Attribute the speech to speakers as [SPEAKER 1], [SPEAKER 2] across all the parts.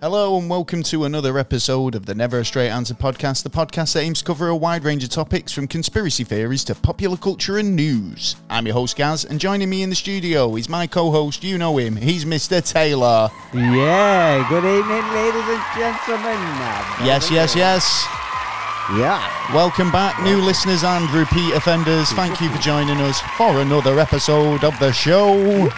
[SPEAKER 1] Hello and welcome to another episode of the Never a Straight Answer podcast, the podcast that aims to cover a wide range of topics from conspiracy theories to popular culture and news. I'm your host Gaz, and joining me in the studio is my co-host, you know him, he's Mr. Taylor.
[SPEAKER 2] Yeah, good evening, ladies and gentlemen.
[SPEAKER 1] Yes, yes, yes.
[SPEAKER 2] Yeah.
[SPEAKER 1] Welcome back, new listeners and repeat offenders. Thank you for joining us for another episode of the show.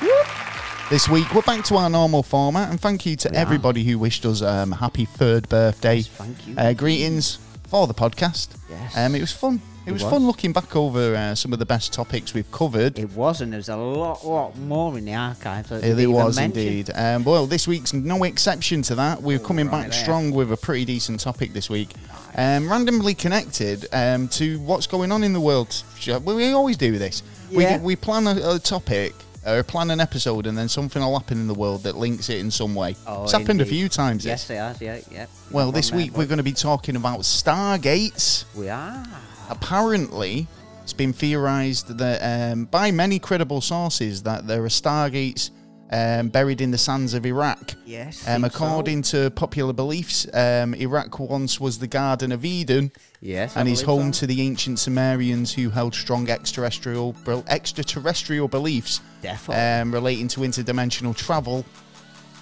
[SPEAKER 1] This week, we're back to our normal format, and thank you to everybody who wished us um, happy third birthday.
[SPEAKER 2] Yes, thank you.
[SPEAKER 1] Uh, greetings for the podcast.
[SPEAKER 2] Yes.
[SPEAKER 1] Um, it was fun. It,
[SPEAKER 2] It
[SPEAKER 1] was,
[SPEAKER 2] was.
[SPEAKER 1] fun looking back over uh, some of the best topics we've covered.
[SPEAKER 2] It was, and there's a lot, lot more in the archives. that
[SPEAKER 1] It,
[SPEAKER 2] we even
[SPEAKER 1] was
[SPEAKER 2] mentioned.
[SPEAKER 1] indeed. Um, well, this week's no exception to that. We're coming
[SPEAKER 2] right
[SPEAKER 1] back
[SPEAKER 2] there.
[SPEAKER 1] strong with a pretty decent topic this week. Um, randomly connected um, to what's going on in the world. Sh- well, We always do this.
[SPEAKER 2] Yeah.
[SPEAKER 1] We, we plan a, a topic, or plan an episode, and then something will happen in the world that links it in some way.
[SPEAKER 2] Oh,
[SPEAKER 1] it's happened a
[SPEAKER 2] indeed.
[SPEAKER 1] few times.
[SPEAKER 2] Yes,
[SPEAKER 1] Yes.
[SPEAKER 2] they are. Yeah, yeah.
[SPEAKER 1] Well,
[SPEAKER 2] Come
[SPEAKER 1] this
[SPEAKER 2] on,
[SPEAKER 1] week
[SPEAKER 2] man.
[SPEAKER 1] we're going to be talking about Stargates.
[SPEAKER 2] we are.
[SPEAKER 1] Apparently, it's been theorized that um, by many credible sources that there are stargates um, buried in the sands of Iraq.
[SPEAKER 2] Yes.
[SPEAKER 1] Um,
[SPEAKER 2] think so.
[SPEAKER 1] according to popular beliefs, um, Iraq once was the Garden of Eden
[SPEAKER 2] Yes. I
[SPEAKER 1] and is
[SPEAKER 2] believe
[SPEAKER 1] home
[SPEAKER 2] so.
[SPEAKER 1] to the ancient Sumerians who held strong extraterrestrial, bel- extraterrestrial beliefs
[SPEAKER 2] Definitely.
[SPEAKER 1] um, relating to interdimensional travel.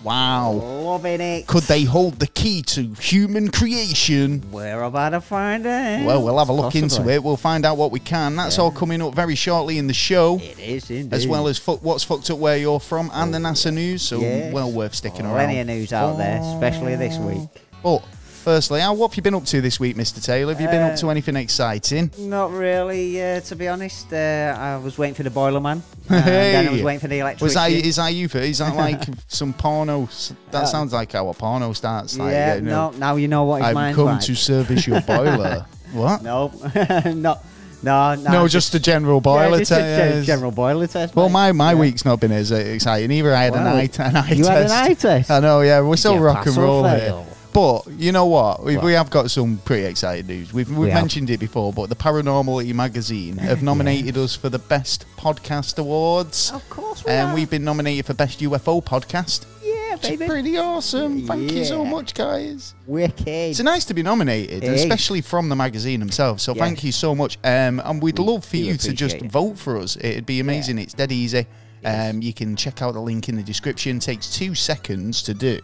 [SPEAKER 1] Wow.
[SPEAKER 2] Loving it.
[SPEAKER 1] Could they hold the key to human creation?
[SPEAKER 2] We're about to find out.
[SPEAKER 1] Well, we'll have a look into
[SPEAKER 2] Possibly.
[SPEAKER 1] it. We'll find out what we can. That's all coming up very shortly in the show,
[SPEAKER 2] It is indeed.
[SPEAKER 1] as well as fu- what's fucked up where you're from and the NASA news. So
[SPEAKER 2] Yes.
[SPEAKER 1] well worth sticking
[SPEAKER 2] plenty of
[SPEAKER 1] around.
[SPEAKER 2] news out there, especially this week.
[SPEAKER 1] But firstly, Al, what have you been up to this week, Mr. Taylor? Have you been
[SPEAKER 2] Uh,
[SPEAKER 1] up to anything exciting?
[SPEAKER 2] Not really, uh, to be honest. Uh, I was waiting for the boiler man. and then I was
[SPEAKER 1] Hey.
[SPEAKER 2] waiting for the electricity.
[SPEAKER 1] Was that, is that you? For, is that like some porno? s- That
[SPEAKER 2] Uh,
[SPEAKER 1] sounds like how a porno starts. Like,
[SPEAKER 2] yeah,
[SPEAKER 1] you
[SPEAKER 2] no,
[SPEAKER 1] know,
[SPEAKER 2] now you know what his
[SPEAKER 1] I've
[SPEAKER 2] mind's
[SPEAKER 1] come
[SPEAKER 2] like.
[SPEAKER 1] to service your boiler. what? No,
[SPEAKER 2] No, no, no, no.
[SPEAKER 1] just a general boiler
[SPEAKER 2] yeah, just a
[SPEAKER 1] test.
[SPEAKER 2] gen- general boiler test.
[SPEAKER 1] Well,
[SPEAKER 2] mate.
[SPEAKER 1] my, my
[SPEAKER 2] Yeah.
[SPEAKER 1] week's not been as exciting either. I had an
[SPEAKER 2] Wow.
[SPEAKER 1] eye, an eye
[SPEAKER 2] You
[SPEAKER 1] test.
[SPEAKER 2] had an eye test?
[SPEAKER 1] I know, yeah. We're still
[SPEAKER 2] you
[SPEAKER 1] rock
[SPEAKER 2] pass
[SPEAKER 1] and
[SPEAKER 2] or
[SPEAKER 1] roll here.
[SPEAKER 2] fail?
[SPEAKER 1] But you know what? We,
[SPEAKER 2] What?
[SPEAKER 1] we have got some pretty exciting news. We've, we've
[SPEAKER 2] We have.
[SPEAKER 1] mentioned it before, but the Paranormality magazine have nominated us for the Best Podcast Awards.
[SPEAKER 2] Of course we
[SPEAKER 1] And
[SPEAKER 2] are.
[SPEAKER 1] we've been nominated for Best UFO Podcast.
[SPEAKER 2] yeah,
[SPEAKER 1] Um, It's
[SPEAKER 2] baby,
[SPEAKER 1] pretty awesome. Thank you so
[SPEAKER 2] Yeah.
[SPEAKER 1] much, guys.
[SPEAKER 2] wicked.
[SPEAKER 1] It's nice to be nominated,
[SPEAKER 2] It is.
[SPEAKER 1] especially from the magazine themselves. So
[SPEAKER 2] Yes.
[SPEAKER 1] thank you so much. Um, and we'd love for
[SPEAKER 2] do
[SPEAKER 1] you to just
[SPEAKER 2] appreciate it.
[SPEAKER 1] vote for us. It'd be amazing. It's dead easy.
[SPEAKER 2] Yes.
[SPEAKER 1] Um, you can check out the link in the description. Takes two seconds to do.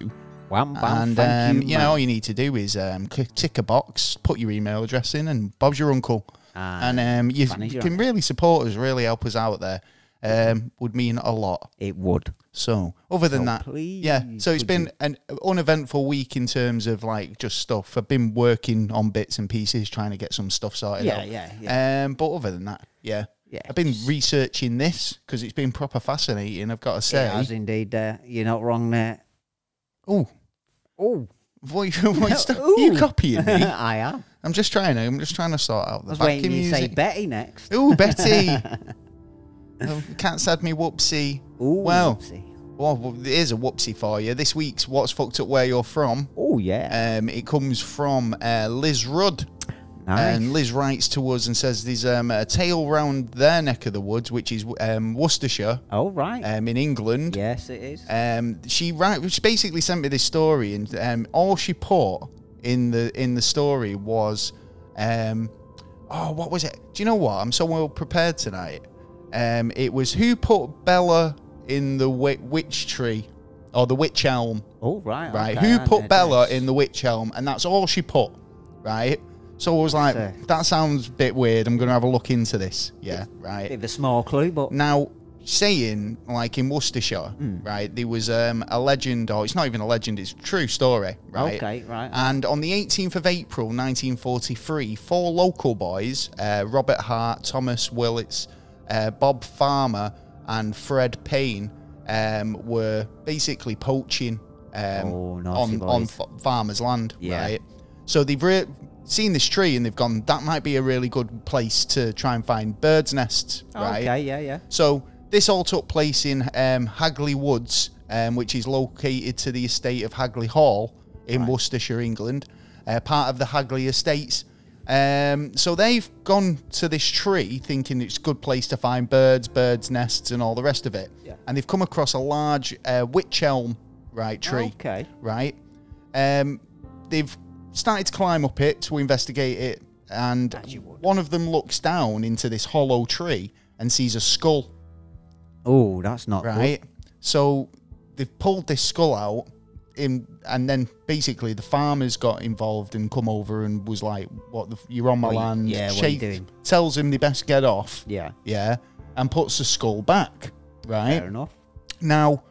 [SPEAKER 2] Wham, bam,
[SPEAKER 1] and
[SPEAKER 2] thank
[SPEAKER 1] um,
[SPEAKER 2] you,
[SPEAKER 1] you know, all
[SPEAKER 2] mate.
[SPEAKER 1] you need to do is um, click, tick a box, put your email address in, and Bob's your uncle.
[SPEAKER 2] Ah,
[SPEAKER 1] and um, you
[SPEAKER 2] Bunny's your
[SPEAKER 1] can really support us, really help us out there. Um, would mean a lot.
[SPEAKER 2] it would.
[SPEAKER 1] So, other than
[SPEAKER 2] So
[SPEAKER 1] that,
[SPEAKER 2] Oh, please,
[SPEAKER 1] yeah. So it's
[SPEAKER 2] could
[SPEAKER 1] been an uneventful week in terms of like just stuff. I've been working on bits and pieces, trying to get some stuff sorted
[SPEAKER 2] Yeah,
[SPEAKER 1] out.
[SPEAKER 2] yeah,
[SPEAKER 1] Um, but other than that, yeah,
[SPEAKER 2] Yeah,
[SPEAKER 1] I've been researching this because it's been proper fascinating. I've got to
[SPEAKER 2] It has
[SPEAKER 1] say.
[SPEAKER 2] indeed. Uh, you're not wrong there.
[SPEAKER 1] Oh,
[SPEAKER 2] Oh,
[SPEAKER 1] what, you- what you st- you
[SPEAKER 2] Ooh.
[SPEAKER 1] copying me?
[SPEAKER 2] I am.
[SPEAKER 1] I'm just trying. to- I'm just trying to sort out
[SPEAKER 2] I
[SPEAKER 1] the
[SPEAKER 2] was
[SPEAKER 1] backing
[SPEAKER 2] waiting you to say
[SPEAKER 1] music.
[SPEAKER 2] Betty next.
[SPEAKER 1] Ooh, Betty. oh, cat's had me whoopsie.
[SPEAKER 2] Ooh,
[SPEAKER 1] well,
[SPEAKER 2] see.
[SPEAKER 1] well, well, here's a whoopsie for you. This week's What's Fucked Up Where You're From
[SPEAKER 2] Oh yeah.
[SPEAKER 1] Um, it comes from uh, Liz Rudd.
[SPEAKER 2] nice.
[SPEAKER 1] And Liz writes to us and says there's um, a tale round their neck of the woods, which is um, Worcestershire
[SPEAKER 2] oh right.
[SPEAKER 1] um, in England.
[SPEAKER 2] yes, it is.
[SPEAKER 1] Um, she, write, she basically sent me this story, and um, all she put in the in the story was, um, oh, what was it? Do you know what? I'm so well prepared tonight. Um, it was who put Bella in the wi- witch tree or the witch elm.
[SPEAKER 2] oh right.
[SPEAKER 1] Right.
[SPEAKER 2] okay,
[SPEAKER 1] Who
[SPEAKER 2] that
[SPEAKER 1] put
[SPEAKER 2] makes
[SPEAKER 1] Bella
[SPEAKER 2] sense.
[SPEAKER 1] in the witch helm? And that's all she put. Right. So I was like,
[SPEAKER 2] That's a-
[SPEAKER 1] that sounds a bit weird. I'm going to have a look into this. Yeah. Right.
[SPEAKER 2] Bit of a small clue, but Hmm.
[SPEAKER 1] Now, saying like in Worcestershire, right, there was um, a legend, or it's not even a legend, it's a true story, right?
[SPEAKER 2] Okay, right.
[SPEAKER 1] And on the 18th of April 1943, four local boys, uh, Robert Hart, Thomas Willits, uh, Bob Farmer, and Fred Payne, um, were basically poaching um,
[SPEAKER 2] Oh, nasty
[SPEAKER 1] on, on
[SPEAKER 2] boys.
[SPEAKER 1] f- farmers' land,
[SPEAKER 2] Yeah.
[SPEAKER 1] right? So they've re- seen this tree and they've gone, that might be a really good place to try and find birds' nests, right?
[SPEAKER 2] Okay, yeah, yeah.
[SPEAKER 1] So this all took place in um, Hagley Woods, um, which is located to the estate of Hagley Hall in Worcestershire, England, uh, part of the Hagley Estates. Um, so they've gone to this tree thinking it's a good place to find birds, birds' nests, and all the rest of it.
[SPEAKER 2] Yeah. Oh.
[SPEAKER 1] And they've come across a large uh, witch elm, right, tree,
[SPEAKER 2] Okay.
[SPEAKER 1] right? Um, they've started to climb up it to investigate it, and
[SPEAKER 2] As you would.
[SPEAKER 1] one of them looks down into this hollow tree and sees a skull.
[SPEAKER 2] Oh, that's not good.
[SPEAKER 1] Right. So they've pulled this skull out, in, and then basically the farmer's got involved and come over and was like, "What the? F- you're on my
[SPEAKER 2] What you-
[SPEAKER 1] land."
[SPEAKER 2] yeah, what you
[SPEAKER 1] shake-
[SPEAKER 2] doing?
[SPEAKER 1] Tells him they best get off.
[SPEAKER 2] Yeah,
[SPEAKER 1] Yeah, and puts the skull back. Right.
[SPEAKER 2] fair enough.
[SPEAKER 1] Now,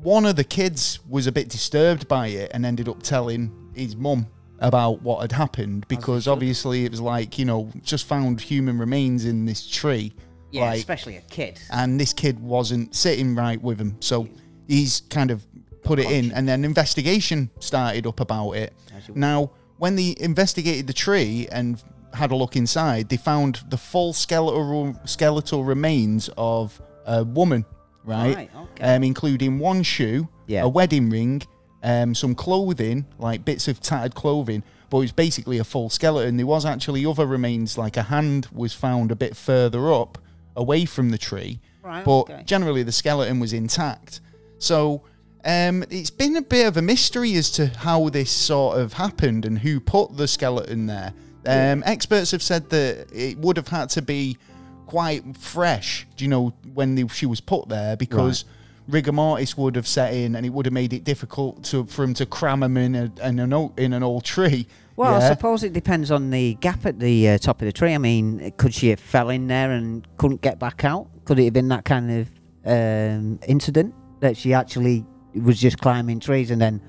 [SPEAKER 1] one of the kids was a bit disturbed by it and ended up telling his mum about what had happened because obviously it was like, you know, just found human remains in this tree.
[SPEAKER 2] Yeah,
[SPEAKER 1] like,
[SPEAKER 2] especially a kid.
[SPEAKER 1] and this kid wasn't sitting right with him. So he's kind of put it in, and then investigation started up about it.
[SPEAKER 2] As you would.
[SPEAKER 1] Now, when they investigated the tree and had a look inside, they found the full skeletal skeletal remains of a woman, right?
[SPEAKER 2] Right, okay.
[SPEAKER 1] Um, including one shoe,
[SPEAKER 2] Yeah.
[SPEAKER 1] a wedding ring, um, some clothing, like bits of tattered clothing. But it was basically a full skeleton. There was actually other remains, like a hand was found a bit further up, away from the tree.
[SPEAKER 2] Right,
[SPEAKER 1] but
[SPEAKER 2] okay.
[SPEAKER 1] generally, the skeleton was intact. So um, it's been a bit of a mystery as to how this sort of happened and who put the skeleton there. Um, experts have said that it would have had to be quite fresh, do you know, when the, she was put there because rigor mortis would have set in and it would have made it difficult to, for him to cram him in, a, in, an, old, in an old tree.
[SPEAKER 2] Well, I
[SPEAKER 1] Yeah.
[SPEAKER 2] suppose it depends on the gap at the uh, top of the tree. I mean, could she have fell in there and couldn't get back out? Could it have been that kind of um, incident that she actually was just climbing trees and then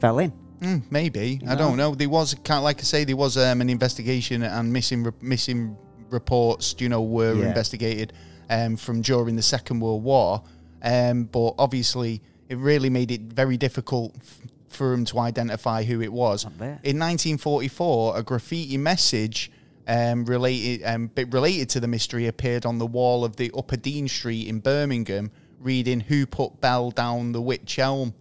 [SPEAKER 2] fell in?
[SPEAKER 1] Mm, maybe I don't know. There was kind of, like I say, there was um, an investigation and missing re- missing reports. You know, were
[SPEAKER 2] Yeah.
[SPEAKER 1] investigated um, from during the Second World War, um, but obviously it really made it very difficult f- for them to identify who it was.
[SPEAKER 2] I bet.
[SPEAKER 1] In 1944, a graffiti message um, related um, bit related to the mystery appeared on the wall of the Upper Dean Street in Birmingham, reading "Who put Bell down the Witch Elm?"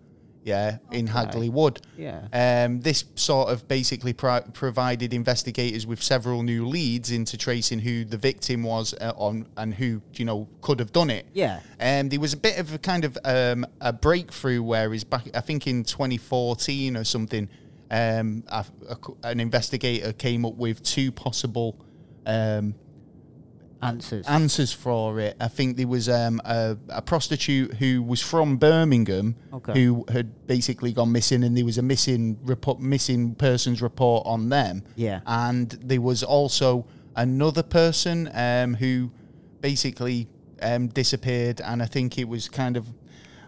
[SPEAKER 1] Yeah, in Hagley Wood.
[SPEAKER 2] Yeah.
[SPEAKER 1] Um, this sort of basically pro- provided investigators with several new leads into tracing who the victim was uh, on and who you know could have done it.
[SPEAKER 2] Yeah.
[SPEAKER 1] Um, there was a bit of a kind of um, a breakthrough where is back, I think in 2014 or something, um, a, a c- an investigator came up with two possible um,
[SPEAKER 2] Answers.
[SPEAKER 1] answers for it. I think there was um, a, a prostitute who was from Birmingham
[SPEAKER 2] Okay.
[SPEAKER 1] who had basically gone missing, and there was a missing report, missing persons report on them.
[SPEAKER 2] Yeah.
[SPEAKER 1] and there was also another person um, who basically um, disappeared, and I think it was kind of.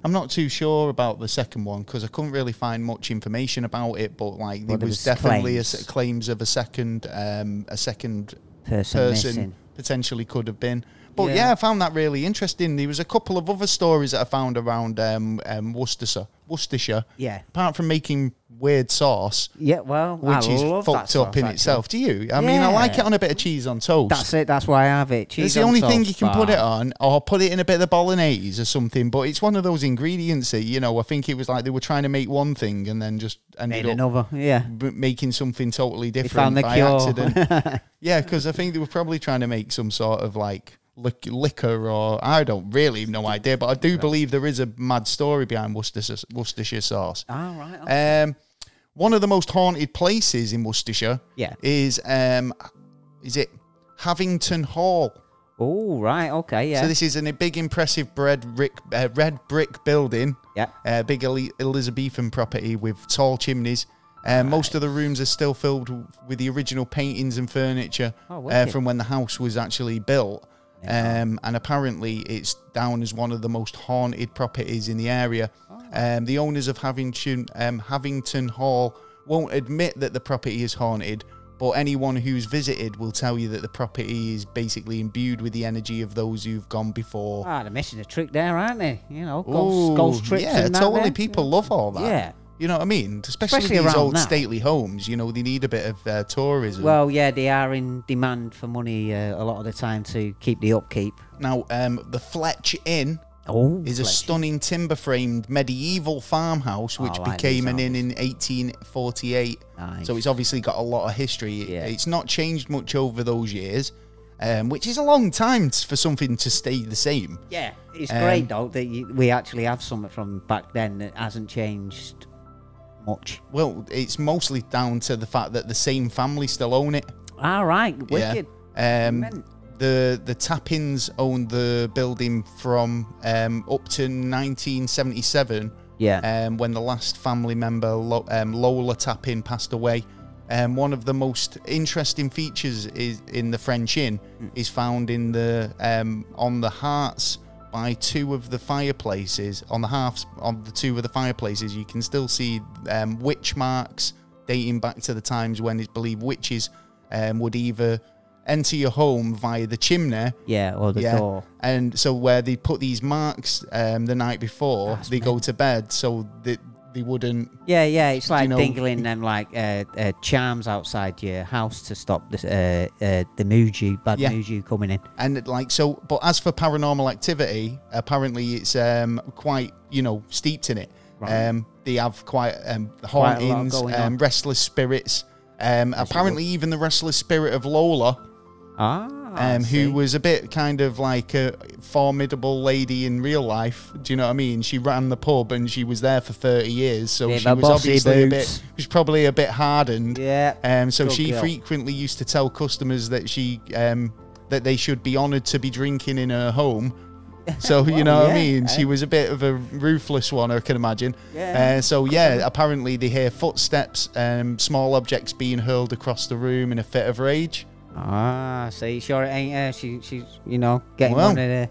[SPEAKER 1] I'm not too sure about the second one because I couldn't really find much information about it, but like there
[SPEAKER 2] there
[SPEAKER 1] was
[SPEAKER 2] was
[SPEAKER 1] definitely a
[SPEAKER 2] claims.
[SPEAKER 1] s- claims of a second, um, a second
[SPEAKER 2] person,
[SPEAKER 1] person
[SPEAKER 2] missing.
[SPEAKER 1] potentially could have been. But yeah.
[SPEAKER 2] Yeah.
[SPEAKER 1] I found that really interesting. There was a couple of other stories that I found around um, um, Worcestershire. Worcestershire.
[SPEAKER 2] Yeah.
[SPEAKER 1] Apart from making weird sauce,
[SPEAKER 2] Yeah, well,
[SPEAKER 1] which
[SPEAKER 2] I
[SPEAKER 1] is
[SPEAKER 2] love
[SPEAKER 1] fucked
[SPEAKER 2] that
[SPEAKER 1] up
[SPEAKER 2] sauce,
[SPEAKER 1] in
[SPEAKER 2] actually.
[SPEAKER 1] itself. Do you? I mean, I like it
[SPEAKER 2] Yeah.
[SPEAKER 1] on a bit of cheese on toast.
[SPEAKER 2] That's it. That's why I have it. Cheese
[SPEAKER 1] it's the
[SPEAKER 2] on
[SPEAKER 1] only thing
[SPEAKER 2] toast,
[SPEAKER 1] you can put
[SPEAKER 2] but-
[SPEAKER 1] it on, or put it in a bit of bolognese or something. But it's one of those ingredients that you know. I think it was like they were trying to make one thing and then just ended
[SPEAKER 2] Made
[SPEAKER 1] up
[SPEAKER 2] another. Yeah.
[SPEAKER 1] b- making something totally different
[SPEAKER 2] found the
[SPEAKER 1] by
[SPEAKER 2] cure.
[SPEAKER 1] accident. yeah, because I think they were probably trying to make some sort of like lic- liquor or I don't really have no idea, but I do believe there is a mad story behind Worcestershire, Worcestershire sauce.
[SPEAKER 2] All right. Oh, okay.
[SPEAKER 1] Um, one of the most haunted places in Worcestershire
[SPEAKER 2] Yeah.
[SPEAKER 1] is um, is it Havington Hall?
[SPEAKER 2] Oh, right. Okay. Yeah.
[SPEAKER 1] So this is an- a big, impressive red brick, uh, red brick building.
[SPEAKER 2] Yeah.
[SPEAKER 1] A big Eli- Elizabethan property with tall chimneys. Uh, Most of the rooms are still filled w- with the original paintings and furniture
[SPEAKER 2] Oh,
[SPEAKER 1] uh,
[SPEAKER 2] wicked.
[SPEAKER 1] from when the house was actually built. Um, and apparently, it's down as one of the most haunted properties in the area.
[SPEAKER 2] Oh.
[SPEAKER 1] Um, the owners of Havington, um, Havington Hall won't admit that the property is haunted, but anyone who's visited will tell you that the property is basically imbued with the energy of those who've gone before.
[SPEAKER 2] Ah, they're missing a trick there, aren't they? You know,
[SPEAKER 1] Ooh,
[SPEAKER 2] ghost, ghost tricks.
[SPEAKER 1] Yeah,
[SPEAKER 2] and that
[SPEAKER 1] totally.
[SPEAKER 2] there.
[SPEAKER 1] People love all that.
[SPEAKER 2] Yeah.
[SPEAKER 1] You know what I mean? Especially,
[SPEAKER 2] Especially
[SPEAKER 1] these
[SPEAKER 2] around
[SPEAKER 1] old
[SPEAKER 2] now.
[SPEAKER 1] stately homes. You know, they need a bit of uh, tourism.
[SPEAKER 2] Well, yeah, they are in demand for money uh, a lot of the time to keep the upkeep.
[SPEAKER 1] now, um, the Fletch Inn
[SPEAKER 2] Oh,
[SPEAKER 1] is a stunning timber framed medieval farmhouse which
[SPEAKER 2] I like
[SPEAKER 1] became
[SPEAKER 2] these
[SPEAKER 1] an inn in 1848.
[SPEAKER 2] Nice.
[SPEAKER 1] So it's obviously got a lot of history.
[SPEAKER 2] Yeah.
[SPEAKER 1] It's not changed much over those years, um, which is a long time t- for something to stay the same.
[SPEAKER 2] yeah, it's
[SPEAKER 1] Um,
[SPEAKER 2] great though that you, we actually have something from back then that hasn't changed much.
[SPEAKER 1] Well, it's mostly down to the fact that the same family still own it.
[SPEAKER 2] All right, wicked.
[SPEAKER 1] Yeah. Um,
[SPEAKER 2] Men-
[SPEAKER 1] the the Tappins owned the building from um, up to 1977,
[SPEAKER 2] Yeah.
[SPEAKER 1] um, when the last family member Lo- um, Lola Tappin passed away. Um, one of the most interesting features is in the French Inn is found in the um, on the hearts by two of the fireplaces on the halves on the two of the fireplaces. You can still see um, witch marks dating back to the times when it's believed witches um, would either enter your home via the chimney
[SPEAKER 2] yeah, or the door.
[SPEAKER 1] and so where they put these marks um, the night before they go to bed, so they they wouldn't.
[SPEAKER 2] Yeah, yeah, it's like
[SPEAKER 1] know-
[SPEAKER 2] dingling them like uh, uh, charms outside your house to stop the uh, uh, the Muji, bad
[SPEAKER 1] Yeah.
[SPEAKER 2] Muji coming in.
[SPEAKER 1] And it, like so, but as for paranormal activity, apparently it's um, quite you know steeped in it. Um, they have quite um,
[SPEAKER 2] Quite a lot
[SPEAKER 1] hauntings,
[SPEAKER 2] going on.
[SPEAKER 1] um, restless spirits. Um, apparently, even the restless spirit of Lola,
[SPEAKER 2] Ah, I
[SPEAKER 1] um,
[SPEAKER 2] see.
[SPEAKER 1] who was a bit kind of like a formidable lady in real life. Do you know what I mean? She ran the pub and she was there for thirty years, so
[SPEAKER 2] Yeah,
[SPEAKER 1] she
[SPEAKER 2] the
[SPEAKER 1] was
[SPEAKER 2] bossy
[SPEAKER 1] obviously a
[SPEAKER 2] boots.
[SPEAKER 1] bit. She's probably a bit hardened.
[SPEAKER 2] Yeah.
[SPEAKER 1] Um, so
[SPEAKER 2] Good
[SPEAKER 1] she
[SPEAKER 2] girl.
[SPEAKER 1] frequently used to tell customers that she um, that they should be honoured to be drinking in her home. So you know what I
[SPEAKER 2] yeah,
[SPEAKER 1] mean. She
[SPEAKER 2] eh?
[SPEAKER 1] was a bit of a ruthless one, I can imagine.
[SPEAKER 2] Yeah.
[SPEAKER 1] Uh, so yeah, apparently they hear footsteps, um, small objects being hurled across the room in a fit of rage.
[SPEAKER 2] Ah, see, sure it ain't her. She, she's, you know, getting
[SPEAKER 1] Well,
[SPEAKER 2] one of the,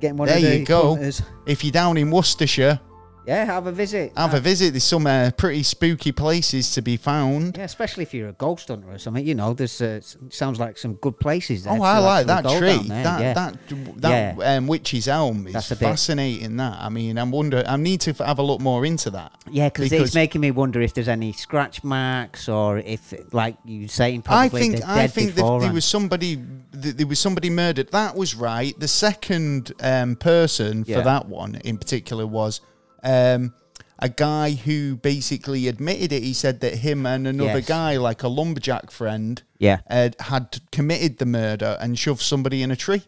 [SPEAKER 2] getting one of
[SPEAKER 1] there
[SPEAKER 2] the
[SPEAKER 1] you go.
[SPEAKER 2] punters.
[SPEAKER 1] If you're down in Worcestershire,
[SPEAKER 2] Yeah, have a visit.
[SPEAKER 1] have a visit. There's some uh, pretty spooky places to be found.
[SPEAKER 2] yeah, especially if you're a ghost hunter or something, you know, there's uh, s- sounds like some good places there.
[SPEAKER 1] Oh, I
[SPEAKER 2] to
[SPEAKER 1] like that
[SPEAKER 2] actually go down
[SPEAKER 1] tree.
[SPEAKER 2] there,
[SPEAKER 1] that,
[SPEAKER 2] yeah.
[SPEAKER 1] that that um, witch's elm is
[SPEAKER 2] That's a bit-
[SPEAKER 1] fascinating. That I mean, I'm wonder. I need to f- have a look more into that.
[SPEAKER 2] Yeah, cause
[SPEAKER 1] because-
[SPEAKER 2] it's making me wonder if there's any scratch marks or if, like you were saying,
[SPEAKER 1] I
[SPEAKER 2] probably
[SPEAKER 1] think
[SPEAKER 2] they're
[SPEAKER 1] I
[SPEAKER 2] dead
[SPEAKER 1] think that there
[SPEAKER 2] beforehand.
[SPEAKER 1] was somebody that there was somebody murdered. That was right. The second um, person for
[SPEAKER 2] Yeah.
[SPEAKER 1] that one in particular was um, a guy who basically admitted it. He said that him and another
[SPEAKER 2] Yes.
[SPEAKER 1] guy, like a lumberjack friend,
[SPEAKER 2] Yeah.
[SPEAKER 1] had, had committed the murder and shoved somebody in a tree.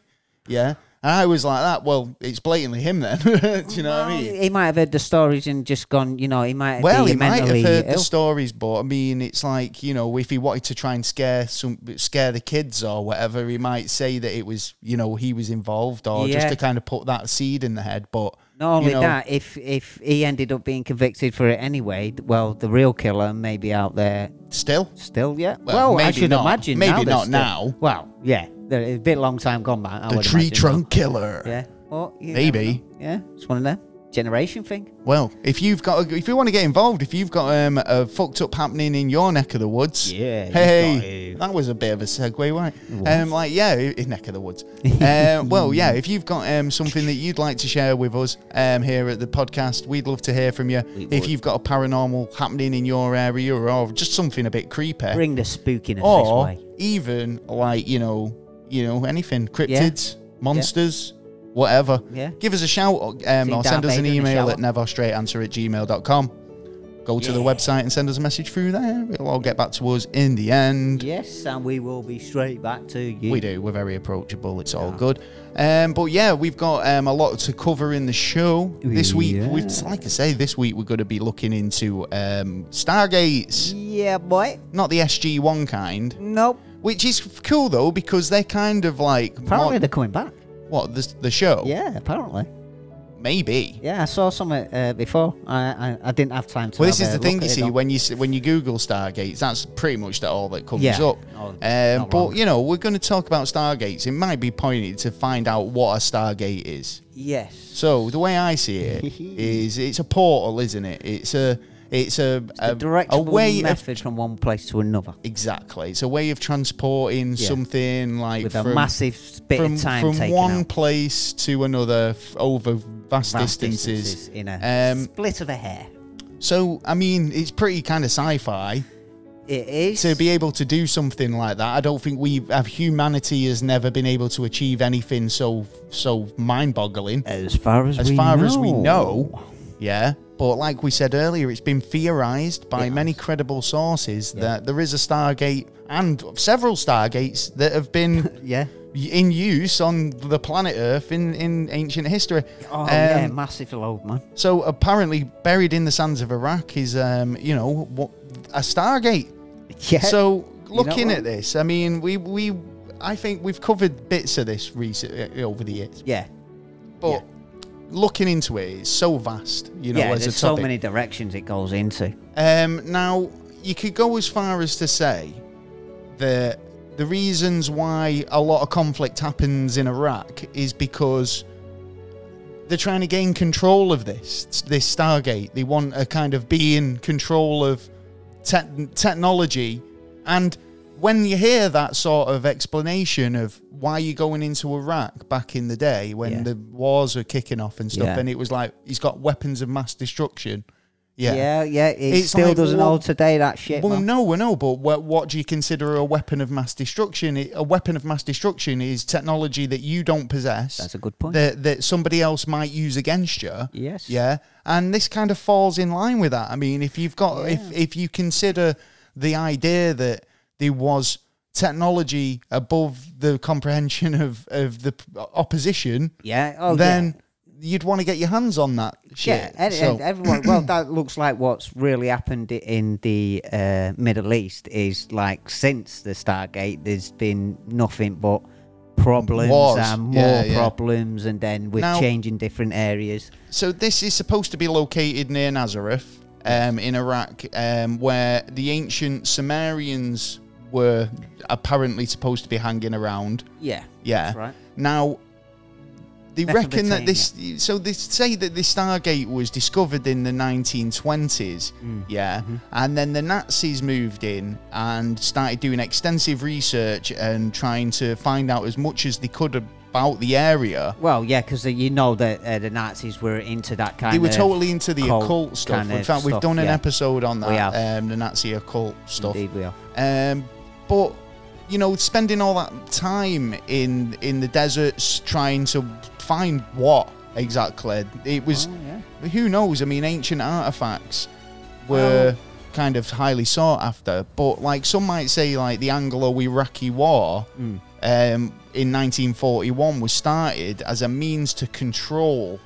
[SPEAKER 1] Yeah, and I was like that. Well, it's blatantly him then. Do you know what I mean?
[SPEAKER 2] He might have heard the stories and just gone, you know, he might
[SPEAKER 1] Well,
[SPEAKER 2] be
[SPEAKER 1] he might have
[SPEAKER 2] mentally
[SPEAKER 1] heard the
[SPEAKER 2] ill.
[SPEAKER 1] stories, but I mean, it's like you know, if he wanted to try and scare some, scare the kids or whatever, he might say that it was you know he was involved or just
[SPEAKER 2] Yeah.
[SPEAKER 1] to kind of put that seed in the head. But
[SPEAKER 2] Not only
[SPEAKER 1] you know,
[SPEAKER 2] that, if if he ended up being convicted for it anyway, th- well, the real killer may be out there
[SPEAKER 1] still,
[SPEAKER 2] still. Yeah.
[SPEAKER 1] Well,
[SPEAKER 2] Well, I
[SPEAKER 1] maybe
[SPEAKER 2] should
[SPEAKER 1] not.
[SPEAKER 2] imagine.
[SPEAKER 1] Maybe
[SPEAKER 2] now they're
[SPEAKER 1] not
[SPEAKER 2] still-
[SPEAKER 1] now.
[SPEAKER 2] Well, yeah, they're- it's a bit long time gone back. I
[SPEAKER 1] the
[SPEAKER 2] would
[SPEAKER 1] tree
[SPEAKER 2] imagine.
[SPEAKER 1] trunk killer.
[SPEAKER 2] Yeah. Well, you never
[SPEAKER 1] Maybe.
[SPEAKER 2] know. Yeah, it's one of them generation thing.
[SPEAKER 1] Well, if you've got, if you want to get involved, if you've got um, a fucked up happening in your neck of the woods,
[SPEAKER 2] Yeah, you've
[SPEAKER 1] hey,
[SPEAKER 2] got to.
[SPEAKER 1] that was a bit of a segue, right? Um, like, yeah, i- in neck of the woods. um, well, yeah, if you've got um, something that you'd like to share with us um, here at the podcast, we'd love to hear from you. If you've got a paranormal happening in your area, or just something a bit creepy,
[SPEAKER 2] Bring the spookiness
[SPEAKER 1] or
[SPEAKER 2] this way.
[SPEAKER 1] even like you know, you know, anything cryptids, monsters, whatever.
[SPEAKER 2] Yeah.
[SPEAKER 1] Give us a shout or, um,
[SPEAKER 2] See
[SPEAKER 1] or
[SPEAKER 2] Darth
[SPEAKER 1] send us an
[SPEAKER 2] Vader in the
[SPEAKER 1] email
[SPEAKER 2] shower.
[SPEAKER 1] at neverstraightanswer at gmail.com. Go to the
[SPEAKER 2] Yeah.
[SPEAKER 1] website and send us a message through there. It'll all get back to us in the end.
[SPEAKER 2] Yes, and we will be straight back to you.
[SPEAKER 1] We do. We're very approachable. It's all good. Um, but yeah, we've got um, a lot to cover in the show this week.
[SPEAKER 2] Yeah.
[SPEAKER 1] We've, like I say, this week we're going to be looking into um, Stargates,
[SPEAKER 2] Yeah, boy.
[SPEAKER 1] not the SG One kind.
[SPEAKER 2] Nope.
[SPEAKER 1] Which is f- cool though because they're kind of like
[SPEAKER 2] Apparently
[SPEAKER 1] what,
[SPEAKER 2] they're coming back.
[SPEAKER 1] what, the, the show
[SPEAKER 2] Yeah, apparently.
[SPEAKER 1] maybe.
[SPEAKER 2] Oh. Yeah, I saw some uh, before. I, I I didn't have time to.
[SPEAKER 1] Well, this
[SPEAKER 2] have
[SPEAKER 1] is
[SPEAKER 2] a
[SPEAKER 1] the thing
[SPEAKER 2] look
[SPEAKER 1] you
[SPEAKER 2] at it
[SPEAKER 1] see
[SPEAKER 2] all.
[SPEAKER 1] when you s- when you Google Stargates, that's pretty much that all that comes
[SPEAKER 2] Yeah.
[SPEAKER 1] up.
[SPEAKER 2] Oh,
[SPEAKER 1] um,
[SPEAKER 2] not
[SPEAKER 1] but
[SPEAKER 2] wrong.
[SPEAKER 1] you know we're going to talk about Stargates. It might be pointed to find out what a Stargate is.
[SPEAKER 2] Yes.
[SPEAKER 1] So the way I see it is, it's a portal, isn't it? It's a it's a
[SPEAKER 2] A
[SPEAKER 1] a, a
[SPEAKER 2] directable
[SPEAKER 1] way of
[SPEAKER 2] method from one place to another
[SPEAKER 1] exactly. It's a way of transporting
[SPEAKER 2] Yeah.
[SPEAKER 1] something like
[SPEAKER 2] with
[SPEAKER 1] from,
[SPEAKER 2] a massive bit
[SPEAKER 1] from,
[SPEAKER 2] of time
[SPEAKER 1] from
[SPEAKER 2] taken
[SPEAKER 1] one
[SPEAKER 2] out.
[SPEAKER 1] place to another f- over vast,
[SPEAKER 2] Vast
[SPEAKER 1] distances.
[SPEAKER 2] in a
[SPEAKER 1] Um,
[SPEAKER 2] split of a hair.
[SPEAKER 1] So I mean, it's pretty kind of sci-fi
[SPEAKER 2] It is.
[SPEAKER 1] to be able to do something like that. I don't think we have humanity has never been able to achieve anything so so mind-boggling
[SPEAKER 2] as far as,
[SPEAKER 1] as
[SPEAKER 2] Uh, we
[SPEAKER 1] far
[SPEAKER 2] know.
[SPEAKER 1] as we know. Yeah. But like we said earlier, it's been theorized by
[SPEAKER 2] Yes.
[SPEAKER 1] many credible sources that there is a Stargate and several Stargates that have been
[SPEAKER 2] Yeah.
[SPEAKER 1] in use on the planet Earth in, in ancient history.
[SPEAKER 2] Oh
[SPEAKER 1] Um,
[SPEAKER 2] yeah, massive load, man.
[SPEAKER 1] So apparently, buried in the sands of Iraq is, um, you know, what, a Stargate.
[SPEAKER 2] Yeah.
[SPEAKER 1] So looking
[SPEAKER 2] what?
[SPEAKER 1] at this, I mean, we we I think we've covered bits of this recent uh, over the years,
[SPEAKER 2] yeah.
[SPEAKER 1] but looking into it, it's so vast, you know,
[SPEAKER 2] yeah,
[SPEAKER 1] as a
[SPEAKER 2] there's
[SPEAKER 1] topic.
[SPEAKER 2] so many directions it goes into.
[SPEAKER 1] Um, now, you could go as far as to say that the reasons why a lot of conflict happens in Iraq is because they're trying to gain control of this this Stargate. They want to kind of be in control of te- technology, and when you hear that sort of explanation of why you're going into Iraq back in the day when
[SPEAKER 2] Yeah.
[SPEAKER 1] the wars were kicking off and stuff,
[SPEAKER 2] Yeah.
[SPEAKER 1] and it was like he's got weapons of mass destruction.
[SPEAKER 2] Yeah, yeah. it
[SPEAKER 1] It's
[SPEAKER 2] still
[SPEAKER 1] like,
[SPEAKER 2] doesn't
[SPEAKER 1] well-
[SPEAKER 2] hold today. That shit.
[SPEAKER 1] Well,
[SPEAKER 2] man.
[SPEAKER 1] no, we know, but what, what do you consider a weapon of mass destruction? It- A weapon of mass destruction is technology that you don't possess.
[SPEAKER 2] That's a good point.
[SPEAKER 1] That, that somebody else might use against you.
[SPEAKER 2] Yes.
[SPEAKER 1] Yeah, and this kind of falls in line with that. I mean, if you've got if if you consider the idea that there was technology above the comprehension of of the p- opposition,
[SPEAKER 2] yeah. Oh,
[SPEAKER 1] then you'd want to get your hands on that shit.
[SPEAKER 2] yeah. Yeah, and,
[SPEAKER 1] So-
[SPEAKER 2] and everyone. Well, that looks like what's really happened in the uh, Middle East is like since the Stargate, there's been nothing but problems
[SPEAKER 1] Wars.
[SPEAKER 2] and more
[SPEAKER 1] Yeah, yeah.
[SPEAKER 2] problems, and then with
[SPEAKER 1] Now-
[SPEAKER 2] changing different areas.
[SPEAKER 1] So this is supposed to be located near Nazareth, um, in Iraq, um, where the ancient Sumerians were apparently supposed to be hanging around.
[SPEAKER 2] Yeah.
[SPEAKER 1] Yeah.
[SPEAKER 2] That's right.
[SPEAKER 1] Now, they reckon that this. So they say that this Stargate was discovered in the 1920s.
[SPEAKER 2] Hmm.
[SPEAKER 1] Yeah.
[SPEAKER 2] Mm-hmm.
[SPEAKER 1] And then the Nazis moved in and started doing extensive research and trying to find out as much as they could about the area.
[SPEAKER 2] Well, yeah, because you know that uh, the Nazis were into that kind.
[SPEAKER 1] They were
[SPEAKER 2] of,
[SPEAKER 1] totally into the
[SPEAKER 2] cult
[SPEAKER 1] occult stuff.
[SPEAKER 2] kind
[SPEAKER 1] In
[SPEAKER 2] of
[SPEAKER 1] fact, we've
[SPEAKER 2] stuff,
[SPEAKER 1] done an
[SPEAKER 2] yeah.
[SPEAKER 1] episode on
[SPEAKER 2] We
[SPEAKER 1] that, um, the Nazi occult stuff.
[SPEAKER 2] Indeed, we are.
[SPEAKER 1] Um, but you know, spending all that time in in the deserts trying to find what exactly it was.
[SPEAKER 2] Oh, yeah.
[SPEAKER 1] Who knows? I mean, ancient artifacts were kind of highly sought after, but like some might say, like the Anglo-Iraqi War.
[SPEAKER 2] Hmm.
[SPEAKER 1] Um, in 1941 was started as a means to control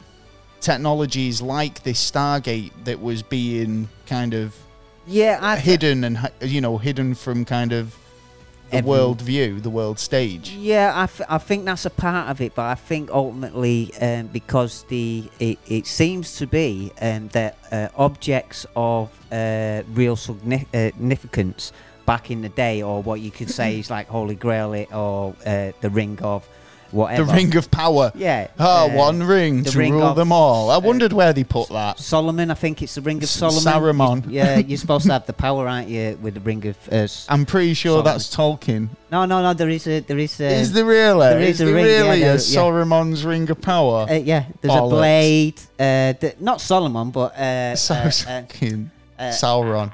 [SPEAKER 1] technologies like this Stargate that was being kind of
[SPEAKER 2] Yeah, I
[SPEAKER 1] hidden and hi- you know hidden from kind of the
[SPEAKER 2] Every-
[SPEAKER 1] world view, the world stage.
[SPEAKER 2] Yeah, I, th- I think that's a part of it, but I think ultimately um, because the it, it seems to be um, that uh, objects of uh, real signi- uh, significance back in the day, or what you could say is like Holy Grail it, or uh, the Ring of
[SPEAKER 1] The
[SPEAKER 2] whatever.
[SPEAKER 1] ring of power.
[SPEAKER 2] Yeah.
[SPEAKER 1] Ah,
[SPEAKER 2] uh,
[SPEAKER 1] one ring
[SPEAKER 2] the
[SPEAKER 1] to
[SPEAKER 2] ring
[SPEAKER 1] rule
[SPEAKER 2] of-
[SPEAKER 1] them all. I wondered where they put that.
[SPEAKER 2] Solomon, I think it's the Ring of
[SPEAKER 1] S-
[SPEAKER 2] Solomon.
[SPEAKER 1] Saruman.
[SPEAKER 2] yeah, you're supposed to have the power, aren't you, with the Ring of. Uh, s-
[SPEAKER 1] I'm pretty sure
[SPEAKER 2] Solomon.
[SPEAKER 1] that's Tolkien.
[SPEAKER 2] no, no, no. There is a. There is a.
[SPEAKER 1] is there really?
[SPEAKER 2] there is a
[SPEAKER 1] there
[SPEAKER 2] ring, yeah,
[SPEAKER 1] really
[SPEAKER 2] there-
[SPEAKER 1] a
[SPEAKER 2] yeah.
[SPEAKER 1] Solomon's ring of power?
[SPEAKER 2] uh, yeah, there's a
[SPEAKER 1] Bollocks.
[SPEAKER 2] blade. Uh, th- not Solomon, but uh,
[SPEAKER 1] So-
[SPEAKER 2] uh, uh,
[SPEAKER 1] fucking
[SPEAKER 2] uh,
[SPEAKER 1] Sauron.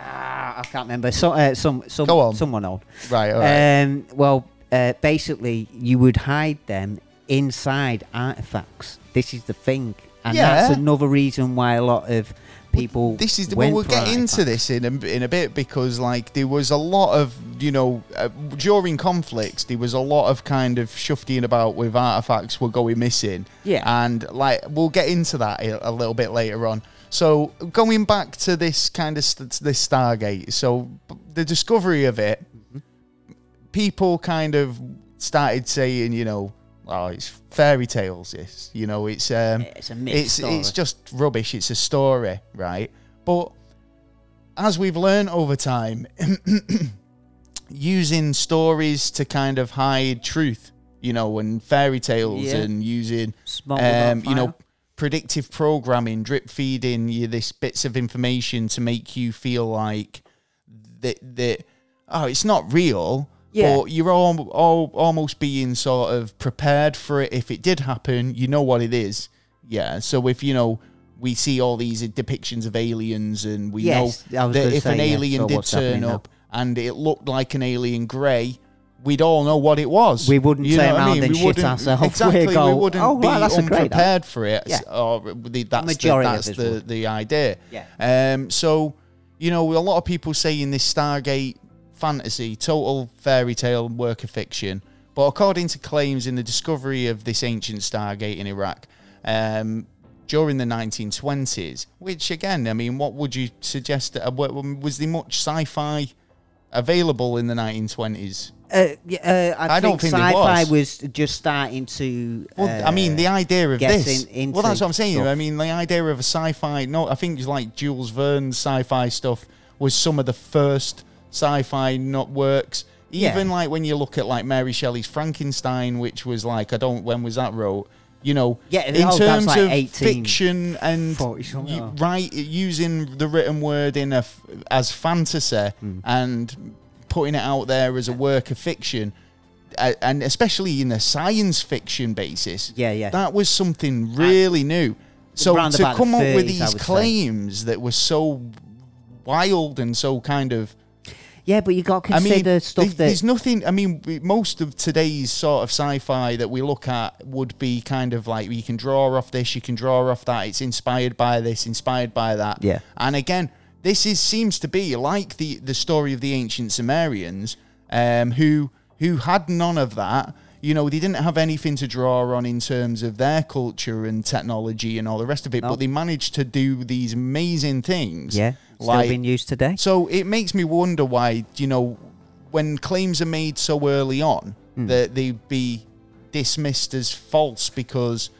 [SPEAKER 2] Ah, I can't remember. So, uh, some, some,
[SPEAKER 1] Go on.
[SPEAKER 2] someone old.
[SPEAKER 1] Right, all right.
[SPEAKER 2] Um, well, uh, basically, you would hide them inside artifacts. This is the thing, and
[SPEAKER 1] Yeah.
[SPEAKER 2] that's another reason why a lot of people.
[SPEAKER 1] this is the, well,
[SPEAKER 2] went
[SPEAKER 1] we'll
[SPEAKER 2] for
[SPEAKER 1] get into
[SPEAKER 2] artifacts.
[SPEAKER 1] this in a, in a bit because like there was a lot of you know uh, during conflicts there was a lot of kind of shufting about with artifacts were going missing
[SPEAKER 2] Yeah.
[SPEAKER 1] and like we'll get into that a, a little bit later on so going back to this kind of st- this stargate so b- the discovery of it people kind of started saying you know oh it's fairy tales this you know it's um
[SPEAKER 2] It's a myth
[SPEAKER 1] it's
[SPEAKER 2] story.
[SPEAKER 1] it's just rubbish. It's a story, right? But as we've learned over time, using stories to kind of hide truth, you know, and fairy tales,
[SPEAKER 2] Yeah.
[SPEAKER 1] and using
[SPEAKER 2] Small
[SPEAKER 1] um,
[SPEAKER 2] without
[SPEAKER 1] you know
[SPEAKER 2] fire.
[SPEAKER 1] predictive programming, drip feeding you this bits of information to make you feel like that that oh, it's not real.
[SPEAKER 2] Yeah.
[SPEAKER 1] But you're all, all, almost being sort of prepared for it. If it did happen, you know what it is. Yeah. So if you know we see all these depictions of aliens, and we
[SPEAKER 2] Yes, I
[SPEAKER 1] know
[SPEAKER 2] was
[SPEAKER 1] that
[SPEAKER 2] gonna
[SPEAKER 1] if an
[SPEAKER 2] say, yeah,
[SPEAKER 1] alien
[SPEAKER 2] so
[SPEAKER 1] did
[SPEAKER 2] what's happening
[SPEAKER 1] turn
[SPEAKER 2] now?
[SPEAKER 1] up and it looked like an alien grey, we'd all know what it was.
[SPEAKER 2] We wouldn't
[SPEAKER 1] You
[SPEAKER 2] turn
[SPEAKER 1] know what I
[SPEAKER 2] around
[SPEAKER 1] mean?
[SPEAKER 2] and
[SPEAKER 1] We
[SPEAKER 2] shit
[SPEAKER 1] wouldn't-
[SPEAKER 2] ourselves. We'd
[SPEAKER 1] Exactly.
[SPEAKER 2] go,
[SPEAKER 1] we wouldn't
[SPEAKER 2] "Oh, wow,
[SPEAKER 1] be
[SPEAKER 2] that's a great idea."
[SPEAKER 1] unprepared for it.
[SPEAKER 2] Yeah.
[SPEAKER 1] Or the, that's
[SPEAKER 2] majority
[SPEAKER 1] the,
[SPEAKER 2] of
[SPEAKER 1] that's
[SPEAKER 2] us
[SPEAKER 1] the,
[SPEAKER 2] would.
[SPEAKER 1] the idea.
[SPEAKER 2] Yeah.
[SPEAKER 1] Um, so, you know, a lot of people saying this Stargate fantasy, total fairy tale work of fiction, But according to claims in the discovery of this ancient Stargate in Iraq um, during the 1920s, which again, I mean, what would you suggest? That, uh, wa- was there much sci fi available in the 1920s?
[SPEAKER 2] Uh, y- uh, I,
[SPEAKER 1] I don't think there
[SPEAKER 2] sci-fi
[SPEAKER 1] was.
[SPEAKER 2] was. just starting to.
[SPEAKER 1] Well,
[SPEAKER 2] uh,
[SPEAKER 1] I mean, the idea of
[SPEAKER 2] gets
[SPEAKER 1] this.
[SPEAKER 2] in- into
[SPEAKER 1] well, that's what I'm saying.
[SPEAKER 2] stuff.
[SPEAKER 1] I mean, the idea of a sci-fi. No, I think it's like Jules Verne's sci-fi stuff was some of the first sci-fi not works.
[SPEAKER 2] Yeah.
[SPEAKER 1] Even like when you look at like Mary Shelley's Frankenstein, which was like I don't when was that wrote? You know,
[SPEAKER 2] Yeah,
[SPEAKER 1] in
[SPEAKER 2] oh, that's
[SPEAKER 1] terms
[SPEAKER 2] like
[SPEAKER 1] of
[SPEAKER 2] 18
[SPEAKER 1] fiction and
[SPEAKER 2] 40 something,
[SPEAKER 1] you-
[SPEAKER 2] oh.
[SPEAKER 1] right using the written word in a f- as fantasy
[SPEAKER 2] Hmm.
[SPEAKER 1] and putting it out there as a work of fiction, a- and especially in a science fiction basis.
[SPEAKER 2] Yeah, yeah.
[SPEAKER 1] That was something really new. So
[SPEAKER 2] Round
[SPEAKER 1] to
[SPEAKER 2] about the
[SPEAKER 1] come up with
[SPEAKER 2] 30s, I
[SPEAKER 1] these
[SPEAKER 2] would say.
[SPEAKER 1] claims that were so wild and so kind of
[SPEAKER 2] yeah, but you got to consider
[SPEAKER 1] there-
[SPEAKER 2] stuff that
[SPEAKER 1] there's nothing. I mean, we- most of today's sort of sci-fi that we look at would be kind of like you can draw off this, you can draw off that. It's inspired by this, inspired by that.
[SPEAKER 2] Yeah.
[SPEAKER 1] And again, this is seems to be like the the story of the ancient Sumerians, um, who who had none of that. You know, they didn't have anything to draw on in terms of their culture and technology and all the rest of it,
[SPEAKER 2] No.
[SPEAKER 1] but they managed to do these amazing things.
[SPEAKER 2] yeah still being used today.
[SPEAKER 1] So it makes me wonder why, you know, when claims are made so early on,
[SPEAKER 2] Hmm.
[SPEAKER 1] that they'd be dismissed as false because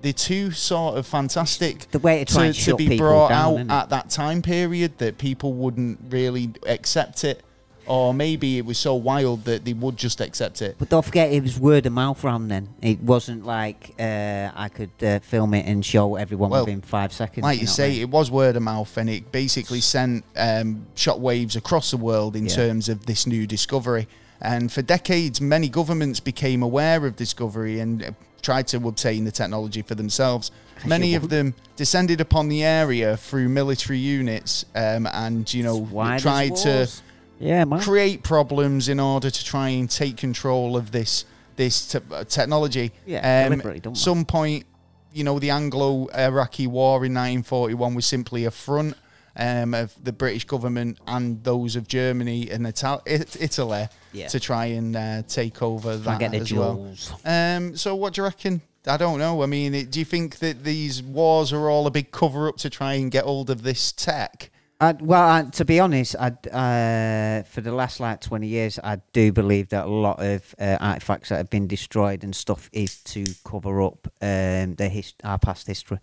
[SPEAKER 1] they're too sort of fantastic
[SPEAKER 2] The way to try
[SPEAKER 1] to,
[SPEAKER 2] and
[SPEAKER 1] to
[SPEAKER 2] shut
[SPEAKER 1] be
[SPEAKER 2] people
[SPEAKER 1] brought
[SPEAKER 2] down,
[SPEAKER 1] out
[SPEAKER 2] isn't it?
[SPEAKER 1] at that time period that people wouldn't really accept it. Or maybe it was so wild that they would just accept it.
[SPEAKER 2] But don't forget, it was word of mouth round then. It wasn't like uh, I could uh, film it and show everyone
[SPEAKER 1] Well,
[SPEAKER 2] within five seconds.
[SPEAKER 1] Like
[SPEAKER 2] you
[SPEAKER 1] you,
[SPEAKER 2] know what I
[SPEAKER 1] say,
[SPEAKER 2] mean?
[SPEAKER 1] it was word of mouth, and it basically sent um, shockwaves across the world in
[SPEAKER 2] Yeah.
[SPEAKER 1] terms of this new discovery. And for decades, many governments became aware of discovery and uh, tried to obtain the technology for themselves. Many of them descended upon the area through military units, um, and you know
[SPEAKER 2] Why there's
[SPEAKER 1] tried to
[SPEAKER 2] wars? Yeah, man.
[SPEAKER 1] create problems in order to try and take control of this this te- uh, technology. Um,
[SPEAKER 2] Yeah, deliberately, don't they?
[SPEAKER 1] some point, you know, the Anglo-Iraqi War in 1941 was simply a front um, of the British government and those of Germany and Ital- It- Italy
[SPEAKER 2] Yeah.
[SPEAKER 1] to try and uh, take over
[SPEAKER 2] Try
[SPEAKER 1] that
[SPEAKER 2] and get the
[SPEAKER 1] as well.
[SPEAKER 2] jewels.
[SPEAKER 1] Um, so, what do you reckon? I don't know. I mean, it, do you think that these wars are all a big cover up to try and get hold of this tech?
[SPEAKER 2] I, well, I, to be honest, I, uh, for the last like 20 years, I do believe that a lot of uh, artifacts that have been destroyed and stuff is to cover up um, the his- our past history.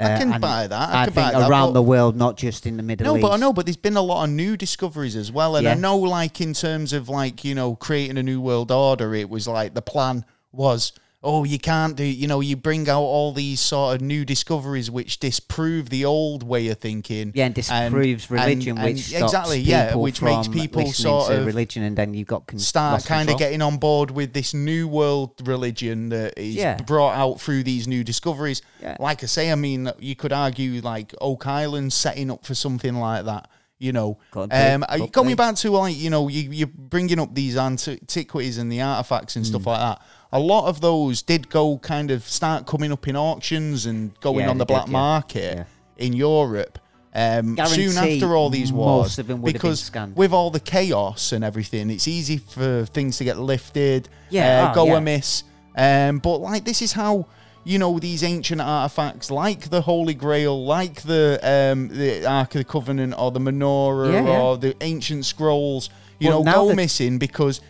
[SPEAKER 2] Uh,
[SPEAKER 1] I can
[SPEAKER 2] and
[SPEAKER 1] buy that. I,
[SPEAKER 2] I,
[SPEAKER 1] can
[SPEAKER 2] think
[SPEAKER 1] buy that,
[SPEAKER 2] around
[SPEAKER 1] but-
[SPEAKER 2] the world, not just in the Middle
[SPEAKER 1] No,
[SPEAKER 2] East.
[SPEAKER 1] but I know, but there's been a lot of new discoveries as well. And I
[SPEAKER 2] Yeah.
[SPEAKER 1] know, like, in terms of, like, you know, creating a new world order, it was like the plan was, oh, you can't do, you know, you bring out all these sort of new discoveries which disprove the old way of thinking.
[SPEAKER 2] Yeah, and disproves religion,
[SPEAKER 1] and-
[SPEAKER 2] which stops
[SPEAKER 1] Exactly, yeah,
[SPEAKER 2] people
[SPEAKER 1] which makes
[SPEAKER 2] from
[SPEAKER 1] people
[SPEAKER 2] listening
[SPEAKER 1] sort
[SPEAKER 2] to
[SPEAKER 1] of
[SPEAKER 2] religion, and then you've got con-
[SPEAKER 1] start
[SPEAKER 2] lost
[SPEAKER 1] kind of
[SPEAKER 2] control.
[SPEAKER 1] getting on board with this new world religion that is
[SPEAKER 2] Yeah.
[SPEAKER 1] brought out through these new discoveries.
[SPEAKER 2] Yeah.
[SPEAKER 1] Like I say, I mean, you could argue like Oak Island setting up for something like that. You know,
[SPEAKER 2] Could be,
[SPEAKER 1] um,
[SPEAKER 2] could
[SPEAKER 1] going
[SPEAKER 2] be.
[SPEAKER 1] back to like you know you you're bringing up these antiquities and the artifacts and
[SPEAKER 2] Hmm.
[SPEAKER 1] stuff like that. A lot of those did go kind of start coming up in auctions and going
[SPEAKER 2] Yeah,
[SPEAKER 1] on the
[SPEAKER 2] they did,
[SPEAKER 1] black
[SPEAKER 2] yeah.
[SPEAKER 1] market in Europe. Um, soon
[SPEAKER 2] Guarantee
[SPEAKER 1] after all these
[SPEAKER 2] most
[SPEAKER 1] wars,
[SPEAKER 2] of them would have been
[SPEAKER 1] because
[SPEAKER 2] scanned.
[SPEAKER 1] with all the chaos and everything, it's easy for things to get lifted,
[SPEAKER 2] Yeah,
[SPEAKER 1] uh,
[SPEAKER 2] oh,
[SPEAKER 1] go
[SPEAKER 2] yeah.
[SPEAKER 1] amiss. Um, but like this is how you know these ancient artifacts, like the Holy Grail, like the um, the Ark of the Covenant or the menorah
[SPEAKER 2] Yeah, yeah.
[SPEAKER 1] or the ancient scrolls, you
[SPEAKER 2] Well,
[SPEAKER 1] know,
[SPEAKER 2] now
[SPEAKER 1] go
[SPEAKER 2] the-
[SPEAKER 1] missing because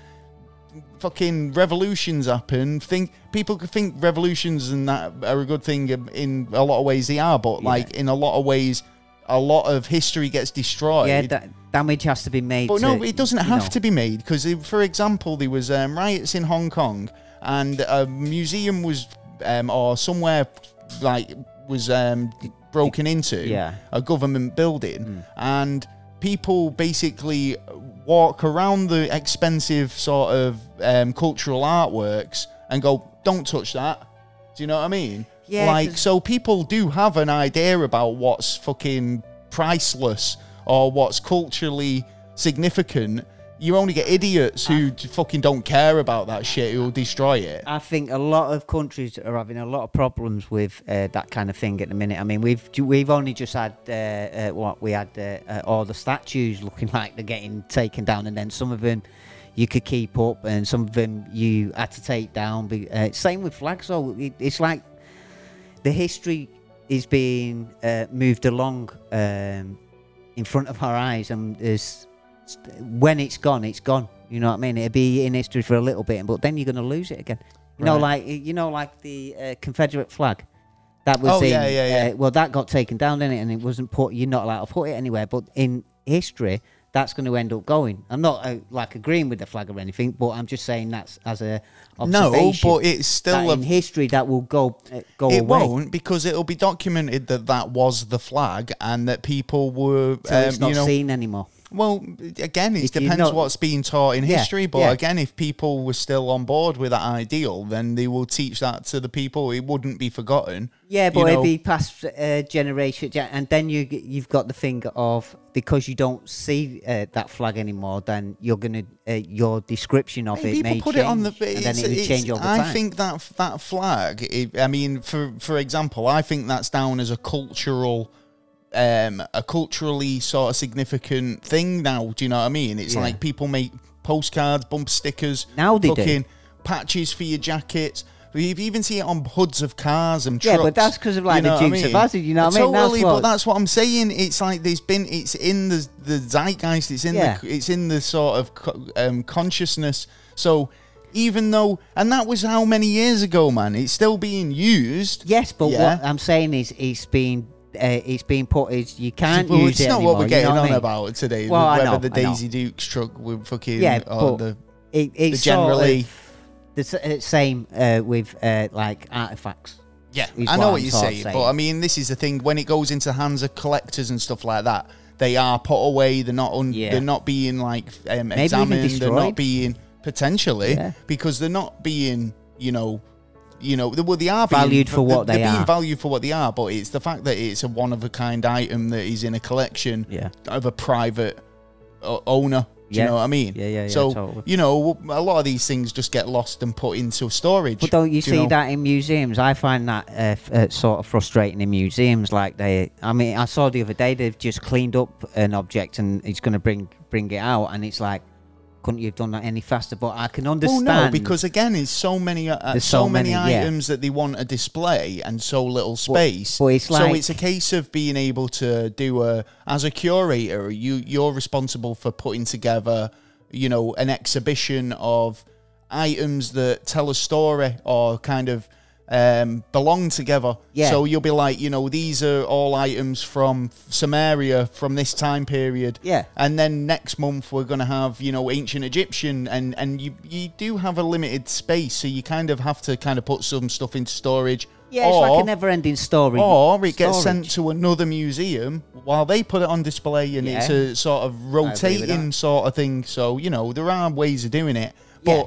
[SPEAKER 1] fucking revolutions happen. Think people could think revolutions and that are a good thing in- in a lot of ways. They are, but like in a lot of ways, a lot of history gets destroyed.
[SPEAKER 2] yeah, that damage has to be made.
[SPEAKER 1] But no,
[SPEAKER 2] to,
[SPEAKER 1] it doesn't
[SPEAKER 2] you
[SPEAKER 1] have
[SPEAKER 2] know.
[SPEAKER 1] to be made because, for example, there was um, riots in Hong Kong, and a museum was um, or somewhere like was um, broken into,
[SPEAKER 2] Yeah. Hmm.
[SPEAKER 1] a government building, and people basically walk around the expensive sort of um, cultural artworks and go, "Don't touch that." Do you know what I mean?
[SPEAKER 2] Yeah,
[SPEAKER 1] Like
[SPEAKER 2] 'cause-
[SPEAKER 1] so, people do have an idea about what's fucking priceless or what's culturally significant. You only get idiots who d fucking don't care about that shit who will destroy it.
[SPEAKER 2] I think a lot of countries are having a lot of problems with uh, that kind of thing at the minute. I mean, we've ju- we've only just had uh, uh, what we had uh, uh, all the statues looking like they're getting taken down, and then some of them, you could keep up, and some of them you had to take down. Be- Uh, same with flags, though. It, it's like the history is being uh, moved along um, in front of our eyes, and there's, when it's gone, it's gone. You know what I mean? It'll be in history for a little bit, but then you're going to lose it again. You know, like you know, like the uh, Confederate flag. That was
[SPEAKER 1] Oh,
[SPEAKER 2] in,
[SPEAKER 1] yeah, yeah, yeah.
[SPEAKER 2] Uh, well, that got taken down, didn't it? And it wasn't put. You're not allowed to put it anywhere. But in history, that's going to end up going. I'm not uh, like agreeing with the flag or anything, but I'm just saying that's as a
[SPEAKER 1] No,
[SPEAKER 2] observation.
[SPEAKER 1] but it's
[SPEAKER 2] that
[SPEAKER 1] still a
[SPEAKER 2] in history that will go uh, go
[SPEAKER 1] It
[SPEAKER 2] away.
[SPEAKER 1] won't because it'll be documented that that was the flag and that people were,
[SPEAKER 2] So
[SPEAKER 1] um,
[SPEAKER 2] it's not
[SPEAKER 1] you know.
[SPEAKER 2] seen anymore.
[SPEAKER 1] Well, again, it
[SPEAKER 2] If you
[SPEAKER 1] depends
[SPEAKER 2] know-
[SPEAKER 1] what's being taught in
[SPEAKER 2] Yeah,
[SPEAKER 1] history. But
[SPEAKER 2] yeah.
[SPEAKER 1] again, if people were still on board with that ideal, then they will teach that to the people. It wouldn't be forgotten.
[SPEAKER 2] Yeah,
[SPEAKER 1] you
[SPEAKER 2] but it'd
[SPEAKER 1] know.
[SPEAKER 2] be past uh, generation, ja- and then you g- you've got the thing of because you don't see uh, that flag anymore, then you're gonna uh, your description of
[SPEAKER 1] I mean,
[SPEAKER 2] it may
[SPEAKER 1] people put
[SPEAKER 2] change,
[SPEAKER 1] it on the.
[SPEAKER 2] and
[SPEAKER 1] It's,
[SPEAKER 2] then it
[SPEAKER 1] it's-
[SPEAKER 2] will change over
[SPEAKER 1] I
[SPEAKER 2] time.
[SPEAKER 1] think that that flag. It, I mean, for for example, I think that's down as a cultural, um, a culturally sort of significant thing now. Do you know what I mean? It's
[SPEAKER 2] Yeah.
[SPEAKER 1] like people make postcards, bumper stickers,
[SPEAKER 2] Now they do.
[SPEAKER 1] fucking patches for your jackets. We even see it on hoods of cars and
[SPEAKER 2] Yeah,
[SPEAKER 1] trucks.
[SPEAKER 2] but that's 'cause of, like, the Dukes of Hazzard, you know what I mean?
[SPEAKER 1] Totally,
[SPEAKER 2] That's
[SPEAKER 1] but
[SPEAKER 2] what-
[SPEAKER 1] that's what I'm saying. It's like there's been, it's in the the zeitgeist. It's in
[SPEAKER 2] Yeah.
[SPEAKER 1] the, it's in the sort of co- um, consciousness. So even though, and that was how many years ago, man. It's still being used.
[SPEAKER 2] Yes, but
[SPEAKER 1] Yeah.
[SPEAKER 2] what I'm saying is it's been uh, it's been put is you can't
[SPEAKER 1] Well,
[SPEAKER 2] use
[SPEAKER 1] it's
[SPEAKER 2] it
[SPEAKER 1] not
[SPEAKER 2] anymore.
[SPEAKER 1] what we're
[SPEAKER 2] you
[SPEAKER 1] getting
[SPEAKER 2] know what
[SPEAKER 1] on
[SPEAKER 2] I mean?
[SPEAKER 1] about today.
[SPEAKER 2] Well, I
[SPEAKER 1] whether
[SPEAKER 2] know,
[SPEAKER 1] the
[SPEAKER 2] I know.
[SPEAKER 1] Daisy Duke truck with fucking
[SPEAKER 2] Yeah,
[SPEAKER 1] or
[SPEAKER 2] but-
[SPEAKER 1] the
[SPEAKER 2] It, it's
[SPEAKER 1] the generally-
[SPEAKER 2] sort of the s- uh, same uh, with uh, like artifacts.
[SPEAKER 1] Yeah,
[SPEAKER 2] is
[SPEAKER 1] I know
[SPEAKER 2] what
[SPEAKER 1] what
[SPEAKER 2] I'm
[SPEAKER 1] you're
[SPEAKER 2] sort of
[SPEAKER 1] saying,
[SPEAKER 2] saying.
[SPEAKER 1] but I mean, this is the thing. When it goes into the hands of collectors and stuff like that, they are put away. They're not. Un-
[SPEAKER 2] Yeah.
[SPEAKER 1] They're not being like um,
[SPEAKER 2] even
[SPEAKER 1] examined. They're not
[SPEAKER 2] destroyed.
[SPEAKER 1] being potentially
[SPEAKER 2] Yeah.
[SPEAKER 1] because they're not being. You know. You know. Well, they are being,
[SPEAKER 2] Valued for what
[SPEAKER 1] they're,
[SPEAKER 2] they
[SPEAKER 1] they're being
[SPEAKER 2] are.
[SPEAKER 1] valued for what they are, but it's the fact that it's a one of a kind item that is in a collection
[SPEAKER 2] Yeah.
[SPEAKER 1] of a private uh, owner. Do
[SPEAKER 2] Yeah.
[SPEAKER 1] you know what I mean?
[SPEAKER 2] Yeah, yeah, yeah,
[SPEAKER 1] So
[SPEAKER 2] totally.
[SPEAKER 1] you know, a lot of these things just get lost and put into storage.
[SPEAKER 2] But don't you
[SPEAKER 1] do
[SPEAKER 2] see
[SPEAKER 1] know?
[SPEAKER 2] that in museums? I find that uh, f- uh, sort of frustrating in museums. Like they, I mean, I saw the other day they've just cleaned up an object and he's going to bring bring it out, and it's like, couldn't you have done that any faster? But I can understand.
[SPEAKER 1] Well, no, because again, it's so many, uh,
[SPEAKER 2] There's
[SPEAKER 1] so
[SPEAKER 2] so
[SPEAKER 1] many,
[SPEAKER 2] many, yeah.
[SPEAKER 1] items that they want to display and so little space.
[SPEAKER 2] but it's
[SPEAKER 1] so
[SPEAKER 2] like-
[SPEAKER 1] it's a case of being able to do a as a curator, you you're responsible for putting together, you know, an exhibition of items that tell a story or kind of um belong together
[SPEAKER 2] Yeah.
[SPEAKER 1] so you'll be like you know these are all items from samaria from this time period
[SPEAKER 2] Yeah.
[SPEAKER 1] and then next month we're going to have you know ancient egyptian and and you you do have a limited space so you kind of have to kind of put some stuff into storage
[SPEAKER 2] yeah, it's
[SPEAKER 1] or,
[SPEAKER 2] like a never-ending story.
[SPEAKER 1] or it gets
[SPEAKER 2] storage.
[SPEAKER 1] sent to another museum while they put it on display and it's
[SPEAKER 2] Yeah.
[SPEAKER 1] a sort of
[SPEAKER 2] with that.
[SPEAKER 1] rotating sort of thing so you know there are ways of doing it but
[SPEAKER 2] Yeah.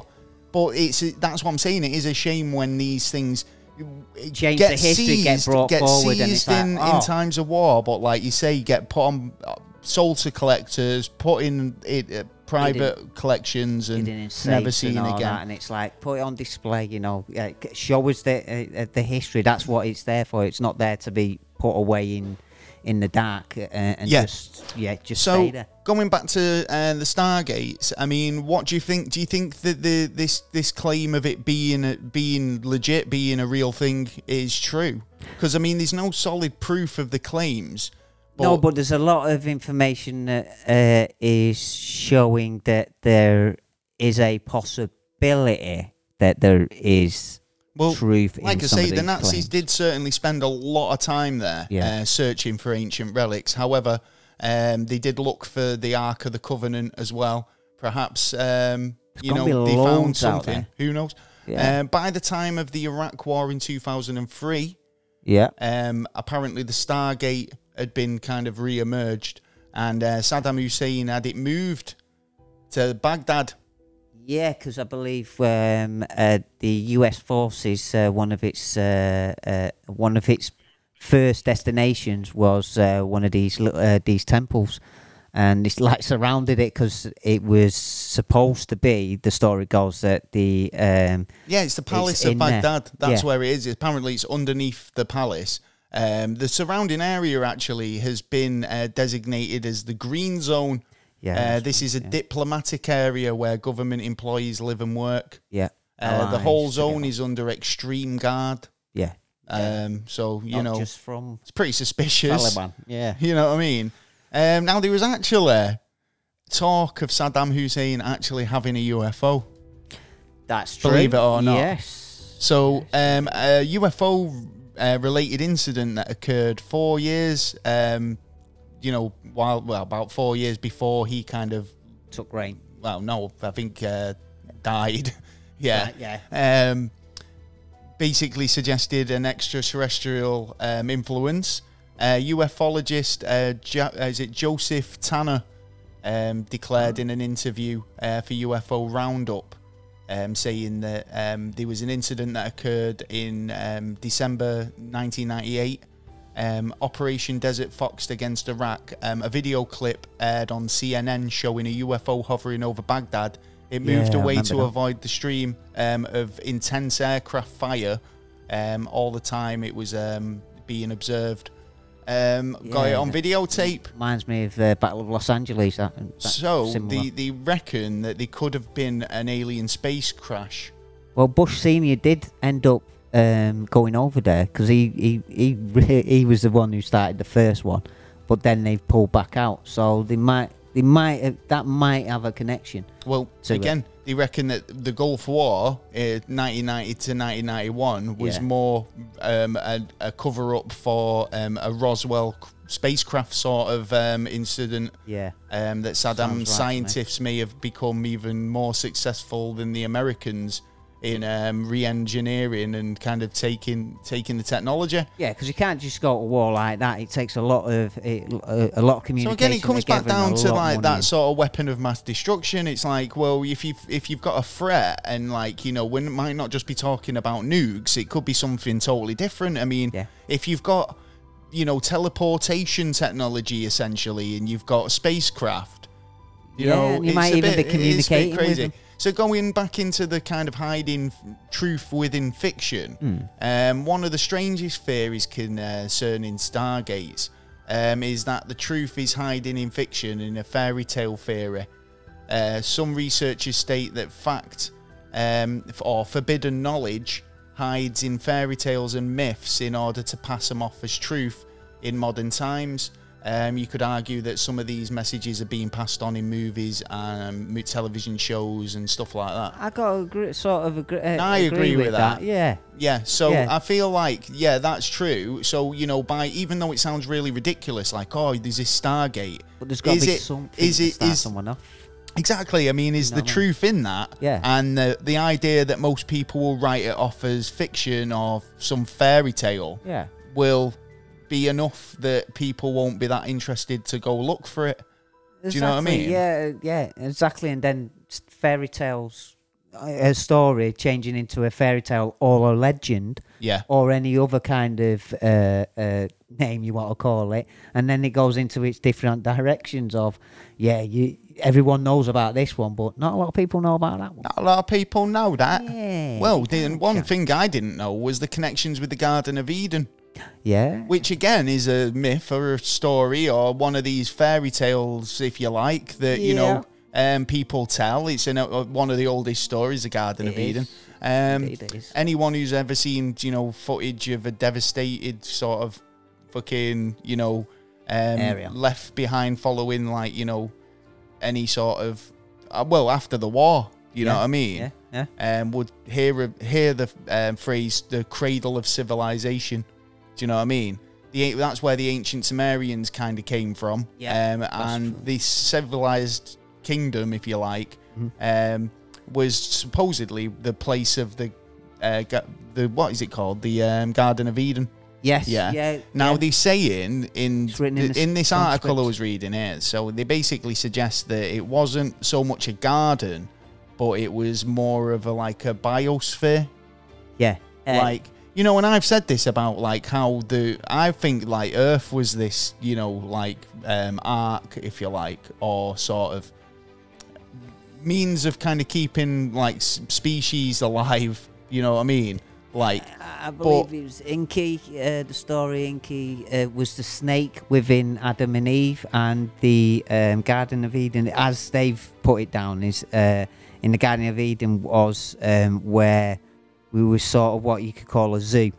[SPEAKER 1] but it's that's what i'm saying it is a shame when these things
[SPEAKER 2] Change
[SPEAKER 1] get
[SPEAKER 2] the history, get
[SPEAKER 1] seized,
[SPEAKER 2] brought
[SPEAKER 1] get
[SPEAKER 2] forward, and it's
[SPEAKER 1] seized
[SPEAKER 2] like,
[SPEAKER 1] in,
[SPEAKER 2] oh.
[SPEAKER 1] in times of war. But like you say, get put on, uh, sold to collectors, put in it, uh, private collections, and
[SPEAKER 2] hidden in safes
[SPEAKER 1] never
[SPEAKER 2] and
[SPEAKER 1] seen
[SPEAKER 2] all
[SPEAKER 1] again.
[SPEAKER 2] that, and it's like put it on display, you know, uh, c- show us the uh, uh, the history. That's what it's there for. It's not there to be put away in in the dark uh, and
[SPEAKER 1] Yeah.
[SPEAKER 2] just yeah, just
[SPEAKER 1] So
[SPEAKER 2] stay there.
[SPEAKER 1] going back to uh, the Stargates, I mean, what do you think? Do you think that the this this claim of it being a, being legit, being a real thing, is true? Because I mean, there's no solid proof of the claims.
[SPEAKER 2] no, but there's a lot of information that uh, is showing that there is a possibility that there is
[SPEAKER 1] Well,
[SPEAKER 2] truth.
[SPEAKER 1] like
[SPEAKER 2] in
[SPEAKER 1] I
[SPEAKER 2] some of
[SPEAKER 1] say, the
[SPEAKER 2] these
[SPEAKER 1] Nazis
[SPEAKER 2] claims.
[SPEAKER 1] did certainly spend a lot of time there
[SPEAKER 2] Yeah.
[SPEAKER 1] uh, searching for ancient relics. However, um, they did look for the Ark of the Covenant as well. Perhaps um, you
[SPEAKER 2] gotta
[SPEAKER 1] know
[SPEAKER 2] be
[SPEAKER 1] they found
[SPEAKER 2] loads out
[SPEAKER 1] something.
[SPEAKER 2] there.
[SPEAKER 1] Who knows?
[SPEAKER 2] Yeah.
[SPEAKER 1] Um, by the time of the Iraq War in 2003,
[SPEAKER 2] yeah.
[SPEAKER 1] um, apparently the Stargate had been kind of re-emerged, and uh, Saddam Hussein had it moved to Baghdad.
[SPEAKER 2] Yeah, because I believe um, uh, the U.S. forces uh, one of its uh, uh, one of its first destinations was uh, one of these lit- uh, these temples, and it's like surrounded it because it was supposed to be. The story goes that the um,
[SPEAKER 1] Yeah, it's the palace of
[SPEAKER 2] in there.
[SPEAKER 1] Baghdad. That's
[SPEAKER 2] Yeah.
[SPEAKER 1] where it is. Apparently, it's underneath the palace. Um, the surrounding area actually has been uh, designated as the green zone
[SPEAKER 2] Yeah,
[SPEAKER 1] uh,
[SPEAKER 2] that's
[SPEAKER 1] this
[SPEAKER 2] right,
[SPEAKER 1] is a
[SPEAKER 2] yeah.
[SPEAKER 1] diplomatic area where government employees live and work.
[SPEAKER 2] Yeah.
[SPEAKER 1] Uh, the
[SPEAKER 2] Allies
[SPEAKER 1] whole
[SPEAKER 2] together.
[SPEAKER 1] zone is under extreme guard.
[SPEAKER 2] Yeah.
[SPEAKER 1] Um, so you
[SPEAKER 2] Not
[SPEAKER 1] know
[SPEAKER 2] just from
[SPEAKER 1] it's pretty suspicious.
[SPEAKER 2] Taliban. Yeah.
[SPEAKER 1] You know what I mean? Um, now there was actually talk of Saddam Hussein actually having a UFO.
[SPEAKER 2] That's true.
[SPEAKER 1] Believe it or not.
[SPEAKER 2] Yes.
[SPEAKER 1] So, um, a UFO uh, related incident that occurred four years, um, you know, while well about four years before he kind of,
[SPEAKER 2] Took rain.
[SPEAKER 1] well, no, I think uh, died. yeah,
[SPEAKER 2] Right, yeah.
[SPEAKER 1] Um, basically suggested an extraterrestrial um, influence. Uh, ufologist, uh, jo- uh, is it Joseph Tanner, um, declared in an interview uh, for UFO Roundup, um, saying that um, there was an incident that occurred in um, December 1998. Um, Operation Desert Fox against Iraq. Um, a video clip aired on CNN showing a UFO hovering over Baghdad. It moved
[SPEAKER 2] Yeah, I
[SPEAKER 1] away
[SPEAKER 2] remember
[SPEAKER 1] to
[SPEAKER 2] that.
[SPEAKER 1] avoid the stream um, of intense aircraft fire um, all the time. It was um, being observed. Um, got it
[SPEAKER 2] Yeah.
[SPEAKER 1] on videotape.
[SPEAKER 2] Reminds me of uh, Battle of Los Angeles. That, that
[SPEAKER 1] So
[SPEAKER 2] similar.
[SPEAKER 1] they, they reckon that they could have been an alien space crash.
[SPEAKER 2] Well, Bush Senior did end up um, going over there because he he he, re- he was the one who started the first one, but then they've pulled back out. So they might they might have, that might have a connection.
[SPEAKER 1] Well,
[SPEAKER 2] So that-
[SPEAKER 1] again, they reckon that the Gulf War, uh, 1990 to 1991, was
[SPEAKER 2] Yeah.
[SPEAKER 1] more um, a, a cover up for um, a Roswell c- spacecraft sort of um, incident.
[SPEAKER 2] Yeah.
[SPEAKER 1] um, that
[SPEAKER 2] Sounds
[SPEAKER 1] Saddam
[SPEAKER 2] right to me.
[SPEAKER 1] scientists may have become even more successful than the Americans in um, re-engineering and kind of taking taking the technology.
[SPEAKER 2] Yeah, because you can't just go to war like that. It takes a lot of it, a, a lot of
[SPEAKER 1] So
[SPEAKER 2] communication.
[SPEAKER 1] again, it comes back
[SPEAKER 2] together and a
[SPEAKER 1] down to
[SPEAKER 2] lot of
[SPEAKER 1] like
[SPEAKER 2] money.
[SPEAKER 1] that sort of weapon of mass destruction. It's like, well, if you if you've got a threat and like you know, we might not just be talking about nukes. It could be something totally different. I mean,
[SPEAKER 2] Yeah.
[SPEAKER 1] if you've got you know teleportation technology essentially, and you've got spacecraft, you
[SPEAKER 2] Yeah,
[SPEAKER 1] know,
[SPEAKER 2] and you
[SPEAKER 1] it's
[SPEAKER 2] might
[SPEAKER 1] a
[SPEAKER 2] even
[SPEAKER 1] bit,
[SPEAKER 2] be
[SPEAKER 1] it's a bit
[SPEAKER 2] communicating with
[SPEAKER 1] crazy.
[SPEAKER 2] them.
[SPEAKER 1] So going back into the kind of hiding f- truth within
[SPEAKER 2] Hmm.
[SPEAKER 1] fiction, um, one of the strangest theories concerning Stargates um, is that the truth is hiding in fiction in a fairy tale theory. Uh, some researchers state that fact um, f- or forbidden knowledge hides in fairy tales and myths in order to pass them off as truth in modern times. Um, you could argue that some of these messages are being passed on in movies and mo- television shows and stuff like that.
[SPEAKER 2] I got to agree, sort of agree. Uh,
[SPEAKER 1] I agree with that.
[SPEAKER 2] Yeah.
[SPEAKER 1] Yeah, so
[SPEAKER 2] Yeah.
[SPEAKER 1] I feel like yeah, that's true. So you know, by even though it sounds really ridiculous, like oh, there's this Stargate.
[SPEAKER 2] But there's got to
[SPEAKER 1] Is
[SPEAKER 2] be
[SPEAKER 1] it-
[SPEAKER 2] something
[SPEAKER 1] is
[SPEAKER 2] to
[SPEAKER 1] it-
[SPEAKER 2] start
[SPEAKER 1] is-
[SPEAKER 2] someone off.
[SPEAKER 1] Exactly. I mean, is the
[SPEAKER 2] what I mean?
[SPEAKER 1] truth in that?
[SPEAKER 2] Yeah.
[SPEAKER 1] And the the idea that most people will write it off as fiction or some fairy tale
[SPEAKER 2] Yeah.
[SPEAKER 1] will be enough that people won't be that interested to go look for it.
[SPEAKER 2] Exactly.
[SPEAKER 1] you know what I mean?
[SPEAKER 2] Yeah, yeah, exactly. And then s- fairy tales, uh, a a story changing into a fairy tale or a legend
[SPEAKER 1] Yeah.
[SPEAKER 2] or any other kind of uh, uh, name you want to call it, and then it goes into its different directions of, yeah, you everyone knows about this one, but not a lot of people know about that one.
[SPEAKER 1] Not a lot of people know that.
[SPEAKER 2] Yeah,
[SPEAKER 1] well,
[SPEAKER 2] they
[SPEAKER 1] then
[SPEAKER 2] don't,
[SPEAKER 1] one
[SPEAKER 2] yeah.
[SPEAKER 1] thing I didn't know was the connections with the Garden of Eden,
[SPEAKER 2] Yeah,
[SPEAKER 1] which again is a myth or a story or one of these fairy tales, if you like, that you know um, people tell. It's in uh one of the oldest stories, the Garden
[SPEAKER 2] It
[SPEAKER 1] of Eden.
[SPEAKER 2] is.
[SPEAKER 1] Um,
[SPEAKER 2] Indeed it is.
[SPEAKER 1] anyone who's ever seen, you know, footage of a devastated sort of fucking, you know, um,
[SPEAKER 2] Area.
[SPEAKER 1] left behind following like you know any sort of uh, well after the war. You know
[SPEAKER 2] Yeah,
[SPEAKER 1] what I mean?
[SPEAKER 2] yeah, yeah.
[SPEAKER 1] um, would hear a- hear the um, phrase "the cradle of civilization." Do you know what I mean? The, an- that's where the ancient Sumerians kind of came from,
[SPEAKER 2] Yeah,
[SPEAKER 1] um, and
[SPEAKER 2] true.
[SPEAKER 1] this civilized kingdom, if you like,
[SPEAKER 2] Mm-hmm.
[SPEAKER 1] um, was supposedly the place of the uh, ga- the what is it called? The um, Garden of Eden.
[SPEAKER 2] yes,
[SPEAKER 1] Yeah.
[SPEAKER 2] yeah,
[SPEAKER 1] Now
[SPEAKER 2] yeah.
[SPEAKER 1] they're saying in
[SPEAKER 2] It's written in
[SPEAKER 1] th-
[SPEAKER 2] the
[SPEAKER 1] in this
[SPEAKER 2] transcript.
[SPEAKER 1] article I was reading here, so they basically suggest that it wasn't so much a garden, but it was more of a like a biosphere.
[SPEAKER 2] yeah, uh,
[SPEAKER 1] like you know, and I've said this about like how the I think like Earth was this you know like um arc if you like or sort of means of kind of keeping like s- species alive. You know what I mean? Like,
[SPEAKER 2] I
[SPEAKER 1] But-
[SPEAKER 2] believe it was Inky. Uh, the story Inky uh, was the snake within Adam and Eve and the um, Garden of Eden, as they've put it down, is uh, in the Garden of Eden was um, where we were sort of what you could call a zoo.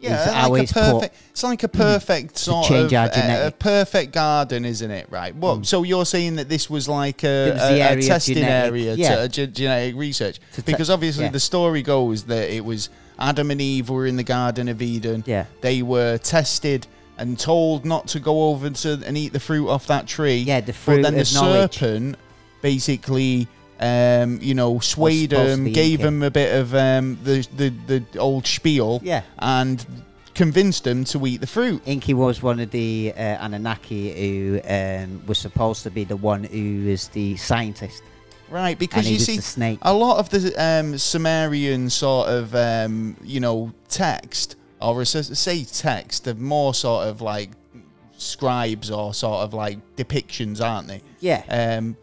[SPEAKER 1] yeah,
[SPEAKER 2] Is
[SPEAKER 1] like
[SPEAKER 2] how
[SPEAKER 1] a
[SPEAKER 2] it's put Mm.
[SPEAKER 1] perfect. It's like a perfect sort
[SPEAKER 2] change
[SPEAKER 1] of
[SPEAKER 2] our
[SPEAKER 1] uh, a
[SPEAKER 2] genetic- Mm.
[SPEAKER 1] perfect garden, isn't it? Right. Well, so you're saying that this was like a,
[SPEAKER 2] It was
[SPEAKER 1] a-
[SPEAKER 2] the
[SPEAKER 1] a
[SPEAKER 2] area of
[SPEAKER 1] testing
[SPEAKER 2] genetic-
[SPEAKER 1] area to
[SPEAKER 2] yeah.
[SPEAKER 1] a ge- genetic research
[SPEAKER 2] To te-
[SPEAKER 1] because obviously
[SPEAKER 2] yeah.
[SPEAKER 1] the story goes that it was Adam and Eve were in the Garden of Eden.
[SPEAKER 2] Yeah.
[SPEAKER 1] They were tested and told not to go over to and eat the fruit off that tree.
[SPEAKER 2] Yeah, the
[SPEAKER 1] But
[SPEAKER 2] fruit
[SPEAKER 1] then the
[SPEAKER 2] of knowledge.
[SPEAKER 1] serpent basically, um, you know, swayed
[SPEAKER 2] supposed to
[SPEAKER 1] him,
[SPEAKER 2] be
[SPEAKER 1] gave
[SPEAKER 2] okay.
[SPEAKER 1] him a bit of um, the, the the old spiel,
[SPEAKER 2] Yeah.
[SPEAKER 1] and convinced him to eat the fruit.
[SPEAKER 2] Inky was one of the uh, Anunnaki who um, was supposed to be the one who is the scientist,
[SPEAKER 1] Right,
[SPEAKER 2] and
[SPEAKER 1] because
[SPEAKER 2] he
[SPEAKER 1] you
[SPEAKER 2] was
[SPEAKER 1] see,
[SPEAKER 2] the snake.
[SPEAKER 1] a lot of the um, Sumerian sort of um, you know text, or s- say text, are more sort of like scribes or sort of like depictions, aren't they?
[SPEAKER 2] Yeah.
[SPEAKER 1] um,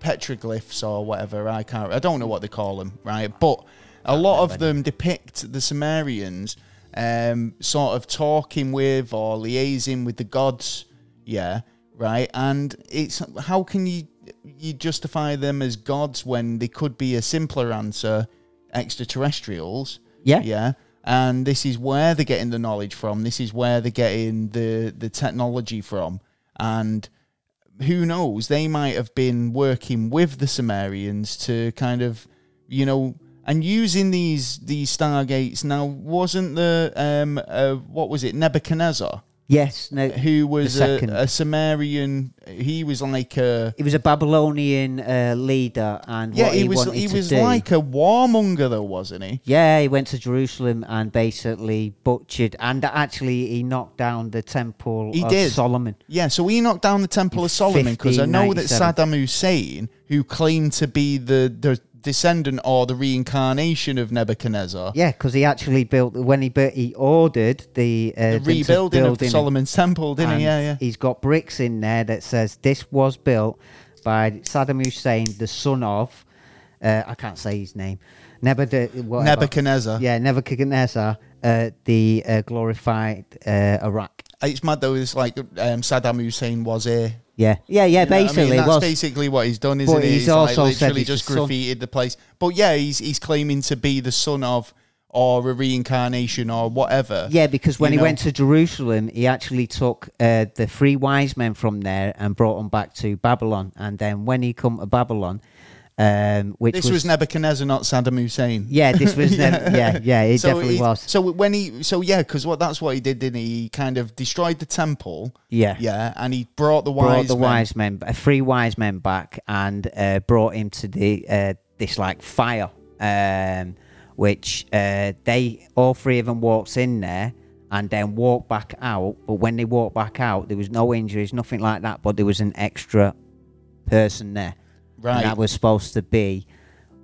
[SPEAKER 1] petroglyphs or whatever. I can't. I don't know what they call them, right? But a lot of them depict the Sumerians um, sort of talking with or liaising with the gods. Yeah, right. And it's how can you you justify them as gods when they could be a simpler answer, extraterrestrials.
[SPEAKER 2] Yeah.
[SPEAKER 1] Yeah. And this is where they're getting the knowledge from. This is where they're getting the the technology from. And who knows? They might have been working with the Sumerians to kind of, you know, and using these these stargates. Now, wasn't the um uh, what was it Nebuchadnezzar
[SPEAKER 2] yes, no,
[SPEAKER 1] who was a,
[SPEAKER 2] second.
[SPEAKER 1] a Sumerian? He was like a
[SPEAKER 2] he was a Babylonian uh, leader, and
[SPEAKER 1] yeah,
[SPEAKER 2] what he,
[SPEAKER 1] he was
[SPEAKER 2] wanted
[SPEAKER 1] he
[SPEAKER 2] to
[SPEAKER 1] was
[SPEAKER 2] do-
[SPEAKER 1] like a warmonger though, wasn't he?
[SPEAKER 2] Yeah, he went to Jerusalem and basically butchered, and actually he knocked down the temple
[SPEAKER 1] He
[SPEAKER 2] of
[SPEAKER 1] did.
[SPEAKER 2] Solomon.
[SPEAKER 1] Yeah, so he knocked down the Temple of Solomon because I know that
[SPEAKER 2] 1597.
[SPEAKER 1] Saddam Hussein, who claimed to be the, the descendant or the reincarnation of Nebuchadnezzar,
[SPEAKER 2] Yeah, because he actually built when he built, he ordered the, uh,
[SPEAKER 1] the
[SPEAKER 2] them to
[SPEAKER 1] rebuilding of
[SPEAKER 2] build in-
[SPEAKER 1] Solomon's Temple, didn't he?
[SPEAKER 2] and
[SPEAKER 1] Yeah, yeah.
[SPEAKER 2] He's got bricks in there that says this was built by Saddam Hussein, the son of, uh, I can't say his name, Nebuchadnezzar. whatever.
[SPEAKER 1] Nebuchadnezzar.
[SPEAKER 2] Yeah, Nebuchadnezzar, uh, the uh, glorified uh, Iraq.
[SPEAKER 1] It's mad though. It's like um, Saddam Hussein was here.
[SPEAKER 2] Yeah, yeah, yeah.
[SPEAKER 1] You know what I mean?
[SPEAKER 2] basically,
[SPEAKER 1] that's
[SPEAKER 2] was
[SPEAKER 1] basically what he's done, isn't
[SPEAKER 2] But
[SPEAKER 1] it?
[SPEAKER 2] he's
[SPEAKER 1] like,
[SPEAKER 2] also said
[SPEAKER 1] literally
[SPEAKER 2] he's
[SPEAKER 1] just
[SPEAKER 2] the son.
[SPEAKER 1] graffitied the place. But yeah, he's he's claiming to be the son of or a reincarnation or whatever.
[SPEAKER 2] Yeah, because when
[SPEAKER 1] you
[SPEAKER 2] he
[SPEAKER 1] know?
[SPEAKER 2] went to Jerusalem, he actually took uh, the three wise men from there and brought them back to Babylon. And then when he come to Babylon, um, which
[SPEAKER 1] This was, Nebuchadnezzar, not Saddam Hussein.
[SPEAKER 2] yeah, this was yeah, yeah, yeah, it definitely
[SPEAKER 1] he-
[SPEAKER 2] was.
[SPEAKER 1] So when he, so yeah, because what that's what he did, didn't he? He kind of destroyed the temple.
[SPEAKER 2] Yeah.
[SPEAKER 1] yeah, and he brought the
[SPEAKER 2] Brought
[SPEAKER 1] wise.
[SPEAKER 2] the
[SPEAKER 1] men.
[SPEAKER 2] wise men, uh, three wise men back, and uh, brought him to the uh, this like fire, um, which uh, they all three of them walked in there. And then walked back out, but when they walked back out, there was no injuries, nothing like that. But there was an extra person there.
[SPEAKER 1] Right.
[SPEAKER 2] And that was supposed to be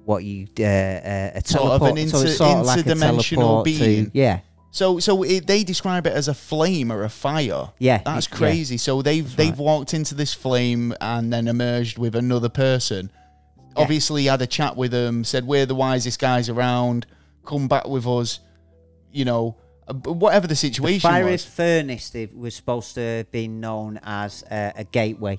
[SPEAKER 2] what you uh, uh, a
[SPEAKER 1] Sort of
[SPEAKER 2] teleport.
[SPEAKER 1] an
[SPEAKER 2] so
[SPEAKER 1] inter-
[SPEAKER 2] it's sort of like a
[SPEAKER 1] interdimensional
[SPEAKER 2] teleport to-
[SPEAKER 1] being.
[SPEAKER 2] yeah,
[SPEAKER 1] So so it, they describe it as a flame or a fire.
[SPEAKER 2] Yeah,
[SPEAKER 1] that's
[SPEAKER 2] it- yeah.
[SPEAKER 1] crazy. So they've they've walked into this flame and then emerged with another person. Obviously, had a chat with them. Said we're the wisest guys around. Come back with us. You know, uh, b- whatever the situation
[SPEAKER 2] fiery
[SPEAKER 1] was.
[SPEAKER 2] furnace they- was supposed to be known as uh, a gateway,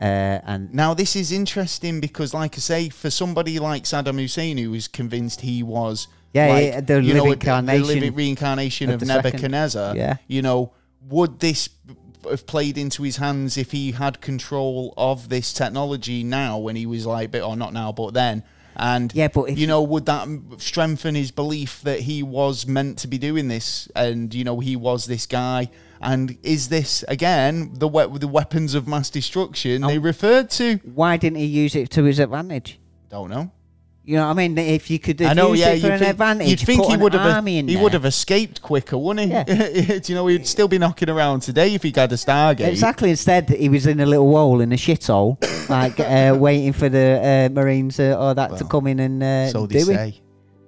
[SPEAKER 2] uh, and
[SPEAKER 1] Now this is interesting because, like I say, for somebody like Saddam Hussein, who was convinced he was
[SPEAKER 2] Yeah,
[SPEAKER 1] like,
[SPEAKER 2] yeah, the
[SPEAKER 1] you know,
[SPEAKER 2] living
[SPEAKER 1] the- the living
[SPEAKER 2] carnation
[SPEAKER 1] reincarnation
[SPEAKER 2] of
[SPEAKER 1] of
[SPEAKER 2] the second.
[SPEAKER 1] Nebuchadnezzar,
[SPEAKER 2] Yeah.
[SPEAKER 1] you know, would this have played into his hands if he had control of this technology now when he was like, but or not now, but then. And
[SPEAKER 2] Yeah, but if
[SPEAKER 1] you know, would that m- strengthen his belief that he was meant to be doing this, and you know, he was this guy? And is this again the we- the weapons of mass destruction
[SPEAKER 2] Oh.
[SPEAKER 1] they referred to?
[SPEAKER 2] why didn't he use it to his advantage?
[SPEAKER 1] Don't know.
[SPEAKER 2] You know what I mean? If you could have
[SPEAKER 1] I know.
[SPEAKER 2] used
[SPEAKER 1] Yeah,
[SPEAKER 2] it for
[SPEAKER 1] you'd
[SPEAKER 2] an
[SPEAKER 1] think,
[SPEAKER 2] advantage,
[SPEAKER 1] you'd think
[SPEAKER 2] put
[SPEAKER 1] he
[SPEAKER 2] an
[SPEAKER 1] would have
[SPEAKER 2] army in
[SPEAKER 1] he
[SPEAKER 2] there.
[SPEAKER 1] would have escaped quicker, wouldn't he? Do you know he'd still be knocking around today if he had a Stargate.
[SPEAKER 2] Exactly. Instead, he was in a little hole in a shithole, like uh, waiting for the uh, Marines uh, or that to come in and uh,
[SPEAKER 1] So
[SPEAKER 2] do
[SPEAKER 1] they
[SPEAKER 2] it.
[SPEAKER 1] say.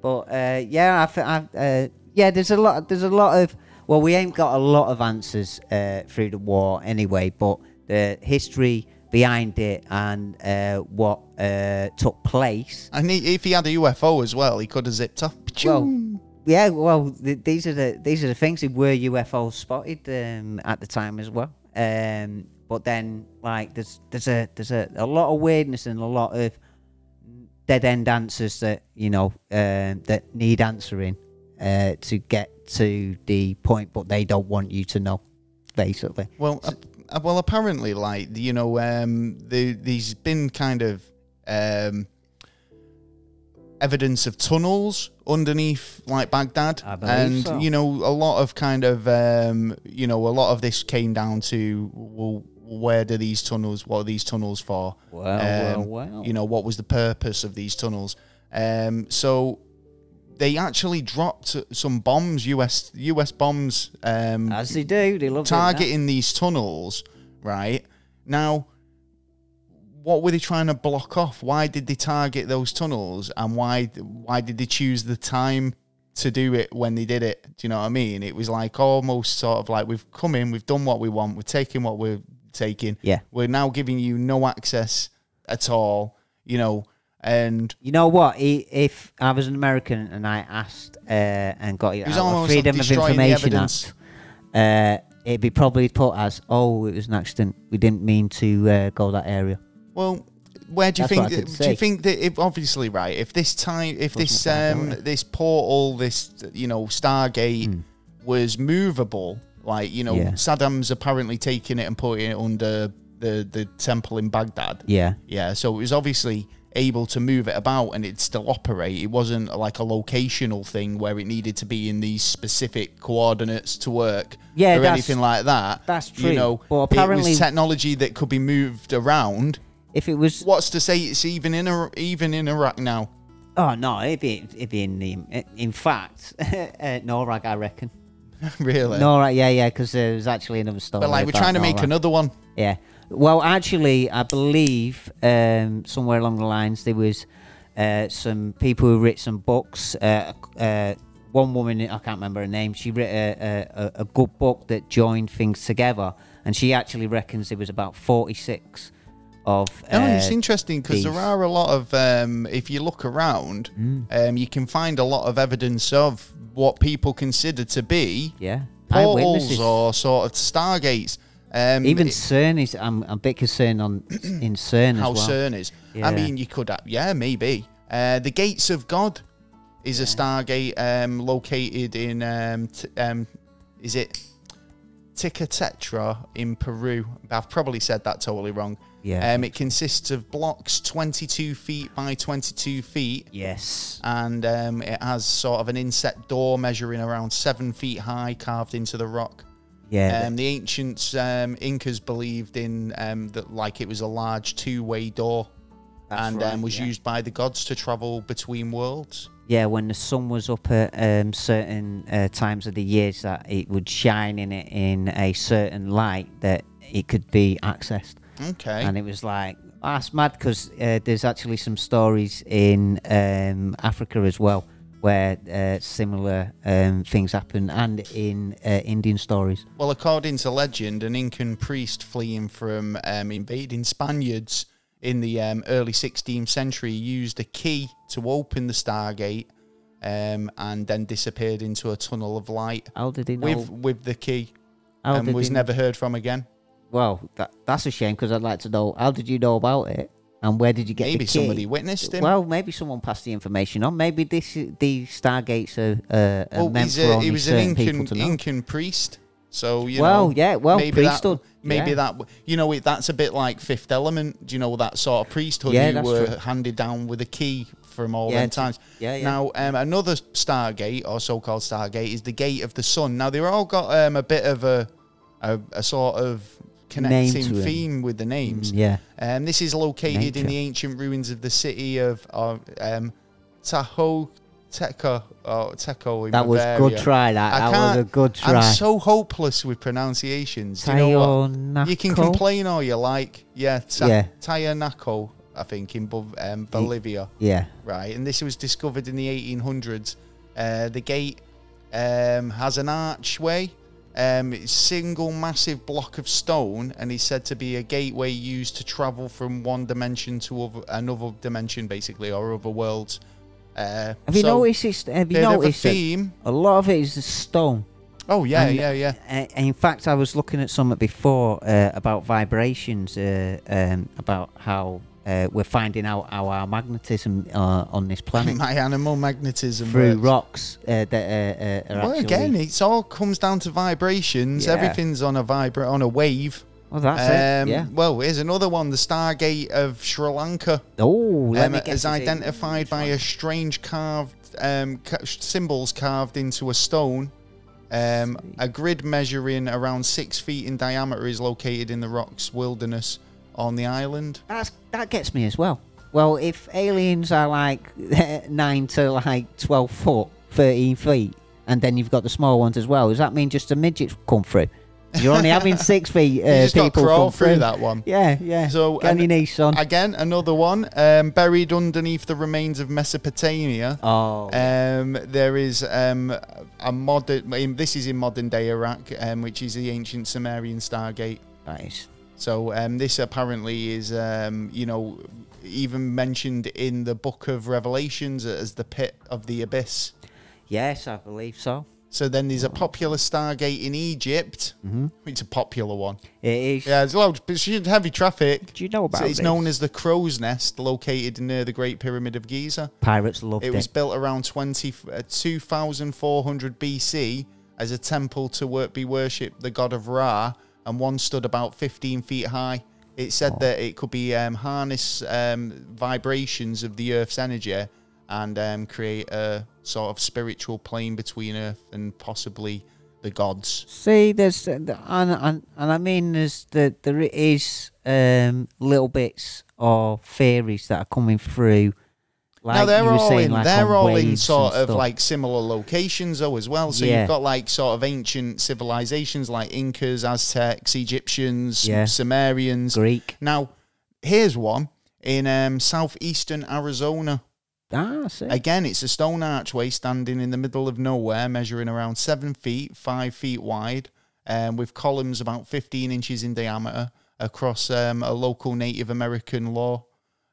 [SPEAKER 2] But uh, yeah, I, th- I uh, yeah, there's a lot. There's a lot of. Well, we ain't got a lot of answers uh, through the war anyway, but the history behind it and uh, what uh, took place.
[SPEAKER 1] And he, if he had a UFO as well, he could have zipped off.
[SPEAKER 2] Well, yeah, well, th- these are the these are the things that were UFOs spotted um, at the time as well. Um, but then, like, there's there's a there's a, a lot of weirdness and a lot of dead end answers that you know um, that need answering uh, to get to the point, but they don't want you to know, basically.
[SPEAKER 1] Well, ap- uh, well, apparently, like you know, um, the, there's been kind of um, evidence of tunnels underneath, like Baghdad,
[SPEAKER 2] I believe
[SPEAKER 1] and
[SPEAKER 2] so.
[SPEAKER 1] you know, a lot of kind of um, you know, a lot of this came down to well, where do these tunnels? What are these tunnels for?
[SPEAKER 2] Well,
[SPEAKER 1] Um,
[SPEAKER 2] well, well.
[SPEAKER 1] You know, what was the purpose of these tunnels? Um, so. They actually dropped some bombs, US US bombs, um,
[SPEAKER 2] As they do, they love doing that.
[SPEAKER 1] targeting these tunnels, right? Now, what were they trying to block off? Why did they target those tunnels, and why why did they choose the time to do it when they did it? Do you know what I mean? It was like almost sort of like we've come in, we've done what we want, we're taking what we're taking.
[SPEAKER 2] Yeah.
[SPEAKER 1] we're now giving you no access at all. You know, and
[SPEAKER 2] You know what? i- If I was an American and I asked uh, and got it
[SPEAKER 1] was
[SPEAKER 2] out of
[SPEAKER 1] almost
[SPEAKER 2] Freedom of
[SPEAKER 1] destroying the
[SPEAKER 2] Information
[SPEAKER 1] evidence.
[SPEAKER 2] Act, uh, it'd be probably put as, "Oh, it was an accident. We didn't mean to uh, go that area."
[SPEAKER 1] Well, where do you
[SPEAKER 2] That's what
[SPEAKER 1] think?
[SPEAKER 2] I could
[SPEAKER 1] Do you
[SPEAKER 2] say.
[SPEAKER 1] think that if obviously right, if this time, if this
[SPEAKER 2] Wasn't bad,
[SPEAKER 1] um
[SPEAKER 2] wasn't
[SPEAKER 1] this portal, this you know Stargate was movable, like you know
[SPEAKER 2] Hmm. Yeah.
[SPEAKER 1] Saddam's apparently taking it and putting it under the the temple in Baghdad.
[SPEAKER 2] Yeah,
[SPEAKER 1] Yeah, so it was obviously able to move it about and it still operate. It wasn't like a locational thing where it needed to be in these specific coordinates to work
[SPEAKER 2] Yeah,
[SPEAKER 1] or
[SPEAKER 2] that's-
[SPEAKER 1] anything like that.
[SPEAKER 2] that's
[SPEAKER 1] You
[SPEAKER 2] true.
[SPEAKER 1] know,
[SPEAKER 2] But
[SPEAKER 1] it
[SPEAKER 2] apparently-
[SPEAKER 1] was technology that could be moved around.
[SPEAKER 2] if it was,
[SPEAKER 1] What's to say it's even in Iraq, even in Iraq now?
[SPEAKER 2] oh no, it'd be, it'd be in the. In fact, uh, NORAG, I reckon.
[SPEAKER 1] really?
[SPEAKER 2] NORAG, yeah, yeah, because there was actually another story.
[SPEAKER 1] But like we're
[SPEAKER 2] about
[SPEAKER 1] trying to make
[SPEAKER 2] NORAG.
[SPEAKER 1] another one.
[SPEAKER 2] Yeah. Well, actually, I believe um, somewhere along the lines there was uh, some people who wrote some books. Uh, uh, one woman, I can't remember her name, she wrote a, a, a- a good book that joined things together, and she actually reckons there was about forty-six of.
[SPEAKER 1] Oh,
[SPEAKER 2] uh,
[SPEAKER 1] it's interesting because there
[SPEAKER 2] these.
[SPEAKER 1] are a lot of. Um, if you look around,
[SPEAKER 2] Mm.
[SPEAKER 1] um, you can find a lot of evidence of what people consider to be
[SPEAKER 2] yeah.
[SPEAKER 1] portals
[SPEAKER 2] eyewitnesses.
[SPEAKER 1] or sort of stargates. Um,
[SPEAKER 2] Even
[SPEAKER 1] it-
[SPEAKER 2] CERN is. I'm, I'm a bit concerned on in CERN
[SPEAKER 1] how
[SPEAKER 2] as well.
[SPEAKER 1] CERN is. I
[SPEAKER 2] Yeah.
[SPEAKER 1] mean, you could, have, yeah, maybe. Uh, the Gates of God is a stargate um, located in, um, t- um, is it Ticatetra in Peru? I've probably said that totally wrong.
[SPEAKER 2] Yeah.
[SPEAKER 1] Um, it consists of blocks 22 feet by 22 feet.
[SPEAKER 2] Yes.
[SPEAKER 1] And um, it has sort of an inset door measuring around seven feet high, carved into the rock.
[SPEAKER 2] Yeah.
[SPEAKER 1] Um, the ancients um, Incas believed in um, that, like it was a large two-way door,
[SPEAKER 2] That's
[SPEAKER 1] and
[SPEAKER 2] right,
[SPEAKER 1] um, was
[SPEAKER 2] yeah.
[SPEAKER 1] used by the gods to travel between worlds.
[SPEAKER 2] Yeah, when the sun was up at um, certain uh, times of the years, that it would shine in it in a certain light that it could be accessed,
[SPEAKER 1] Okay,
[SPEAKER 2] and it was like "Ah, that's mad because uh, there's actually some stories in um, Africa as well where uh, similar um, things happen, and in uh, Indian stories.
[SPEAKER 1] well, according to legend, an Incan priest fleeing from um, invading Spaniards in the um, early 16th century used a key to open the Stargate, um, and then disappeared into a tunnel of light
[SPEAKER 2] How did he know?
[SPEAKER 1] with with the key,
[SPEAKER 2] how
[SPEAKER 1] and
[SPEAKER 2] did
[SPEAKER 1] was
[SPEAKER 2] he-
[SPEAKER 1] never heard from again.
[SPEAKER 2] Well, that, that's a shame because I'd like to know how did you know about it, and where did you get the
[SPEAKER 1] Maybe
[SPEAKER 2] key?
[SPEAKER 1] somebody witnessed him.
[SPEAKER 2] Well, maybe someone passed the information on. Maybe this i- the Stargates are, uh, are
[SPEAKER 1] Well, Oh,
[SPEAKER 2] meant
[SPEAKER 1] he's
[SPEAKER 2] for
[SPEAKER 1] a,
[SPEAKER 2] only
[SPEAKER 1] he was an
[SPEAKER 2] certain
[SPEAKER 1] Incan,
[SPEAKER 2] people to know.
[SPEAKER 1] Incan priest, so you
[SPEAKER 2] well,
[SPEAKER 1] know.
[SPEAKER 2] yeah, well,
[SPEAKER 1] maybe
[SPEAKER 2] priesthood.
[SPEAKER 1] that, maybe
[SPEAKER 2] yeah.
[SPEAKER 1] that you know it, that's a bit like Fifth Element. Do you know that sort of priesthood
[SPEAKER 2] Yeah,
[SPEAKER 1] you
[SPEAKER 2] that's
[SPEAKER 1] were
[SPEAKER 2] true.
[SPEAKER 1] handed down with a key from all
[SPEAKER 2] Yeah,
[SPEAKER 1] them
[SPEAKER 2] t-
[SPEAKER 1] times?
[SPEAKER 2] yeah, yeah.
[SPEAKER 1] Now um, another Stargate or so-called Stargate is the Gate of the Sun. Now they've all got um, a bit of a a, a sort of
[SPEAKER 2] to
[SPEAKER 1] connecting
[SPEAKER 2] 'em.
[SPEAKER 1] theme with the names.
[SPEAKER 2] Yeah.
[SPEAKER 1] Um, this is located in
[SPEAKER 2] Nature.
[SPEAKER 1] the ancient ruins of the city of uh, um, Tahoe. Teco, oh, Teco in
[SPEAKER 2] That was
[SPEAKER 1] Bavaria.
[SPEAKER 2] good try. That,
[SPEAKER 1] I
[SPEAKER 2] that was a
[SPEAKER 1] can't-
[SPEAKER 2] good try.
[SPEAKER 1] I'm so hopeless with pronunciations. Do you know what? You can
[SPEAKER 2] Tayonaco?
[SPEAKER 1] complain all you like. Yeah, ta-
[SPEAKER 2] Yeah.
[SPEAKER 1] Tayonaco, I think, in Bov- um, Bolivia,
[SPEAKER 2] Yeah.
[SPEAKER 1] right? And this was discovered in the 1800s. Uh, the gate um, has an archway. Um, it's single massive block of stone, and is said to be a gateway used to travel from one dimension to other, another dimension, basically, or other worlds. Uh,
[SPEAKER 2] Have you
[SPEAKER 1] so
[SPEAKER 2] noticed? It's, have you
[SPEAKER 1] they have a
[SPEAKER 2] noticed? that
[SPEAKER 1] theme.
[SPEAKER 2] A lot of it is the stone.
[SPEAKER 1] Oh yeah,
[SPEAKER 2] And-
[SPEAKER 1] yeah, yeah.
[SPEAKER 2] Uh, in fact, I was looking at something before uh, about vibrations, uh, um, about how uh, we're finding out how our magnetism uh, on this planet
[SPEAKER 1] My animal magnetism
[SPEAKER 2] through
[SPEAKER 1] works.
[SPEAKER 2] rocks uh, that uh, uh, are
[SPEAKER 1] Well,
[SPEAKER 2] actually.
[SPEAKER 1] again, it's all comes down to vibrations.
[SPEAKER 2] Yeah.
[SPEAKER 1] Everything's on a vibra on a wave.
[SPEAKER 2] well, that's
[SPEAKER 1] Um,
[SPEAKER 2] it. Yeah.
[SPEAKER 1] Well, here's another one: the Stargate of Sri Lanka
[SPEAKER 2] Oh, let
[SPEAKER 1] um,
[SPEAKER 2] me guess.
[SPEAKER 1] is
[SPEAKER 2] it's a-
[SPEAKER 1] identified by a strange carved um, ca- symbols carved into a stone. Um, a grid measuring around six feet in diameter is located in the rocks wilderness on the island.
[SPEAKER 2] That's, that gets me as well. Well, if aliens are like nine to like twelve foot, thirteen feet, and then you've got the small ones as well, does that mean just the midgets come through? You're only having six feet. Uh,
[SPEAKER 1] You just got
[SPEAKER 2] people
[SPEAKER 1] crawl
[SPEAKER 2] come
[SPEAKER 1] through that one.
[SPEAKER 2] Yeah, yeah.
[SPEAKER 1] So,
[SPEAKER 2] get on
[SPEAKER 1] and-
[SPEAKER 2] your knees, son.
[SPEAKER 1] Again, another one um, buried underneath the remains of Mesopotamia.
[SPEAKER 2] oh,
[SPEAKER 1] Um, there is um, a modern. in- This is in modern day Iraq, um, which is the ancient Sumerian Stargate.
[SPEAKER 2] nice.
[SPEAKER 1] So um, this apparently is, um, you know, even mentioned in the Book of Revelations as the pit of the abyss.
[SPEAKER 2] Yes, I believe so.
[SPEAKER 1] So then there's a popular Stargate in Egypt. Mm-hmm. It's a popular one.
[SPEAKER 2] It is.
[SPEAKER 1] Yeah, there's loads, but it's heavy traffic.
[SPEAKER 2] Do you know about
[SPEAKER 1] So it's
[SPEAKER 2] this?
[SPEAKER 1] known as the Crow's Nest, located near the Great Pyramid of Giza.
[SPEAKER 2] Pirates loved
[SPEAKER 1] It
[SPEAKER 2] it.
[SPEAKER 1] was built around 20, uh, 2400 BC as a temple to work, be worshipped the god of Ra, and one stood about 15 feet high. It said that it could be um, harness um, vibrations of the Earth's energy and um, create a sort of spiritual plane between Earth and possibly the gods.
[SPEAKER 2] See, there's uh, the- and, and and I mean, there's the, there is um little bits of theories that are coming through. Like
[SPEAKER 1] now they're
[SPEAKER 2] you were
[SPEAKER 1] all
[SPEAKER 2] saying,
[SPEAKER 1] in
[SPEAKER 2] like
[SPEAKER 1] they're
[SPEAKER 2] on
[SPEAKER 1] all
[SPEAKER 2] waves
[SPEAKER 1] in
[SPEAKER 2] and
[SPEAKER 1] sort of
[SPEAKER 2] stuff.
[SPEAKER 1] like similar locations though as well. So
[SPEAKER 2] Yeah.
[SPEAKER 1] you've got like sort of ancient civilizations like Incas, Aztecs, Egyptians,
[SPEAKER 2] Yeah.
[SPEAKER 1] Sumerians.
[SPEAKER 2] Greek.
[SPEAKER 1] Now here's one in um, southeastern Arizona.
[SPEAKER 2] Ah, see.
[SPEAKER 1] Again, it's a stone archway standing in the middle of nowhere, measuring around seven feet, five feet wide, um, with columns about 15 inches in diameter across um, a local Native American law.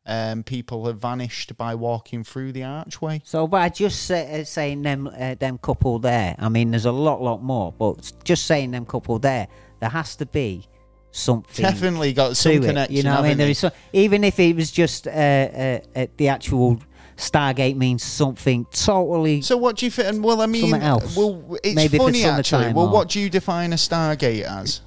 [SPEAKER 1] Um, people have vanished by walking through the archway.
[SPEAKER 2] so, by just sa- uh, saying them uh, them couple there, I mean, there's a lot, lot more. But s- just saying them couple there, there has to be something.
[SPEAKER 1] Definitely got
[SPEAKER 2] to
[SPEAKER 1] some
[SPEAKER 2] it,
[SPEAKER 1] connection.
[SPEAKER 2] You know, what I mean,
[SPEAKER 1] haven't
[SPEAKER 2] there
[SPEAKER 1] they?
[SPEAKER 2] is so, even if it was just uh, uh, uh, the actual Stargate means something totally.
[SPEAKER 1] So what do you think? Well, I mean,
[SPEAKER 2] Something else.
[SPEAKER 1] well, it's
[SPEAKER 2] Maybe for
[SPEAKER 1] funny actually.
[SPEAKER 2] summertime
[SPEAKER 1] Well,
[SPEAKER 2] or-
[SPEAKER 1] what do you define a Stargate as?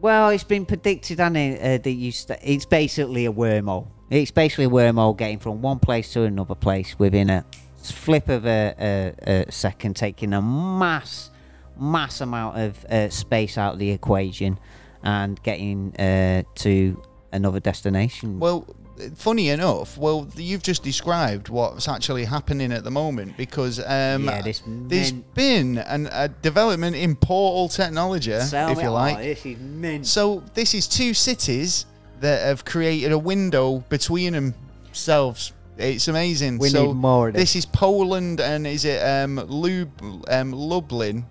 [SPEAKER 2] Well, it's been predicted, and it, uh, that you st- it's basically a wormhole. It's basically a wormhole getting from one place to another place within a flip of a, a, a second, taking a mass, mass amount of uh, space out of the equation and getting uh, to another destination.
[SPEAKER 1] Well, funny enough, well, you've just described what's actually happening at the moment because um,
[SPEAKER 2] Yeah, this
[SPEAKER 1] there's
[SPEAKER 2] mint.
[SPEAKER 1] been an, a development in portal technology,
[SPEAKER 2] Sell
[SPEAKER 1] if
[SPEAKER 2] me-
[SPEAKER 1] you
[SPEAKER 2] oh,
[SPEAKER 1] like.
[SPEAKER 2] this is mint.
[SPEAKER 1] So this is two cities that have created a window between themselves. It's amazing.
[SPEAKER 2] We
[SPEAKER 1] so
[SPEAKER 2] need more of
[SPEAKER 1] this is Poland and is it um, Lub- um, Lublin,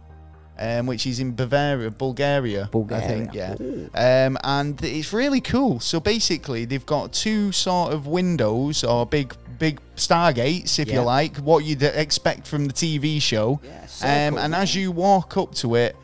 [SPEAKER 1] um, which is in Bavaria, Bulgaria. I think, yeah. Um, and it's really cool. So basically, they've got two sort of windows or big, big stargates, if you
[SPEAKER 2] Yeah.
[SPEAKER 1] like, what you'd expect from the TV show.
[SPEAKER 2] Yeah, so
[SPEAKER 1] um,
[SPEAKER 2] cool.
[SPEAKER 1] and as you walk up to it,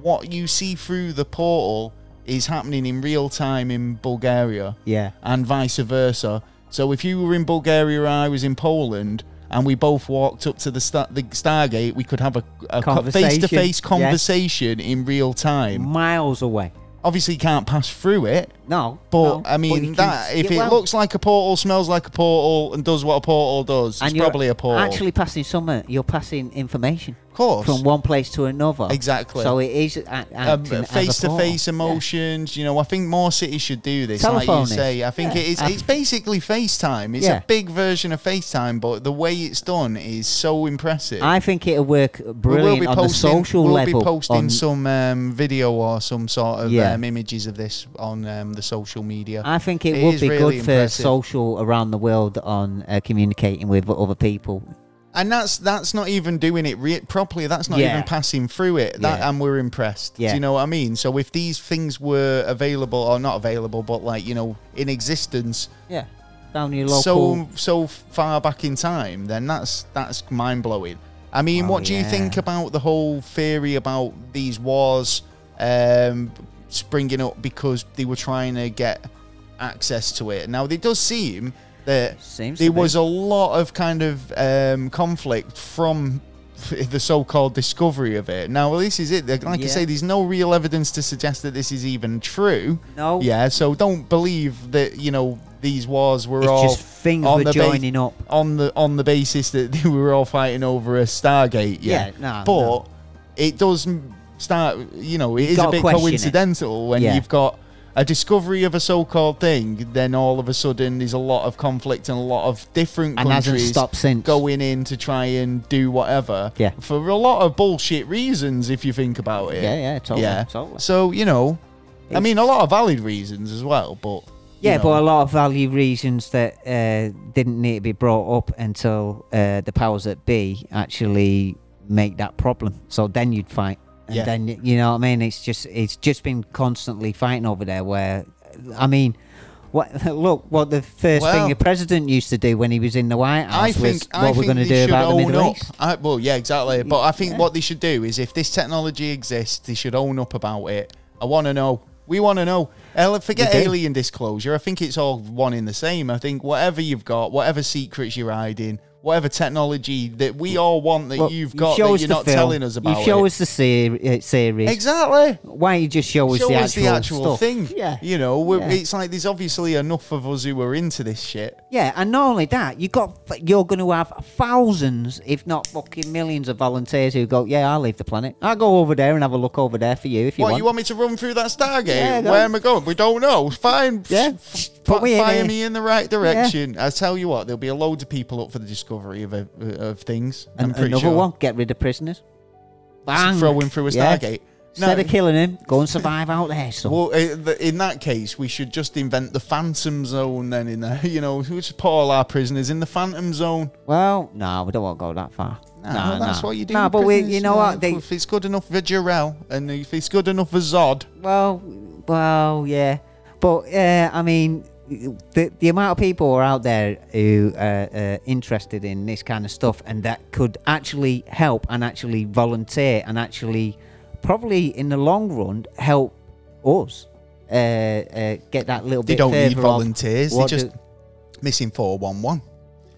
[SPEAKER 1] what you see through the portal is happening in real time in Bulgaria
[SPEAKER 2] Yeah.
[SPEAKER 1] and vice versa. So if you were in Bulgaria, I was in Poland, and we both walked up to the, star- the Stargate, we could have a, a co-
[SPEAKER 2] Conversation,
[SPEAKER 1] face-to-face
[SPEAKER 2] yes.
[SPEAKER 1] conversation in real time.
[SPEAKER 2] miles away.
[SPEAKER 1] Obviously, you can't pass through it,
[SPEAKER 2] No,
[SPEAKER 1] but
[SPEAKER 2] no,
[SPEAKER 1] I
[SPEAKER 2] but you
[SPEAKER 1] mean
[SPEAKER 2] can
[SPEAKER 1] that
[SPEAKER 2] s-
[SPEAKER 1] if
[SPEAKER 2] yeah,
[SPEAKER 1] it
[SPEAKER 2] well,
[SPEAKER 1] looks like a portal, smells like a portal, and does what a portal does, it's
[SPEAKER 2] you're
[SPEAKER 1] probably a portal.
[SPEAKER 2] Actually, passing somewhere, you're passing information
[SPEAKER 1] of course.
[SPEAKER 2] from one place to another.
[SPEAKER 1] Exactly.
[SPEAKER 2] So it is a-
[SPEAKER 1] um,
[SPEAKER 2] acting as a
[SPEAKER 1] face-to-face
[SPEAKER 2] portal.
[SPEAKER 1] emotions. You know, I think more cities should do this. Like
[SPEAKER 2] Telephone
[SPEAKER 1] you
[SPEAKER 2] it.
[SPEAKER 1] say, I think
[SPEAKER 2] Yeah.
[SPEAKER 1] it is.
[SPEAKER 2] I-
[SPEAKER 1] It's basically FaceTime. It's
[SPEAKER 2] Yeah.
[SPEAKER 1] a big version of FaceTime, but the way it's done is so impressive.
[SPEAKER 2] Yeah. I think it'll work
[SPEAKER 1] We
[SPEAKER 2] brilliant on the social
[SPEAKER 1] we'll
[SPEAKER 2] level.
[SPEAKER 1] be posting
[SPEAKER 2] on-
[SPEAKER 1] some um, video or some sort of
[SPEAKER 2] Yeah.
[SPEAKER 1] um, images of this on um, the social media.
[SPEAKER 2] I think it,
[SPEAKER 1] It
[SPEAKER 2] would
[SPEAKER 1] is
[SPEAKER 2] be
[SPEAKER 1] really
[SPEAKER 2] good for
[SPEAKER 1] impressive.
[SPEAKER 2] social around the world on uh, communicating with other people.
[SPEAKER 1] and that's that's not even doing it re- properly. That's not
[SPEAKER 2] Yeah.
[SPEAKER 1] even passing through it. That
[SPEAKER 2] Yeah.
[SPEAKER 1] and we're impressed. Do
[SPEAKER 2] Yeah.
[SPEAKER 1] you know what I mean? So if these things were available or not available, but like you know in existence,
[SPEAKER 2] Yeah. down your
[SPEAKER 1] so
[SPEAKER 2] local.
[SPEAKER 1] so far back in time, then that's that's mind blowing. I mean,
[SPEAKER 2] Well,
[SPEAKER 1] what do you
[SPEAKER 2] yeah.
[SPEAKER 1] think about the whole theory about these wars um, springing up because they were trying to get access to it? Now, it does seem that
[SPEAKER 2] Seems
[SPEAKER 1] there
[SPEAKER 2] to be.
[SPEAKER 1] was a lot of kind of um, conflict from the so-called discovery of it. Now, well, this is it. Like I
[SPEAKER 2] Yeah.
[SPEAKER 1] say, there's no real evidence to suggest that this is even true.
[SPEAKER 2] no,
[SPEAKER 1] Yeah, so don't believe that you know these wars were
[SPEAKER 2] it's
[SPEAKER 1] all
[SPEAKER 2] just things
[SPEAKER 1] on
[SPEAKER 2] were
[SPEAKER 1] the ba-
[SPEAKER 2] joining up.
[SPEAKER 1] on the on the basis that they were all fighting over a Stargate. Yeah,
[SPEAKER 2] Yeah, no,
[SPEAKER 1] but
[SPEAKER 2] no.
[SPEAKER 1] it does m- start. You know, it is
[SPEAKER 2] gotta
[SPEAKER 1] a bit
[SPEAKER 2] question it.
[SPEAKER 1] coincidental when
[SPEAKER 2] Yeah.
[SPEAKER 1] you've got a discovery of a so-called thing. Then all of a sudden, there's a lot of conflict and a lot of different
[SPEAKER 2] And hasn't
[SPEAKER 1] countries
[SPEAKER 2] stopped since.
[SPEAKER 1] going in to try and do whatever.
[SPEAKER 2] Yeah.
[SPEAKER 1] for a lot of bullshit reasons, if you think about it.
[SPEAKER 2] Yeah, yeah, totally, totally.
[SPEAKER 1] So you know. I
[SPEAKER 2] It's-
[SPEAKER 1] mean, a lot of valid reasons as well, but you
[SPEAKER 2] Yeah,
[SPEAKER 1] know,
[SPEAKER 2] but a lot of value reasons that uh, didn't need to be brought up until uh, the powers that be actually make that problem. So then you'd fight, and
[SPEAKER 1] Yeah.
[SPEAKER 2] then you know what I mean. It's just it's just been constantly fighting over there. Where I mean, what look what the first
[SPEAKER 1] Well-
[SPEAKER 2] thing the president used to do when he was in the White House
[SPEAKER 1] I
[SPEAKER 2] was
[SPEAKER 1] think
[SPEAKER 2] what
[SPEAKER 1] I
[SPEAKER 2] we're
[SPEAKER 1] think
[SPEAKER 2] going to
[SPEAKER 1] they
[SPEAKER 2] do
[SPEAKER 1] should
[SPEAKER 2] about the
[SPEAKER 1] own
[SPEAKER 2] Middle
[SPEAKER 1] up.
[SPEAKER 2] East.
[SPEAKER 1] I, well, yeah, exactly. But I think
[SPEAKER 2] Yeah.
[SPEAKER 1] what they should do is if this technology exists, they should own up about it. I want to know. We want to know. Hell, Forget
[SPEAKER 2] We do.
[SPEAKER 1] alien disclosure. I think it's all one in the same. I think whatever you've got, whatever secrets you're hiding, whatever technology that we all want that
[SPEAKER 2] Look,
[SPEAKER 1] you've
[SPEAKER 2] you
[SPEAKER 1] got
[SPEAKER 2] show
[SPEAKER 1] that
[SPEAKER 2] us
[SPEAKER 1] you're
[SPEAKER 2] the
[SPEAKER 1] not
[SPEAKER 2] film,
[SPEAKER 1] telling us about
[SPEAKER 2] You show
[SPEAKER 1] it.
[SPEAKER 2] us the seri- uh, series.
[SPEAKER 1] exactly.
[SPEAKER 2] Why don't you just show us
[SPEAKER 1] Show
[SPEAKER 2] the
[SPEAKER 1] us
[SPEAKER 2] actual,
[SPEAKER 1] the actual
[SPEAKER 2] stuff?
[SPEAKER 1] thing.
[SPEAKER 2] Yeah,
[SPEAKER 1] You know, we're,
[SPEAKER 2] Yeah.
[SPEAKER 1] it's like there's obviously enough of us who are into this shit.
[SPEAKER 2] Yeah, and not only that, you got you're going to have thousands, if not fucking millions, of volunteers who go, "Yeah, I'll leave the planet. I'll go over there and have a look over there for you if you
[SPEAKER 1] what,
[SPEAKER 2] want."
[SPEAKER 1] you want me to run through that Stargate?
[SPEAKER 2] Yeah, go
[SPEAKER 1] Where
[SPEAKER 2] on.
[SPEAKER 1] am I going? We don't know. Fine.
[SPEAKER 2] Yeah,
[SPEAKER 1] F-
[SPEAKER 2] put
[SPEAKER 1] f-
[SPEAKER 2] me in
[SPEAKER 1] fire
[SPEAKER 2] here.
[SPEAKER 1] me in the right direction. I tell you what, there'll be a load of people up for the discovery of, of things.
[SPEAKER 2] and
[SPEAKER 1] I'm pretty
[SPEAKER 2] another
[SPEAKER 1] sure.
[SPEAKER 2] one, get rid of prisoners. Bang!
[SPEAKER 1] Throw him through a
[SPEAKER 2] Yeah.
[SPEAKER 1] Stargate.
[SPEAKER 2] Instead of killing him, go and survive out there. So
[SPEAKER 1] Well, uh, th- in that case, we should just invent the Phantom Zone then in there. You know, we should put all our prisoners in the Phantom Zone.
[SPEAKER 2] well, no, we don't want to go that far.
[SPEAKER 1] No,
[SPEAKER 2] no,
[SPEAKER 1] that's
[SPEAKER 2] no.
[SPEAKER 1] what you do.
[SPEAKER 2] No,
[SPEAKER 1] with
[SPEAKER 2] but we,
[SPEAKER 1] prisoners.
[SPEAKER 2] you know
[SPEAKER 1] No,
[SPEAKER 2] what? They,
[SPEAKER 1] if it's good enough for Jarrell and if it's good enough for Zod,
[SPEAKER 2] Well, well, yeah, but uh, I mean, the the amount of people who are out there who are uh, interested in this kind of stuff and that could actually help and actually volunteer and actually probably in the long run help us uh, uh, get that little
[SPEAKER 1] they
[SPEAKER 2] bit.
[SPEAKER 1] don't need
[SPEAKER 2] further of
[SPEAKER 1] volunteers. They're
[SPEAKER 2] what
[SPEAKER 1] just
[SPEAKER 2] do-
[SPEAKER 1] missing 411.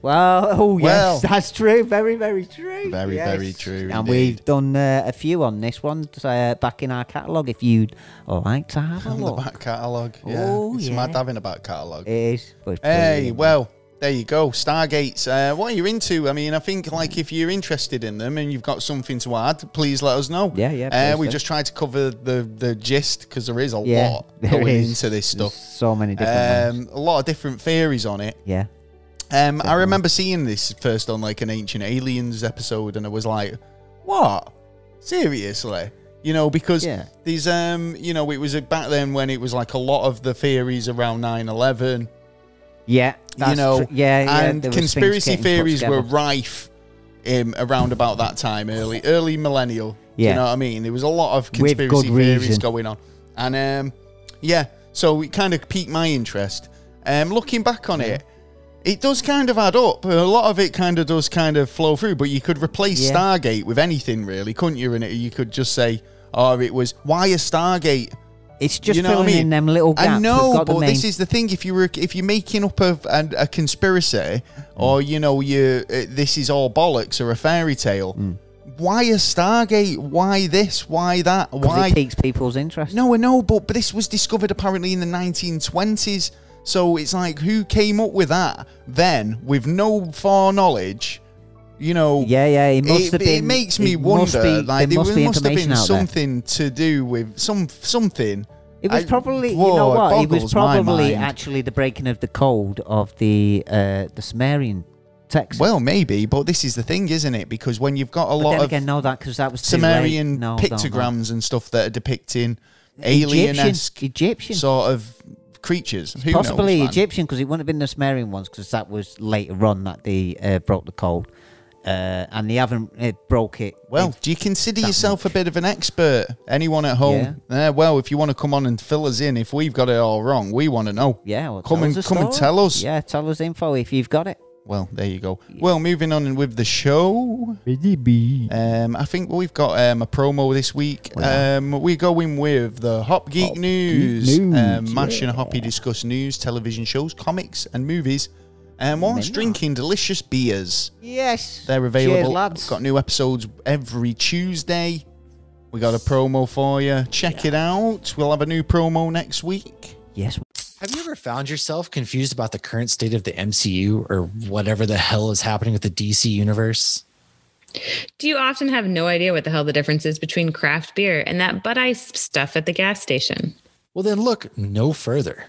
[SPEAKER 2] well, oh yes,
[SPEAKER 1] Well.
[SPEAKER 2] that's true. Very, very true.
[SPEAKER 1] Very,
[SPEAKER 2] Yes.
[SPEAKER 1] very true
[SPEAKER 2] And
[SPEAKER 1] indeed.
[SPEAKER 2] we've done uh, a few on this one uh, back in our catalogue. If you'd like to have a
[SPEAKER 1] on the
[SPEAKER 2] look,
[SPEAKER 1] back catalogue. Yeah,
[SPEAKER 2] Oh,
[SPEAKER 1] it's
[SPEAKER 2] yeah.
[SPEAKER 1] mad having a back catalogue.
[SPEAKER 2] it is. but it's
[SPEAKER 1] Hey,
[SPEAKER 2] brilliant.
[SPEAKER 1] well, there you go. Stargates. Uh, what are you into? I mean, I think like if you're interested in them and you've got something to add, please let us know.
[SPEAKER 2] Yeah, yeah,
[SPEAKER 1] Uh,
[SPEAKER 2] please
[SPEAKER 1] we
[SPEAKER 2] do.
[SPEAKER 1] just tried to cover the the gist because there is a
[SPEAKER 2] yeah,
[SPEAKER 1] lot
[SPEAKER 2] there
[SPEAKER 1] going
[SPEAKER 2] is.
[SPEAKER 1] into this stuff.
[SPEAKER 2] There's so many different. ones.
[SPEAKER 1] Um, a lot of different theories on it.
[SPEAKER 2] Yeah.
[SPEAKER 1] Um, I remember seeing this first on like an Ancient Aliens episode, and I was like, "What? Seriously?" You know, because
[SPEAKER 2] Yeah.
[SPEAKER 1] these, um, you know, it was uh, back then when it was like a lot of the theories around 9-11,
[SPEAKER 2] Yeah.
[SPEAKER 1] you
[SPEAKER 2] that's
[SPEAKER 1] know,
[SPEAKER 2] tr- yeah, yeah.
[SPEAKER 1] and
[SPEAKER 2] there was things
[SPEAKER 1] conspiracy
[SPEAKER 2] getting put
[SPEAKER 1] theories were
[SPEAKER 2] together.
[SPEAKER 1] rife um, around about that time, early early millennial. Do
[SPEAKER 2] Yeah.
[SPEAKER 1] you know what I mean? There was a lot of
[SPEAKER 2] With good
[SPEAKER 1] conspiracy theories
[SPEAKER 2] reason.
[SPEAKER 1] going on, and um, yeah, so it kind of piqued my interest. Um, looking back on it, it does kind of add up. A lot of it kind of does kind of flow through, but you could replace
[SPEAKER 2] Yeah.
[SPEAKER 1] Stargate with anything really, couldn't you? And it- you could just say, "Oh, it was why a Stargate."
[SPEAKER 2] It's just
[SPEAKER 1] you know what
[SPEAKER 2] filling
[SPEAKER 1] I mean?
[SPEAKER 2] in them little gaps.
[SPEAKER 1] I
[SPEAKER 2] We've
[SPEAKER 1] know,
[SPEAKER 2] got the
[SPEAKER 1] but
[SPEAKER 2] main-
[SPEAKER 1] this is the thing. If you were, if you're making up a, a, a
[SPEAKER 2] Mm.
[SPEAKER 1] conspiracy, or you know, you uh, this is all bollocks or a fairy tale.
[SPEAKER 2] Mm.
[SPEAKER 1] Why a Stargate? Why this? Why that?
[SPEAKER 2] 'cause
[SPEAKER 1] Why?
[SPEAKER 2] it piques people's interest.
[SPEAKER 1] no, I know, but but this was discovered apparently in the 1920s. So it's like, who came up with that then, with no foreknowledge? You know,
[SPEAKER 2] Yeah, yeah. It must
[SPEAKER 1] it,
[SPEAKER 2] have been.
[SPEAKER 1] it makes me
[SPEAKER 2] it must
[SPEAKER 1] wonder.
[SPEAKER 2] be-
[SPEAKER 1] like
[SPEAKER 2] there must, be
[SPEAKER 1] must have
[SPEAKER 2] information
[SPEAKER 1] been
[SPEAKER 2] out there.
[SPEAKER 1] something to do with some something.
[SPEAKER 2] It was
[SPEAKER 1] I-
[SPEAKER 2] probably, you know
[SPEAKER 1] whoa,
[SPEAKER 2] what? It was
[SPEAKER 1] boggles my
[SPEAKER 2] probably
[SPEAKER 1] mind.
[SPEAKER 2] actually the breaking of the code of the uh, the Sumerian text.
[SPEAKER 1] Well, maybe, but this is the thing, isn't it? Because when you've got a
[SPEAKER 2] but
[SPEAKER 1] lot
[SPEAKER 2] then
[SPEAKER 1] of
[SPEAKER 2] again, no, that because that was too late.
[SPEAKER 1] Sumerian
[SPEAKER 2] No, don't know.
[SPEAKER 1] pictograms and stuff that are depicting
[SPEAKER 2] Egyptian,
[SPEAKER 1] alien-esque
[SPEAKER 2] Egyptian.
[SPEAKER 1] sort of creatures. Who
[SPEAKER 2] possibly
[SPEAKER 1] knows, man?
[SPEAKER 2] Egyptian because it wouldn't have been the Sumerian ones because that was later on that they uh, broke the code. uh, and they haven't uh, broke it.
[SPEAKER 1] Well, do you consider
[SPEAKER 2] that
[SPEAKER 1] yourself a bit of an expert? Anyone at home? Yeah. well, if you want to come on and fill us in, if we've got it all wrong, we want to know.
[SPEAKER 2] yeah, well,
[SPEAKER 1] come
[SPEAKER 2] tell
[SPEAKER 1] and
[SPEAKER 2] us a
[SPEAKER 1] come and
[SPEAKER 2] story.
[SPEAKER 1] tell us.
[SPEAKER 2] Yeah, tell us info if you've got it.
[SPEAKER 1] Well, there you go. Well, moving on with the show. Um, I think we've got um, a promo this week. Um, we're going with the Hop Geek News. um, Mash and Hoppy discuss news, television shows, comics, and movies, um, whilst drinking delicious beers.
[SPEAKER 2] Yes,
[SPEAKER 1] They're available.
[SPEAKER 2] Cheers, lads.
[SPEAKER 1] Got new episodes every Tuesday. We got a promo for you. Check it out. We'll have a new promo next week.
[SPEAKER 2] yes,
[SPEAKER 3] Have you ever found yourself confused about the current state of the MCU or whatever the hell is happening with the DC universe?
[SPEAKER 4] Do you often have no idea what the hell the difference is between craft beer and that butt ice stuff at the gas station?
[SPEAKER 3] Well, then look no further.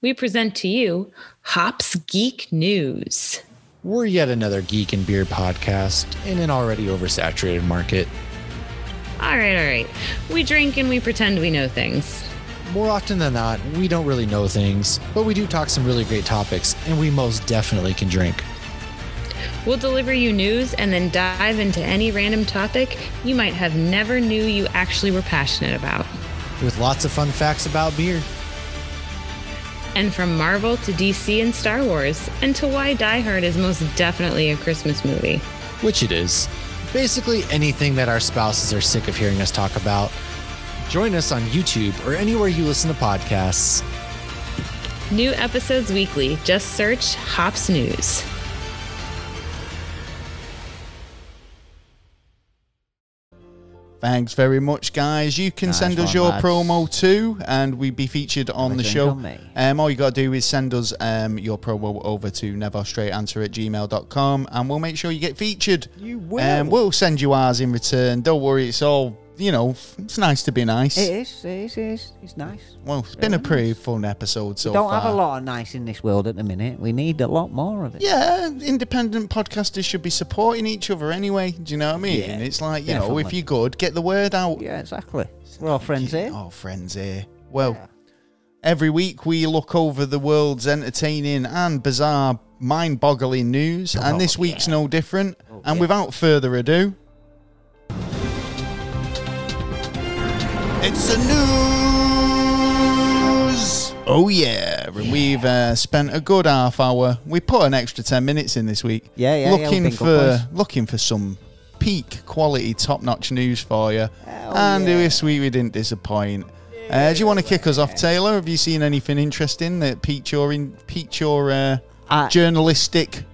[SPEAKER 4] We present to you Hops Geek News.
[SPEAKER 3] We're yet another geek and beer podcast in an already oversaturated market.
[SPEAKER 4] All right, all right. We drink and we pretend we know things.
[SPEAKER 3] More often than not, we don't really know things, but we do talk some really great topics, and we most definitely can drink.
[SPEAKER 4] We'll deliver you news and then dive into any random topic you might have never knew you actually were passionate about.
[SPEAKER 3] With lots of fun facts about beer,
[SPEAKER 4] And from Marvel to DC and Star Wars, and to why Die Hard is most definitely a Christmas movie.
[SPEAKER 3] which it is. Basically, anything that our spouses are sick of hearing us talk about. Join us on YouTube or anywhere you listen to podcasts.
[SPEAKER 4] New episodes weekly. Just search Hops News.
[SPEAKER 1] Thanks very much, guys. You can
[SPEAKER 2] Nice
[SPEAKER 1] send us
[SPEAKER 2] one,
[SPEAKER 1] your
[SPEAKER 2] lads.
[SPEAKER 1] promo too, and we be featured on
[SPEAKER 2] Have
[SPEAKER 1] the
[SPEAKER 2] a drink
[SPEAKER 1] show.
[SPEAKER 2] on me.
[SPEAKER 1] Um, all you got to do is send us um, your promo over to neverstraightanswer at gmail.com, and we'll make sure you get featured.
[SPEAKER 2] You will.
[SPEAKER 1] Um, we'll send you ours in return. Don't worry, it's all, you know, f- it's nice to be nice.
[SPEAKER 2] it is. It is. It is. It's nice.
[SPEAKER 1] Well, it's been a pretty fun episode so
[SPEAKER 2] we don't
[SPEAKER 1] far.
[SPEAKER 2] have a lot of nice in this world at the minute. We need a lot more of it.
[SPEAKER 1] Yeah, independent podcasters should be supporting each other anyway. Do you know what I mean?
[SPEAKER 2] Yeah,
[SPEAKER 1] it's like, you know, if
[SPEAKER 2] definitely.
[SPEAKER 1] you're good, get the word out.
[SPEAKER 2] Yeah, exactly. We're all friends here.
[SPEAKER 1] Oh, friends here. Well, every week we look over the world's entertaining and bizarre, mind boggling news,
[SPEAKER 2] Oh,
[SPEAKER 1] and this week's no different. and without further ado, it's the news! Oh, yeah. And we've uh, spent a good half hour. We put an extra 10 minutes in this week.
[SPEAKER 2] Yeah, yeah, yeah, we've
[SPEAKER 1] Looking
[SPEAKER 2] been good boys.
[SPEAKER 1] for looking for some peak quality, top notch news for you. and this week we didn't disappoint. Uh, do you want to kick us off, Taylor? Have you seen anything interesting that piqued your in, piqued your uh,
[SPEAKER 2] I-
[SPEAKER 1] journalistic?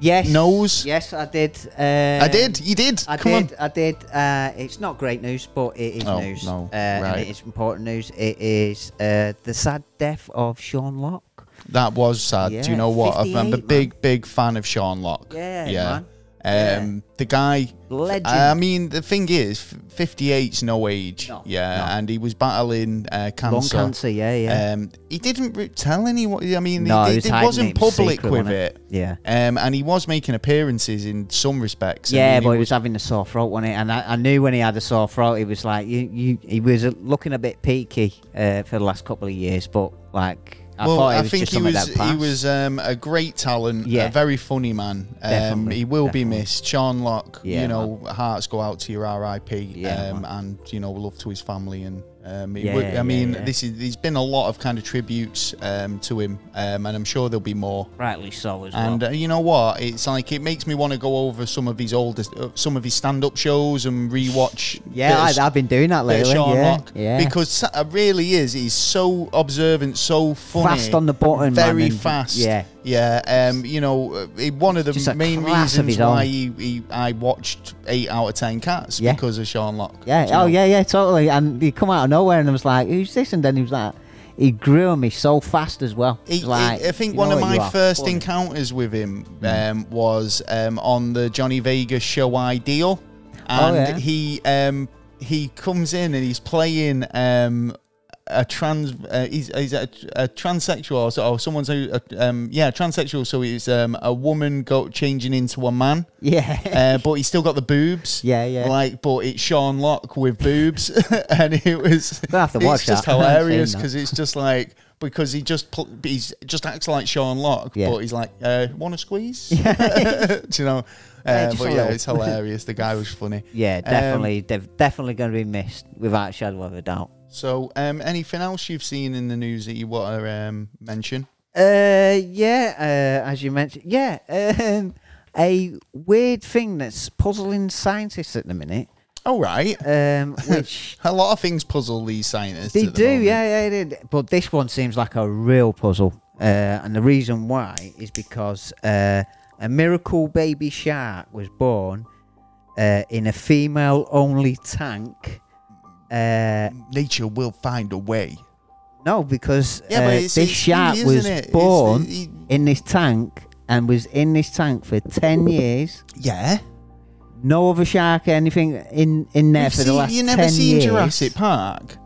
[SPEAKER 2] Yes.
[SPEAKER 1] Nose?
[SPEAKER 2] Yes, I did. Uh,
[SPEAKER 1] I did. You did.
[SPEAKER 2] I
[SPEAKER 1] Come
[SPEAKER 2] did. I did. Uh, it's not great news, but it is
[SPEAKER 1] Oh,
[SPEAKER 2] news.
[SPEAKER 1] no.
[SPEAKER 2] Uh, And
[SPEAKER 1] Right.
[SPEAKER 2] it is important news. It is uh, the sad death of Sean Locke.
[SPEAKER 1] on. That was sad. Do you
[SPEAKER 2] Yeah,
[SPEAKER 1] know what? I'm a
[SPEAKER 2] 58,
[SPEAKER 1] big, big fan of Sean Locke.
[SPEAKER 2] Yeah,
[SPEAKER 1] Yeah.
[SPEAKER 2] man.
[SPEAKER 1] Um, The guy.
[SPEAKER 2] Legend.
[SPEAKER 1] I mean, the thing is, 58's no age.
[SPEAKER 2] No,
[SPEAKER 1] yeah. And he was battling uh,
[SPEAKER 2] Lung cancer, yeah, yeah.
[SPEAKER 1] Um, he didn't re- tell anyone. I mean,
[SPEAKER 2] No,
[SPEAKER 1] he,
[SPEAKER 2] he
[SPEAKER 1] did-
[SPEAKER 2] was
[SPEAKER 1] he
[SPEAKER 2] hiding
[SPEAKER 1] wasn't
[SPEAKER 2] it, it was
[SPEAKER 1] public
[SPEAKER 2] secret,
[SPEAKER 1] with
[SPEAKER 2] wasn't
[SPEAKER 1] it.
[SPEAKER 2] it? Yeah.
[SPEAKER 1] Um, and he was making appearances in some respects. I
[SPEAKER 2] yeah,
[SPEAKER 1] mean,
[SPEAKER 2] but he was having a sore throat, wasn't he? And I, I knew when he had a sore throat, he was like, you, you, he was uh, looking a bit peaky uh, for the last couple of years, but like, I
[SPEAKER 1] well,
[SPEAKER 2] thought he
[SPEAKER 1] I
[SPEAKER 2] was
[SPEAKER 1] think
[SPEAKER 2] just
[SPEAKER 1] he
[SPEAKER 2] on
[SPEAKER 1] was
[SPEAKER 2] that pass.
[SPEAKER 1] he was um, a great talent,
[SPEAKER 2] Yeah.
[SPEAKER 1] a very funny man. Um,
[SPEAKER 2] Definitely,
[SPEAKER 1] he will be
[SPEAKER 2] definitely.
[SPEAKER 1] missed. Sean Locke,
[SPEAKER 2] Yeah,
[SPEAKER 1] you know, hearts go out to your R.I.P.
[SPEAKER 2] Yeah,
[SPEAKER 1] um,
[SPEAKER 2] man.
[SPEAKER 1] and you know, love to his family and. Um, it
[SPEAKER 2] Yeah,
[SPEAKER 1] would- I
[SPEAKER 2] yeah,
[SPEAKER 1] mean,
[SPEAKER 2] yeah.
[SPEAKER 1] this is there's been a lot of kind of tributes um, to him, um, and I'm sure there'll be more.
[SPEAKER 2] Rightly so as well.
[SPEAKER 1] And uh, you know what? It's like it makes me want to go over some of his oldest, uh, some of his stand-up shows and rewatch.
[SPEAKER 2] yeah, I,
[SPEAKER 1] uh, bit of-
[SPEAKER 2] I've been doing that
[SPEAKER 1] bit of
[SPEAKER 2] lately.
[SPEAKER 1] Sean
[SPEAKER 2] yeah,
[SPEAKER 1] Locke.
[SPEAKER 2] yeah.
[SPEAKER 1] because Sa- uh, really is he's so observant, so funny,
[SPEAKER 2] Fast on the button, man,
[SPEAKER 1] very
[SPEAKER 2] and-
[SPEAKER 1] fast.
[SPEAKER 2] yeah.
[SPEAKER 1] yeah. Um, you know, uh, it- one of the
[SPEAKER 2] Just a
[SPEAKER 1] main
[SPEAKER 2] class of
[SPEAKER 1] reasons
[SPEAKER 2] his own.
[SPEAKER 1] why he, he, I watched eight out of ten cats
[SPEAKER 2] Yeah.
[SPEAKER 1] because of Sean Locke.
[SPEAKER 2] Yeah.
[SPEAKER 1] Do you
[SPEAKER 2] Oh,
[SPEAKER 1] know?
[SPEAKER 2] yeah, yeah, totally. And he come out of nowhere, and I was like, "Who's this?" And then he was like, "He grew on me so fast as well."
[SPEAKER 1] He- he-
[SPEAKER 2] like,
[SPEAKER 1] I think
[SPEAKER 2] you
[SPEAKER 1] one
[SPEAKER 2] know
[SPEAKER 1] of
[SPEAKER 2] what, you
[SPEAKER 1] my
[SPEAKER 2] are Hmm.
[SPEAKER 1] first
[SPEAKER 2] funny.
[SPEAKER 1] encounters with him um, was um, on the Johnny Vega show Ideal, and
[SPEAKER 2] Oh, yeah.
[SPEAKER 1] he um, he comes in and he's playing um, a trans uh, he's, he's a, a transsexual or, so, or someone who uh, um, yeah transsexual so he's um, a woman go changing into a man.
[SPEAKER 2] Yeah.
[SPEAKER 1] Uh, but he's still got the boobs.
[SPEAKER 2] Yeah, yeah.
[SPEAKER 1] Like, but it's Sean Locke with boobs, and it was.
[SPEAKER 2] Gonna have to watch
[SPEAKER 1] it's just
[SPEAKER 2] that. I haven't seen
[SPEAKER 1] hilarious
[SPEAKER 2] that.
[SPEAKER 1] because it's just like, because he just pl- he's just acts like Sean Locke,
[SPEAKER 2] Yeah.
[SPEAKER 1] but he's like, uh, "Want to squeeze?" Do you know? Uh,
[SPEAKER 2] just a
[SPEAKER 1] but yeah,
[SPEAKER 2] little.
[SPEAKER 1] it's hilarious. The guy was funny.
[SPEAKER 2] Yeah,
[SPEAKER 1] Um,
[SPEAKER 2] definitely, def- definitely going to be missed without a shadow of a doubt.
[SPEAKER 1] so, um, anything else you've seen in the news that you want to um, mention?
[SPEAKER 2] Uh, yeah, uh, as you mentioned, yeah, um, a weird thing that's puzzling scientists at the minute,
[SPEAKER 1] All right.
[SPEAKER 2] um, which
[SPEAKER 1] A lot of things puzzle these scientists.
[SPEAKER 2] they
[SPEAKER 1] at the
[SPEAKER 2] do,
[SPEAKER 1] moment.
[SPEAKER 2] yeah, yeah, they do. but this one seems like a real puzzle, uh, and the reason why is because uh, a miracle baby shark was born uh, in a female-only tank. Uh,
[SPEAKER 1] Nature will find a way.
[SPEAKER 2] No, because
[SPEAKER 1] Yeah, but
[SPEAKER 2] uh,
[SPEAKER 1] it's-
[SPEAKER 2] this
[SPEAKER 1] it's
[SPEAKER 2] shark
[SPEAKER 1] easy,
[SPEAKER 2] was
[SPEAKER 1] isn't it? It's-
[SPEAKER 2] born
[SPEAKER 1] it-
[SPEAKER 2] in this tank and was in this tank for 10 years.
[SPEAKER 1] Yeah.
[SPEAKER 2] No other shark, anything in, in there
[SPEAKER 1] You've
[SPEAKER 2] for the
[SPEAKER 1] seen-
[SPEAKER 2] last
[SPEAKER 1] you never
[SPEAKER 2] 10
[SPEAKER 1] seen
[SPEAKER 2] years.
[SPEAKER 1] Jurassic Park.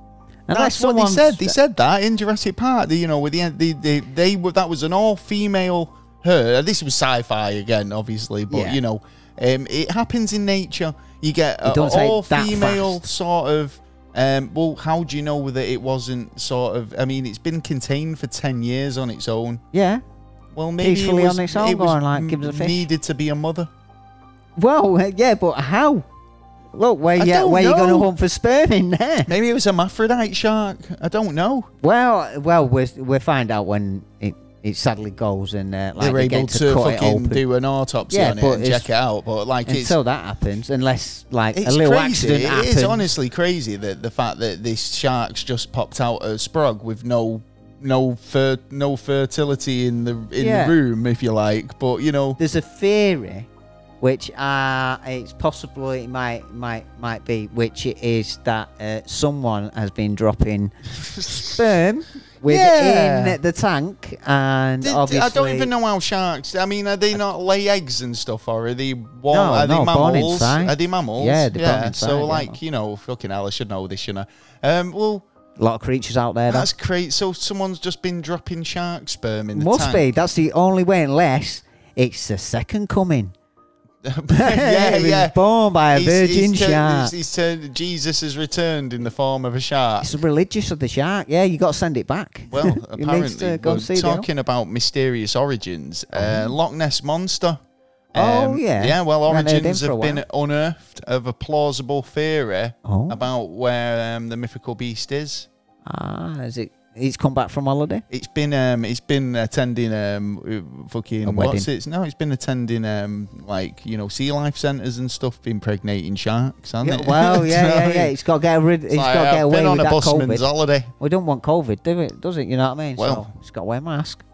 [SPEAKER 2] Unless
[SPEAKER 1] That's what they
[SPEAKER 2] someone's-
[SPEAKER 1] said. They said that in Jurassic Park. They, you know, with the end, they, they, they were that was an all-female herd. This was sci-fi again, obviously, but
[SPEAKER 2] Yeah.
[SPEAKER 1] you know, um, it happens in nature. You get
[SPEAKER 2] They
[SPEAKER 1] an
[SPEAKER 2] don't say that
[SPEAKER 1] all-female
[SPEAKER 2] fast.
[SPEAKER 1] sort of. Um, well, how do you know that it wasn't sort of? I mean, it's been contained for ten years on its own.
[SPEAKER 2] Yeah.
[SPEAKER 1] Well, maybe
[SPEAKER 2] Peacefully
[SPEAKER 1] it was,
[SPEAKER 2] on its own,
[SPEAKER 1] it was
[SPEAKER 2] going like,
[SPEAKER 1] m-
[SPEAKER 2] give us a fish.
[SPEAKER 1] needed to be a mother.
[SPEAKER 2] Well, yeah, but how? Look, where,
[SPEAKER 1] I
[SPEAKER 2] you,
[SPEAKER 1] don't
[SPEAKER 2] where you going
[SPEAKER 1] know.
[SPEAKER 2] to hunt for sperm in there?
[SPEAKER 1] Maybe it was a hermaphrodite shark. I don't know.
[SPEAKER 2] Well, well, we'll, we'll find out when it, it sadly goes and uh, like
[SPEAKER 1] they were
[SPEAKER 2] they get
[SPEAKER 1] able
[SPEAKER 2] to,
[SPEAKER 1] to
[SPEAKER 2] cut it
[SPEAKER 1] fucking
[SPEAKER 2] open.
[SPEAKER 1] do an autopsy
[SPEAKER 2] Yeah,
[SPEAKER 1] on it
[SPEAKER 2] but
[SPEAKER 1] and
[SPEAKER 2] it's-
[SPEAKER 1] check it out. But like, it's
[SPEAKER 2] until that happens, unless like
[SPEAKER 1] it's
[SPEAKER 2] a little
[SPEAKER 1] crazy.
[SPEAKER 2] accident
[SPEAKER 1] It
[SPEAKER 2] happens.
[SPEAKER 1] is honestly crazy that the fact that this shark's just popped out a sprog with no no fer- no fertility in the in
[SPEAKER 2] Yeah.
[SPEAKER 1] the room, if you like. But you know,
[SPEAKER 2] there's a theory which uh, it's possible it might might might be which it is that uh, someone has been dropping sperm within
[SPEAKER 1] Yeah.
[SPEAKER 2] the tank and
[SPEAKER 1] Did-
[SPEAKER 2] obviously
[SPEAKER 1] I don't even know how sharks. I mean, are they not lay eggs and stuff, or are they war-
[SPEAKER 2] No,
[SPEAKER 1] Are
[SPEAKER 2] no,
[SPEAKER 1] they
[SPEAKER 2] born
[SPEAKER 1] mammals?
[SPEAKER 2] inside.
[SPEAKER 1] Are they mammals?
[SPEAKER 2] Yeah, they're born inside,
[SPEAKER 1] So
[SPEAKER 2] yeah.
[SPEAKER 1] like, you know, fucking hell, I should know this, shouldn't I? Um, well,
[SPEAKER 2] a lot of creatures out there that
[SPEAKER 1] that's crazy. So someone's just been dropping shark sperm in the
[SPEAKER 2] must
[SPEAKER 1] tank.
[SPEAKER 2] be that's the only way unless it's the second coming
[SPEAKER 1] yeah,
[SPEAKER 2] He was
[SPEAKER 1] yeah.
[SPEAKER 2] born by a virgin
[SPEAKER 1] he's turned-
[SPEAKER 2] shark
[SPEAKER 1] he's- he's turned- Jesus has returned in the form of a shark.
[SPEAKER 2] it's religious of the shark yeah you got to send it back
[SPEAKER 1] Well,
[SPEAKER 2] It needs to
[SPEAKER 1] apparently,
[SPEAKER 2] go
[SPEAKER 1] we're
[SPEAKER 2] see the-
[SPEAKER 1] talking about mysterious origins. Uh, Loch Ness Monster. Um,
[SPEAKER 2] Oh, yeah.
[SPEAKER 1] Yeah, well,
[SPEAKER 2] Haven't heard him
[SPEAKER 1] origins
[SPEAKER 2] for a
[SPEAKER 1] have been unearthed of a plausible theory
[SPEAKER 2] Oh.
[SPEAKER 1] about where um, the mythical beast is.
[SPEAKER 2] ah is it he's come back from holiday
[SPEAKER 1] It's been um, it's been attending um, uh, fucking
[SPEAKER 2] A wedding.
[SPEAKER 1] what's it? No, it's been attending um, like you know, sea life centres and stuff, impregnating sharks, hasn't
[SPEAKER 2] Yeah,
[SPEAKER 1] it?
[SPEAKER 2] well,
[SPEAKER 1] Do you
[SPEAKER 2] yeah,
[SPEAKER 1] know what I
[SPEAKER 2] yeah,
[SPEAKER 1] mean?
[SPEAKER 2] yeah. It's got to get rid. It's
[SPEAKER 1] Like,
[SPEAKER 2] got to
[SPEAKER 1] I've
[SPEAKER 2] get away
[SPEAKER 1] been on
[SPEAKER 2] with
[SPEAKER 1] a
[SPEAKER 2] that
[SPEAKER 1] busman's
[SPEAKER 2] COVID.
[SPEAKER 1] holiday.
[SPEAKER 2] We don't want COVID, do it? Does it? You know what I mean?
[SPEAKER 1] Well-
[SPEAKER 2] so it's got to wear a mask.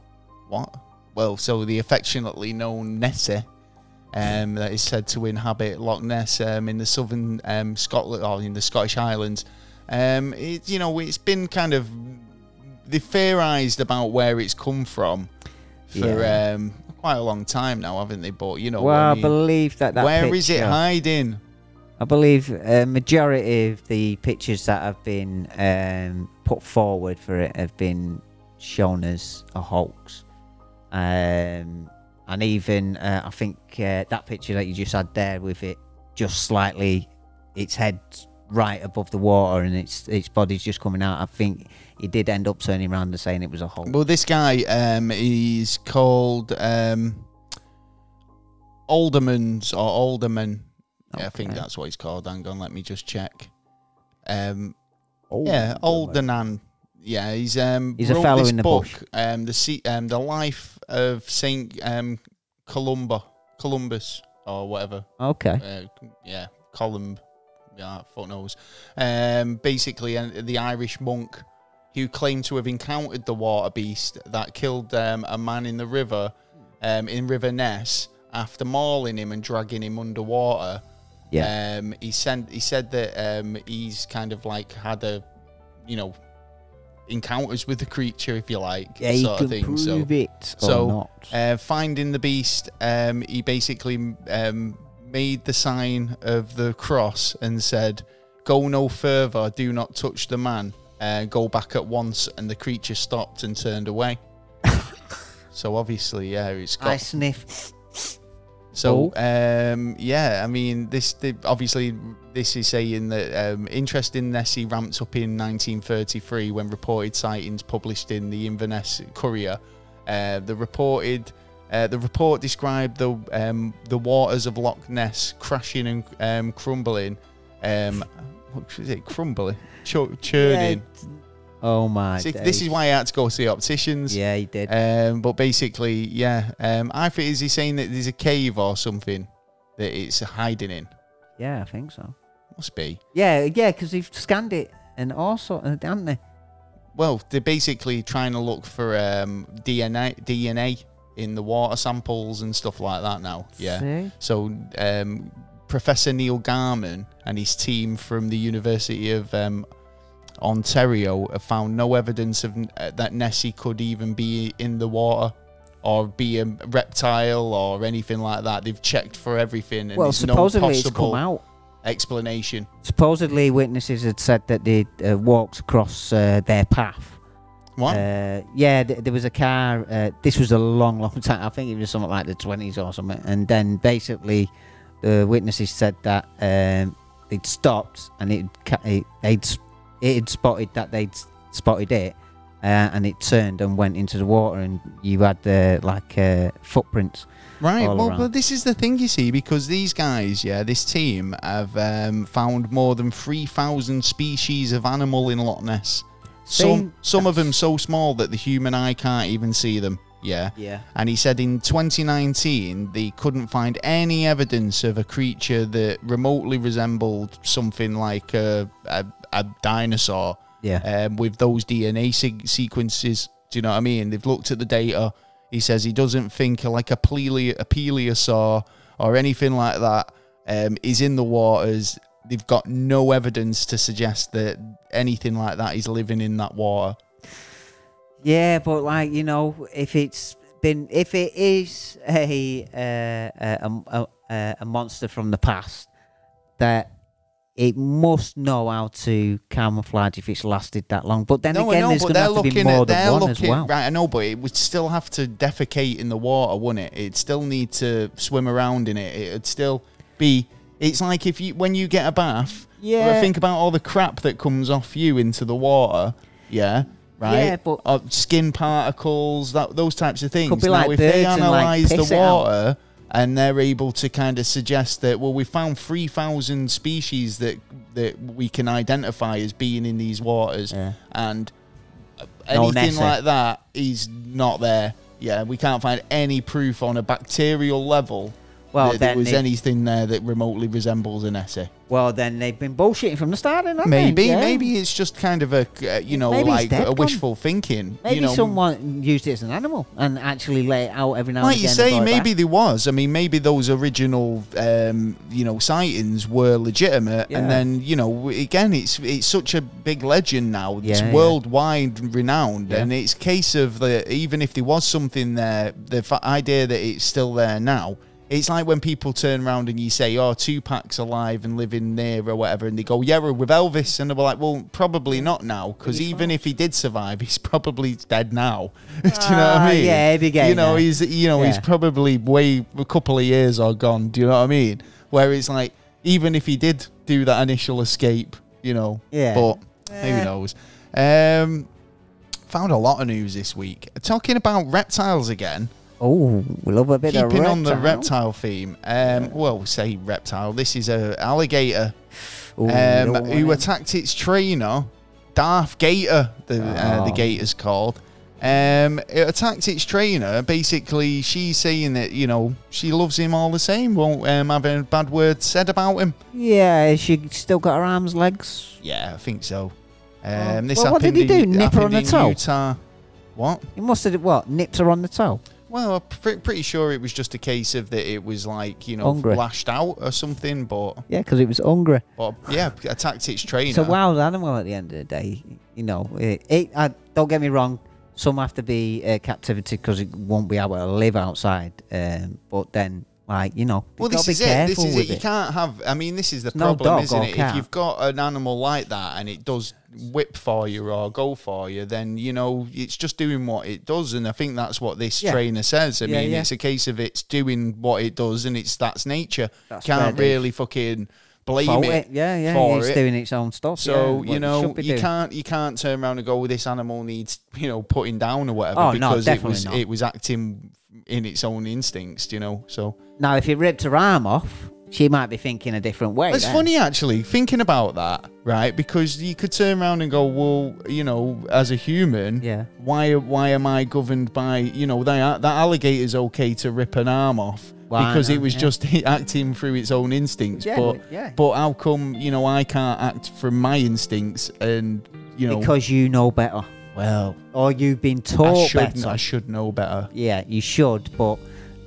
[SPEAKER 1] What? Well, so the affectionately known Nessie, um, that is said to inhabit Loch Ness um, in the southern um, Scotland or in the Scottish Highlands. Um, it, you know, it's been kind of they theorised about where it's come from for
[SPEAKER 2] Yeah.
[SPEAKER 1] um, quite a long time now, haven't they? But you know,
[SPEAKER 2] well, I,
[SPEAKER 1] I mean,
[SPEAKER 2] believe that that.
[SPEAKER 1] where is it
[SPEAKER 2] picture-
[SPEAKER 1] hiding?
[SPEAKER 2] I believe a majority of the pictures that have been um, put forward for it have been shown as a hoax, um, and even uh, I think uh, that picture that you just had there with it just slightly, its head right above the water and its its body's just coming out. I think it did end up turning around and saying it was a hoax.
[SPEAKER 1] Well, this guy, um, he's called um, Alderman's or Alderman. Yeah, I think
[SPEAKER 2] Okay.
[SPEAKER 1] that's what he's called. Hang on, let me just check. Um,
[SPEAKER 2] Old
[SPEAKER 1] yeah,
[SPEAKER 2] woman.
[SPEAKER 1] Alderman. Yeah, he's um.
[SPEAKER 2] He's a
[SPEAKER 1] wrote
[SPEAKER 2] fellow
[SPEAKER 1] this
[SPEAKER 2] in the
[SPEAKER 1] book,
[SPEAKER 2] bush.
[SPEAKER 1] Um, the sea, um, the life of Saint um, Columba, Columbus, or whatever.
[SPEAKER 2] Okay.
[SPEAKER 1] Uh, yeah, Columb. Yeah, fuck knows. Um, basically, uh, the Irish monk who claimed to have encountered the water beast that killed um, a man in the river, um, in River Ness, after mauling him and dragging him underwater.
[SPEAKER 2] Yeah.
[SPEAKER 1] Um, he sent. He said that um, he's kind of like had a, you know, encounters with the creature, if you like,
[SPEAKER 2] yeah, you
[SPEAKER 1] sort
[SPEAKER 2] can
[SPEAKER 1] of thing.
[SPEAKER 2] prove
[SPEAKER 1] So
[SPEAKER 2] it or
[SPEAKER 1] so,
[SPEAKER 2] not.
[SPEAKER 1] uh, finding the beast, um, he basically um, made the sign of the cross and said, "Go no further, do not touch the man. Uh, go back at once." And the creature stopped and turned away. so obviously, yeah, it's got
[SPEAKER 2] I sniff. Oh.
[SPEAKER 1] so um, yeah, I mean, this the, obviously This is saying that um, interest in Nessie ramped up in 1933 when reported sightings published in the Inverness Courier. Uh, the reported uh, the report described the um, the waters of Loch Ness crashing and um, crumbling. Um, what is it? Crumbling, Chu- churning.
[SPEAKER 2] Oh my.
[SPEAKER 1] See, this is
[SPEAKER 2] days.
[SPEAKER 1] why I had to go see opticians.
[SPEAKER 2] Yeah, he did.
[SPEAKER 1] Um, but basically, yeah. Um, I think is he saying that there's a cave or something that it's hiding in?
[SPEAKER 2] yeah, I think so.
[SPEAKER 1] Must be.
[SPEAKER 2] Yeah, yeah, because they've scanned it and all sort, of, haven't they?
[SPEAKER 1] Well, they're basically trying to look for um, DNA DNA in the water samples and stuff like that now. Yeah.
[SPEAKER 2] See?
[SPEAKER 1] So um, Professor Neil Garman and his team from the University of um, Ontario have found no evidence of uh, that Nessie could even be in the water or be a reptile or anything like that. They've checked for everything and
[SPEAKER 2] Well,
[SPEAKER 1] there's no
[SPEAKER 2] supposedly it's come
[SPEAKER 1] possible
[SPEAKER 2] out.
[SPEAKER 1] explanation.
[SPEAKER 2] Supposedly, witnesses had said that they uh, walked across uh, their path.
[SPEAKER 1] What?
[SPEAKER 2] Uh, yeah, th- there was a car. Uh, this was a long, long time. I think it was something like the twenties or something. And then basically, the witnesses said that um, they'd stopped and it, ca- it they'd s- it had spotted that they'd s- spotted it, uh, and it turned and went into the water. And you had uh, like uh, footprints.
[SPEAKER 1] Right.
[SPEAKER 2] all
[SPEAKER 1] Well,
[SPEAKER 2] around.
[SPEAKER 1] but this is the thing you see because these guys, yeah, this team have um, found more than three thousand species of animal in Loch Ness.
[SPEAKER 2] Same-
[SPEAKER 1] Some some of them so small that the human eye can't even see them. Yeah.
[SPEAKER 2] Yeah.
[SPEAKER 1] And he said in 2019 they couldn't find any evidence of a creature that remotely resembled something like a a, a dinosaur
[SPEAKER 2] Yeah.
[SPEAKER 1] um, with those DNA se- sequences. Do you know what I mean? They've looked at the data. He says he doesn't think like a, plele- a plesiosaur or anything like that um, is in the waters. They've got no evidence to suggest that anything like that is living in that water.
[SPEAKER 2] Yeah, but like you know, if it's been, if it is a uh, a, a, a, a monster from the past, that it must know how to camouflage if it's lasted that long. But then
[SPEAKER 1] no,
[SPEAKER 2] again,
[SPEAKER 1] I know,
[SPEAKER 2] there's
[SPEAKER 1] but
[SPEAKER 2] going to
[SPEAKER 1] they're
[SPEAKER 2] have to be
[SPEAKER 1] looking
[SPEAKER 2] more
[SPEAKER 1] at they're
[SPEAKER 2] than one
[SPEAKER 1] looking
[SPEAKER 2] as well.
[SPEAKER 1] right. I know, but it would still have to defecate in the water, wouldn't it? It'd still need to swim around in it. It'd still be. It's like if you when you get a bath.
[SPEAKER 2] Yeah.
[SPEAKER 1] Think about all the crap that comes off you into the water. Yeah. Right.
[SPEAKER 2] Yeah, but-
[SPEAKER 1] Uh, skin particles, that those types of things.
[SPEAKER 2] Could be
[SPEAKER 1] now,
[SPEAKER 2] like
[SPEAKER 1] if they
[SPEAKER 2] birds and, like,
[SPEAKER 1] analyze
[SPEAKER 2] piss
[SPEAKER 1] the
[SPEAKER 2] it out.
[SPEAKER 1] water. And they're able to kind of suggest that well, we found three thousand species that that we can identify as being in these waters,
[SPEAKER 2] Yeah.
[SPEAKER 1] and
[SPEAKER 2] No
[SPEAKER 1] anything
[SPEAKER 2] Nessie.
[SPEAKER 1] like that is not there. Yeah, we can't find any proof on a bacterial level
[SPEAKER 2] Well,
[SPEAKER 1] that there
[SPEAKER 2] then
[SPEAKER 1] was
[SPEAKER 2] they-
[SPEAKER 1] anything there that remotely resembles an essay.
[SPEAKER 2] Well, then they've been bullshitting from the start, haven't they?
[SPEAKER 1] Maybe,
[SPEAKER 2] Yeah.
[SPEAKER 1] maybe it's just kind of a uh, you know
[SPEAKER 2] Maybe it's
[SPEAKER 1] like
[SPEAKER 2] dead
[SPEAKER 1] a
[SPEAKER 2] gone.
[SPEAKER 1] wishful thinking.
[SPEAKER 2] Maybe
[SPEAKER 1] you know,
[SPEAKER 2] someone used it as an animal and actually lay it out every now
[SPEAKER 1] like
[SPEAKER 2] and
[SPEAKER 1] you
[SPEAKER 2] again.
[SPEAKER 1] say,
[SPEAKER 2] and brought it
[SPEAKER 1] maybe
[SPEAKER 2] back.
[SPEAKER 1] there was. I mean, maybe those original, um, you know, sightings were legitimate,
[SPEAKER 2] Yeah.
[SPEAKER 1] and then you know, w- again, it's it's such a big legend now. It's
[SPEAKER 2] Yeah, yeah.
[SPEAKER 1] worldwide renowned,
[SPEAKER 2] Yeah.
[SPEAKER 1] and it's case of the even if there was something there, the fa- idea that it's still there now. It's like when people turn around and you say, "Oh, Tupac's alive and living near or whatever," and they go, "Yeah, we're with Elvis," and they're like, "Well, probably not now, because even if he did survive, he's probably dead now." Do you know what
[SPEAKER 2] Ah,
[SPEAKER 1] I mean?
[SPEAKER 2] yeah, it'd be gay
[SPEAKER 1] You know,
[SPEAKER 2] now.
[SPEAKER 1] he's you know he's
[SPEAKER 2] Yeah.
[SPEAKER 1] probably way a couple of years are gone. Do you know what I mean? Where it's like even if he did do that initial escape, you know,
[SPEAKER 2] Yeah.
[SPEAKER 1] But who knows? Um, found a lot of news this week. Talking about reptiles again.
[SPEAKER 2] Oh, we love a bit of
[SPEAKER 1] keeping
[SPEAKER 2] reptile.
[SPEAKER 1] on the reptile theme. Um, well, we say reptile. This is a alligator
[SPEAKER 2] Ooh, eh? we
[SPEAKER 1] um,
[SPEAKER 2] don't
[SPEAKER 1] who
[SPEAKER 2] want it.
[SPEAKER 1] attacked its trainer, Darth Gator. The uh, the
[SPEAKER 2] Oh.
[SPEAKER 1] gator's called. Um, it attacked its trainer. Basically, she's saying that you know she loves him all the same. Won't um, have a bad word said about him.
[SPEAKER 2] Yeah, she still got her arms, legs.
[SPEAKER 1] Yeah, I think so.
[SPEAKER 2] Oh.
[SPEAKER 1] Um, this
[SPEAKER 2] Well, what did
[SPEAKER 1] happened
[SPEAKER 2] he
[SPEAKER 1] in-
[SPEAKER 2] do? Nip her
[SPEAKER 1] happened
[SPEAKER 2] on the
[SPEAKER 1] in
[SPEAKER 2] toe?
[SPEAKER 1] Utah. What?
[SPEAKER 2] He must have what nipped her on the toe.
[SPEAKER 1] Well, I'm pre- pretty sure it was just a case of that it was like you know
[SPEAKER 2] Hungry.
[SPEAKER 1] lashed out or something. But
[SPEAKER 2] Yeah, because it was hungry.
[SPEAKER 1] but yeah, attacked its trainer.
[SPEAKER 2] It's a wild animal at the end of the day. You know, it, it, uh, don't get me wrong. Some have to be uh, captivity because it won't be able to live outside. Um, but then, like you know,
[SPEAKER 1] Well,
[SPEAKER 2] you've
[SPEAKER 1] this
[SPEAKER 2] gotta
[SPEAKER 1] is
[SPEAKER 2] be
[SPEAKER 1] it. This
[SPEAKER 2] careful
[SPEAKER 1] is
[SPEAKER 2] with
[SPEAKER 1] it. You can't have. I mean, this is the
[SPEAKER 2] It's no
[SPEAKER 1] problem,
[SPEAKER 2] dog
[SPEAKER 1] isn't
[SPEAKER 2] or
[SPEAKER 1] it? If
[SPEAKER 2] cat.
[SPEAKER 1] you've got an animal like that and it does whip for you or go for you, then you know it's just doing what it does, and I think that's what this
[SPEAKER 2] Yeah.
[SPEAKER 1] trainer says. I
[SPEAKER 2] Yeah,
[SPEAKER 1] mean,
[SPEAKER 2] yeah.
[SPEAKER 1] it's a case of it's doing what it does, and it's that's nature.
[SPEAKER 2] That's
[SPEAKER 1] can't
[SPEAKER 2] fair, Dave.
[SPEAKER 1] really fucking blame
[SPEAKER 2] fault
[SPEAKER 1] it,
[SPEAKER 2] it. Yeah, yeah.
[SPEAKER 1] for
[SPEAKER 2] It's
[SPEAKER 1] it.
[SPEAKER 2] doing its own stuff. yeah,
[SPEAKER 1] So
[SPEAKER 2] what
[SPEAKER 1] you
[SPEAKER 2] it
[SPEAKER 1] know
[SPEAKER 2] should be
[SPEAKER 1] you
[SPEAKER 2] doing.
[SPEAKER 1] can't you can't turn around and go, well, this animal needs you know putting down or whatever
[SPEAKER 2] Oh, no,
[SPEAKER 1] because it
[SPEAKER 2] definitely
[SPEAKER 1] was
[SPEAKER 2] not.
[SPEAKER 1] it was acting in its own instincts, you know. So
[SPEAKER 2] Now, if you ripped her arm off, she might be thinking a different way.
[SPEAKER 1] it's
[SPEAKER 2] then.
[SPEAKER 1] funny actually thinking about that, right? Because you could turn around and go, well, you know, as a human,
[SPEAKER 2] Yeah.
[SPEAKER 1] why why am I governed by you know that that alligator's okay to rip an arm off
[SPEAKER 2] Why
[SPEAKER 1] because it
[SPEAKER 2] not?
[SPEAKER 1] was
[SPEAKER 2] Yeah.
[SPEAKER 1] just acting through its own instincts,
[SPEAKER 2] Yeah,
[SPEAKER 1] but
[SPEAKER 2] yeah.
[SPEAKER 1] but how come you know I can't act from my instincts and you know
[SPEAKER 2] Because you know better.
[SPEAKER 1] well.
[SPEAKER 2] Or you've been
[SPEAKER 1] I
[SPEAKER 2] taught
[SPEAKER 1] should,
[SPEAKER 2] better.
[SPEAKER 1] I should know better.
[SPEAKER 2] yeah, you should, but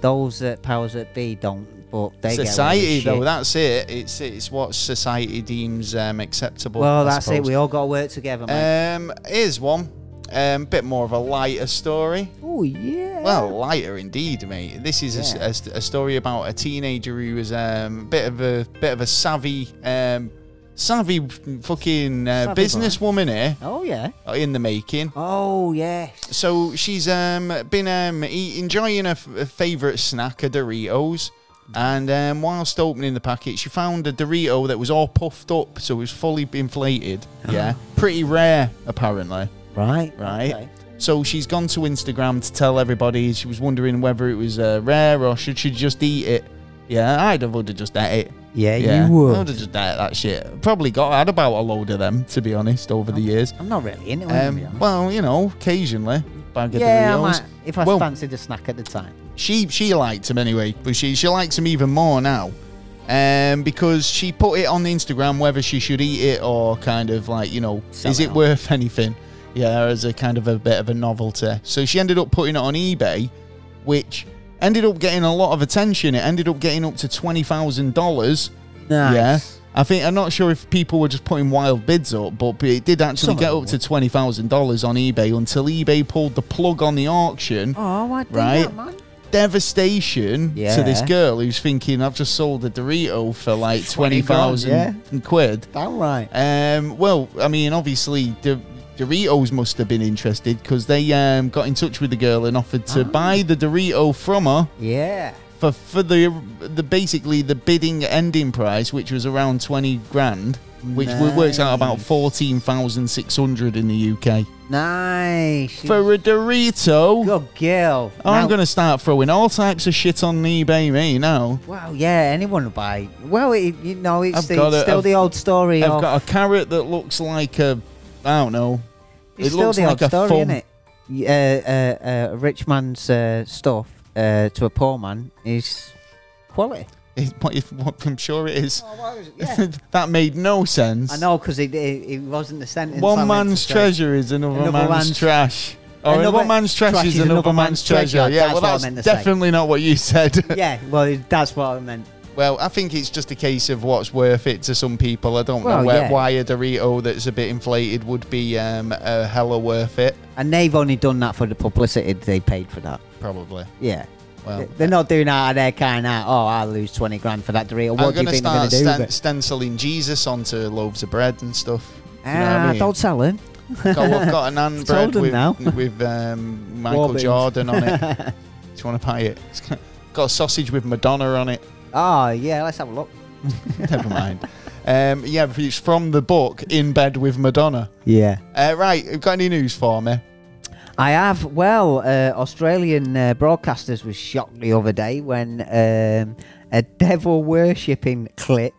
[SPEAKER 2] those that powers that be don't. But they
[SPEAKER 1] society,
[SPEAKER 2] get away
[SPEAKER 1] though,
[SPEAKER 2] with shit.
[SPEAKER 1] that's it. It's it's what society deems um, acceptable.
[SPEAKER 2] Well,
[SPEAKER 1] I
[SPEAKER 2] that's it.
[SPEAKER 1] suppose.
[SPEAKER 2] We all got to work together, man.
[SPEAKER 1] Um, here's one. Um, bit more of a lighter story.
[SPEAKER 2] oh yeah.
[SPEAKER 1] Well, lighter indeed, mate. This is a s-
[SPEAKER 2] Yeah.
[SPEAKER 1] a s- a, story about a teenager who was um, a bit of a bit of a savvy, um, savvy fucking uh,
[SPEAKER 2] Savvy boy.
[SPEAKER 1] businesswoman here
[SPEAKER 2] Oh yeah.
[SPEAKER 1] uh, in the making.
[SPEAKER 2] Oh yes.
[SPEAKER 1] So she's um, been um, eat, enjoying her f- her favourite snack, a Doritos. And um, whilst opening the packet, she found a Dorito that was all puffed up, so it was fully inflated.
[SPEAKER 2] Uh-huh.
[SPEAKER 1] Yeah. Pretty rare, apparently.
[SPEAKER 2] Right.
[SPEAKER 1] Right.
[SPEAKER 2] okay.
[SPEAKER 1] So she's gone to Instagram to tell everybody. She was wondering whether it was uh, rare or should she just eat it. Yeah, I'd have would have just ate it.
[SPEAKER 2] Yeah,
[SPEAKER 1] Yeah,
[SPEAKER 2] you
[SPEAKER 1] I would
[SPEAKER 2] would.
[SPEAKER 1] have just ate that shit. Probably got had about a load of them, to be honest, over the years.
[SPEAKER 2] Oh, I'm not really into it. to be
[SPEAKER 1] Um,
[SPEAKER 2] honest.
[SPEAKER 1] well, you know, occasionally bag of
[SPEAKER 2] yeah, I
[SPEAKER 1] Doritos.
[SPEAKER 2] might, if I
[SPEAKER 1] Well-
[SPEAKER 2] fancied a snack at the time.
[SPEAKER 1] She she liked him anyway, but she she likes him even more now, um, because she put it on Instagram whether she should eat it or kind of like you know
[SPEAKER 2] Sell
[SPEAKER 1] is
[SPEAKER 2] it
[SPEAKER 1] it
[SPEAKER 2] on.
[SPEAKER 1] worth anything? Yeah, as a kind of a bit of a novelty. So she ended up putting it on eBay, which ended up getting a lot of attention. It ended up getting up to twenty thousand dollars. Yeah.
[SPEAKER 2] Nice.
[SPEAKER 1] I think I'm not sure if people were just putting wild bids up, but it did actually
[SPEAKER 2] Some of
[SPEAKER 1] get
[SPEAKER 2] them
[SPEAKER 1] up to twenty thousand dollars on eBay until eBay pulled the plug on the auction
[SPEAKER 2] Oh, I did
[SPEAKER 1] Right.
[SPEAKER 2] that, man.
[SPEAKER 1] devastation to this
[SPEAKER 2] Yeah.
[SPEAKER 1] girl who's thinking I've just sold a Dorito for like twenty thousand
[SPEAKER 2] grand,
[SPEAKER 1] quid.
[SPEAKER 2] Downright.
[SPEAKER 1] Um, well, I mean, obviously the Doritos must have been interested because they um, got in touch with the girl and offered to
[SPEAKER 2] Ah.
[SPEAKER 1] buy the Dorito from her
[SPEAKER 2] Yeah.
[SPEAKER 1] for for the the basically the bidding ending price, which was around twenty grand, which wo- works out about
[SPEAKER 2] Nice.
[SPEAKER 1] fourteen thousand six hundred in the UK
[SPEAKER 2] Nice.
[SPEAKER 1] for a Dorito.
[SPEAKER 2] Good girl.
[SPEAKER 1] I'm
[SPEAKER 2] Now-
[SPEAKER 1] going to start throwing all types of shit on eBay, me, now.
[SPEAKER 2] Well, yeah, anyone will buy. Well, it, you know, it's,
[SPEAKER 1] I've
[SPEAKER 2] the,
[SPEAKER 1] got
[SPEAKER 2] it's
[SPEAKER 1] it,
[SPEAKER 2] still
[SPEAKER 1] I've-
[SPEAKER 2] the old story
[SPEAKER 1] I've
[SPEAKER 2] of.
[SPEAKER 1] got a carrot that looks like a, I don't know.
[SPEAKER 2] it's
[SPEAKER 1] it
[SPEAKER 2] still
[SPEAKER 1] looks
[SPEAKER 2] the
[SPEAKER 1] like
[SPEAKER 2] old
[SPEAKER 1] a
[SPEAKER 2] story,
[SPEAKER 1] thumb.
[SPEAKER 2] innit? Y- Uh, uh, uh, a rich man's uh, stuff uh, to a poor man is quality.
[SPEAKER 1] It, what, if, what, I'm sure it is.
[SPEAKER 2] Oh, yeah.
[SPEAKER 1] that made no sense.
[SPEAKER 2] I know, because it, it, it wasn't the sentence. I
[SPEAKER 1] One
[SPEAKER 2] meant to
[SPEAKER 1] man's
[SPEAKER 2] say.
[SPEAKER 1] treasure is another,
[SPEAKER 2] Another
[SPEAKER 1] man's,
[SPEAKER 2] man's-
[SPEAKER 1] trash. Or
[SPEAKER 2] Another
[SPEAKER 1] one man's trash, is another, man's treasure. Yeah, well,
[SPEAKER 2] That's what I
[SPEAKER 1] that's
[SPEAKER 2] meant to say.
[SPEAKER 1] definitely not what you said.
[SPEAKER 2] Yeah, well, that's what I meant.
[SPEAKER 1] well, I think it's just a case of what's worth it to some people. I don't know
[SPEAKER 2] Well,
[SPEAKER 1] where,
[SPEAKER 2] yeah.
[SPEAKER 1] why a Dorito that's a bit inflated would be um, a hella worth it.
[SPEAKER 2] And they've only done that for the publicity they paid for that.
[SPEAKER 1] Probably.
[SPEAKER 2] Yeah.
[SPEAKER 1] Well,
[SPEAKER 2] They- They're not doing that. They're kind of, oh, I'll lose 20 grand for that Dorito.
[SPEAKER 1] I'm
[SPEAKER 2] What do you
[SPEAKER 1] gonna
[SPEAKER 2] think they're
[SPEAKER 1] start
[SPEAKER 2] going to do with
[SPEAKER 1] stan-
[SPEAKER 2] it?
[SPEAKER 1] stenciling Jesus onto loaves of bread and stuff. You know what I
[SPEAKER 2] Ah,
[SPEAKER 1] mean?
[SPEAKER 2] don't tell him.
[SPEAKER 1] Go, I've got an hand
[SPEAKER 2] Told
[SPEAKER 1] bread
[SPEAKER 2] them
[SPEAKER 1] with,
[SPEAKER 2] now.
[SPEAKER 1] with um, Michael
[SPEAKER 2] beans.
[SPEAKER 1] Jordan on it. Do you want to buy it? It's got- got a sausage with Madonna on it.
[SPEAKER 2] Oh, yeah, let's have a look.
[SPEAKER 1] Never mind. Um, yeah, but it's from the book In Bed with Madonna.
[SPEAKER 2] Yeah.
[SPEAKER 1] Uh, right, have got any news for me?
[SPEAKER 2] I have. Well, uh, Australian uh, broadcasters was shocked the other day when um, a devil worshipping clip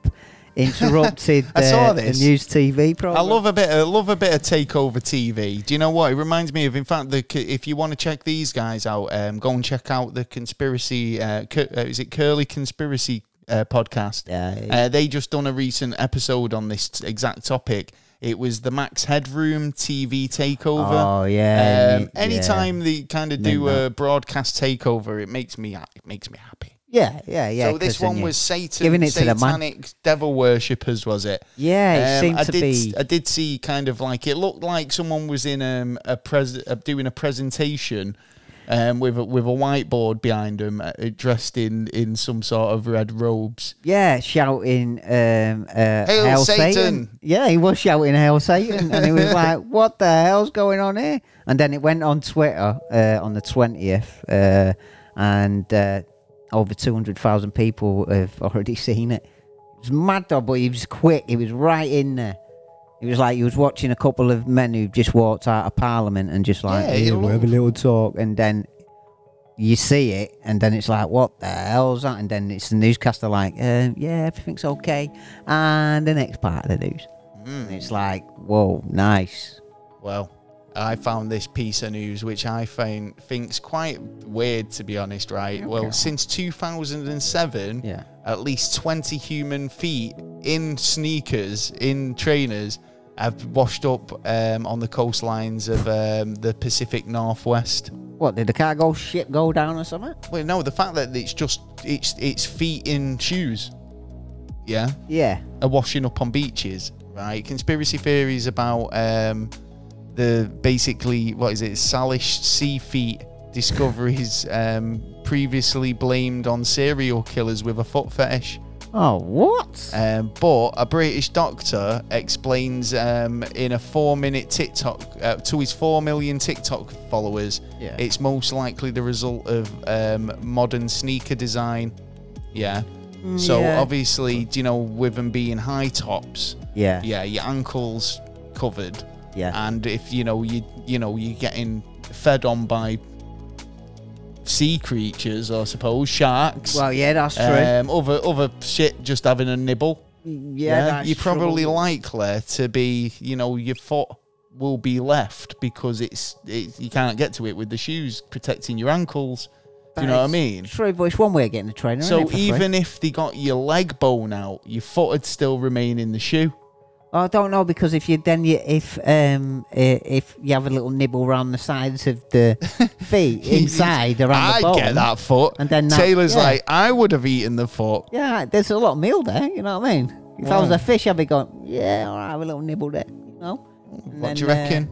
[SPEAKER 2] interrupted
[SPEAKER 1] I saw
[SPEAKER 2] uh,
[SPEAKER 1] this.
[SPEAKER 2] the news TV program.
[SPEAKER 1] I love a bit. I love a bit of takeover TV. Do you know what? It reminds me of. In fact, the c- if you want to check these guys out, um, go and check out the conspiracy. Uh, Cur- uh, is it Curly Conspiracy uh, podcast?
[SPEAKER 2] Yeah, yeah.
[SPEAKER 1] Uh, they just done a recent episode on this t- exact topic. It was the Max Headroom TV takeover.
[SPEAKER 2] Oh, yeah,
[SPEAKER 1] Um,
[SPEAKER 2] y- yeah.
[SPEAKER 1] anytime they kind of do
[SPEAKER 2] Remember.
[SPEAKER 1] a broadcast takeover, it makes me. ha- It makes me happy.
[SPEAKER 2] Yeah, yeah, yeah.
[SPEAKER 1] so this
[SPEAKER 2] 'cause then
[SPEAKER 1] one
[SPEAKER 2] you-
[SPEAKER 1] was Satan,
[SPEAKER 2] giving it to the man.
[SPEAKER 1] satanic devil worshippers, was it?
[SPEAKER 2] Yeah, it
[SPEAKER 1] Um,
[SPEAKER 2] seemed
[SPEAKER 1] I
[SPEAKER 2] to
[SPEAKER 1] did,
[SPEAKER 2] be.
[SPEAKER 1] I did see kind of like it looked like someone was in um, a pres uh, doing a presentation. Um, with a, with a whiteboard behind them, uh, dressed in, in some sort of red robes.
[SPEAKER 2] Yeah, shouting um, uh,
[SPEAKER 1] Hail
[SPEAKER 2] "Hail,
[SPEAKER 1] Satan!"
[SPEAKER 2] Satan. Yeah, he was shouting "Hail Satan," and he was like, "What the hell's going on here?" And then it went on Twitter uh, on the twentieth, uh, and uh, over two hundred thousand people have already seen it. was mad dog, but he was quick. He was right in there. It was like he was watching a couple of men who just walked out of Parliament and just like
[SPEAKER 1] Yeah,
[SPEAKER 2] "Hey,
[SPEAKER 1] it'll
[SPEAKER 2] we'll have a
[SPEAKER 1] all-
[SPEAKER 2] little talk, and then you see it, and then it's like, what the hell's that? And then it's the newscaster like, um, yeah, everything's okay, and the next part of the news, and it's like, whoa, nice.
[SPEAKER 1] Well, I found this piece of news which I find think's quite weird to be honest, right? Well, since 2007,
[SPEAKER 2] Oh, Yeah.
[SPEAKER 1] at least 20 human feet in sneakers, in trainers, have washed up um, on the coastlines of um, the Pacific Northwest.
[SPEAKER 2] What did the cargo ship go down or something?
[SPEAKER 1] Well, no, the fact that it's just it's it's feet in shoes, yeah,
[SPEAKER 2] Yeah,
[SPEAKER 1] are washing up on beaches, right? Conspiracy theories about um, the basically what is it, Salish sea feet discoveries um, previously blamed on serial killers with a foot fetish.
[SPEAKER 2] Oh, what?
[SPEAKER 1] Um, but a British doctor explains um, in a four-minute TikTok uh, to his four million TikTok followers,
[SPEAKER 2] Yeah.
[SPEAKER 1] it's most likely the result of um, modern sneaker design. Yeah. So
[SPEAKER 2] Mm, yeah.
[SPEAKER 1] obviously, do you know, with them being high tops,
[SPEAKER 2] yeah,
[SPEAKER 1] yeah, your ankles covered,
[SPEAKER 2] yeah,
[SPEAKER 1] and if you know you you know you're getting fed on by sea creatures, I suppose sharks.
[SPEAKER 2] Well, yeah, that's true.
[SPEAKER 1] Um, other other shit, just having a nibble.
[SPEAKER 2] Uh, yeah, that's
[SPEAKER 1] you're probably
[SPEAKER 2] true.
[SPEAKER 1] likely to be, you know, your foot will be left because it's it, you can't get to it with the shoes protecting your ankles. Do you know what I
[SPEAKER 2] That's
[SPEAKER 1] mean?
[SPEAKER 2] True, but it's one way of getting the trainer. isn't
[SPEAKER 1] So
[SPEAKER 2] it, for free?
[SPEAKER 1] even if they got your leg bone out, your foot would still remain in the shoe.
[SPEAKER 2] I don't know because if you then you, if um eh, if you have a little nibble round the sides of the feet inside around
[SPEAKER 1] I
[SPEAKER 2] the bottom,
[SPEAKER 1] get that foot.
[SPEAKER 2] And then that-
[SPEAKER 1] Taylor's
[SPEAKER 2] yeah.
[SPEAKER 1] like, I would have eaten the foot.
[SPEAKER 2] Yeah, there's a lot of meal there. You know what I mean? If I was a fish, I'd be going, yeah, all right, have a little nibble there. You know? And
[SPEAKER 1] What do you
[SPEAKER 2] then, uh,
[SPEAKER 1] reckon?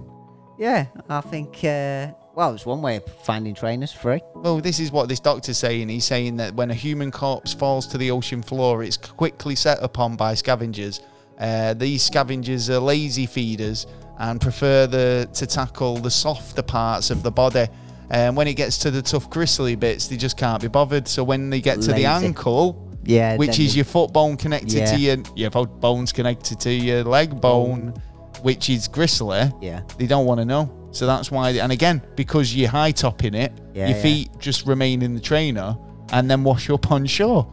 [SPEAKER 2] yeah, I think. Uh, well, it's one way of finding trainers free.
[SPEAKER 1] Well, this is what this doctor's saying. He's saying that when a human corpse falls to the ocean floor, it's quickly set upon by scavengers. Uh, these scavengers are lazy feeders and prefer the, to tackle the softer parts of the body. And when it gets to the tough, gristly bits, they just can't be bothered. So when they get to
[SPEAKER 2] Lazy.
[SPEAKER 1] the ankle,
[SPEAKER 2] Yeah,
[SPEAKER 1] which
[SPEAKER 2] then
[SPEAKER 1] is your foot bone connected
[SPEAKER 2] Yeah.
[SPEAKER 1] to your your foot bone's connected to your leg bone, which is gristly.
[SPEAKER 2] Yeah.
[SPEAKER 1] They don't want to know. So that's why and again, because you're high topping it,
[SPEAKER 2] Yeah,
[SPEAKER 1] your
[SPEAKER 2] yeah.
[SPEAKER 1] feet just remain in the trainer and then wash up on shore.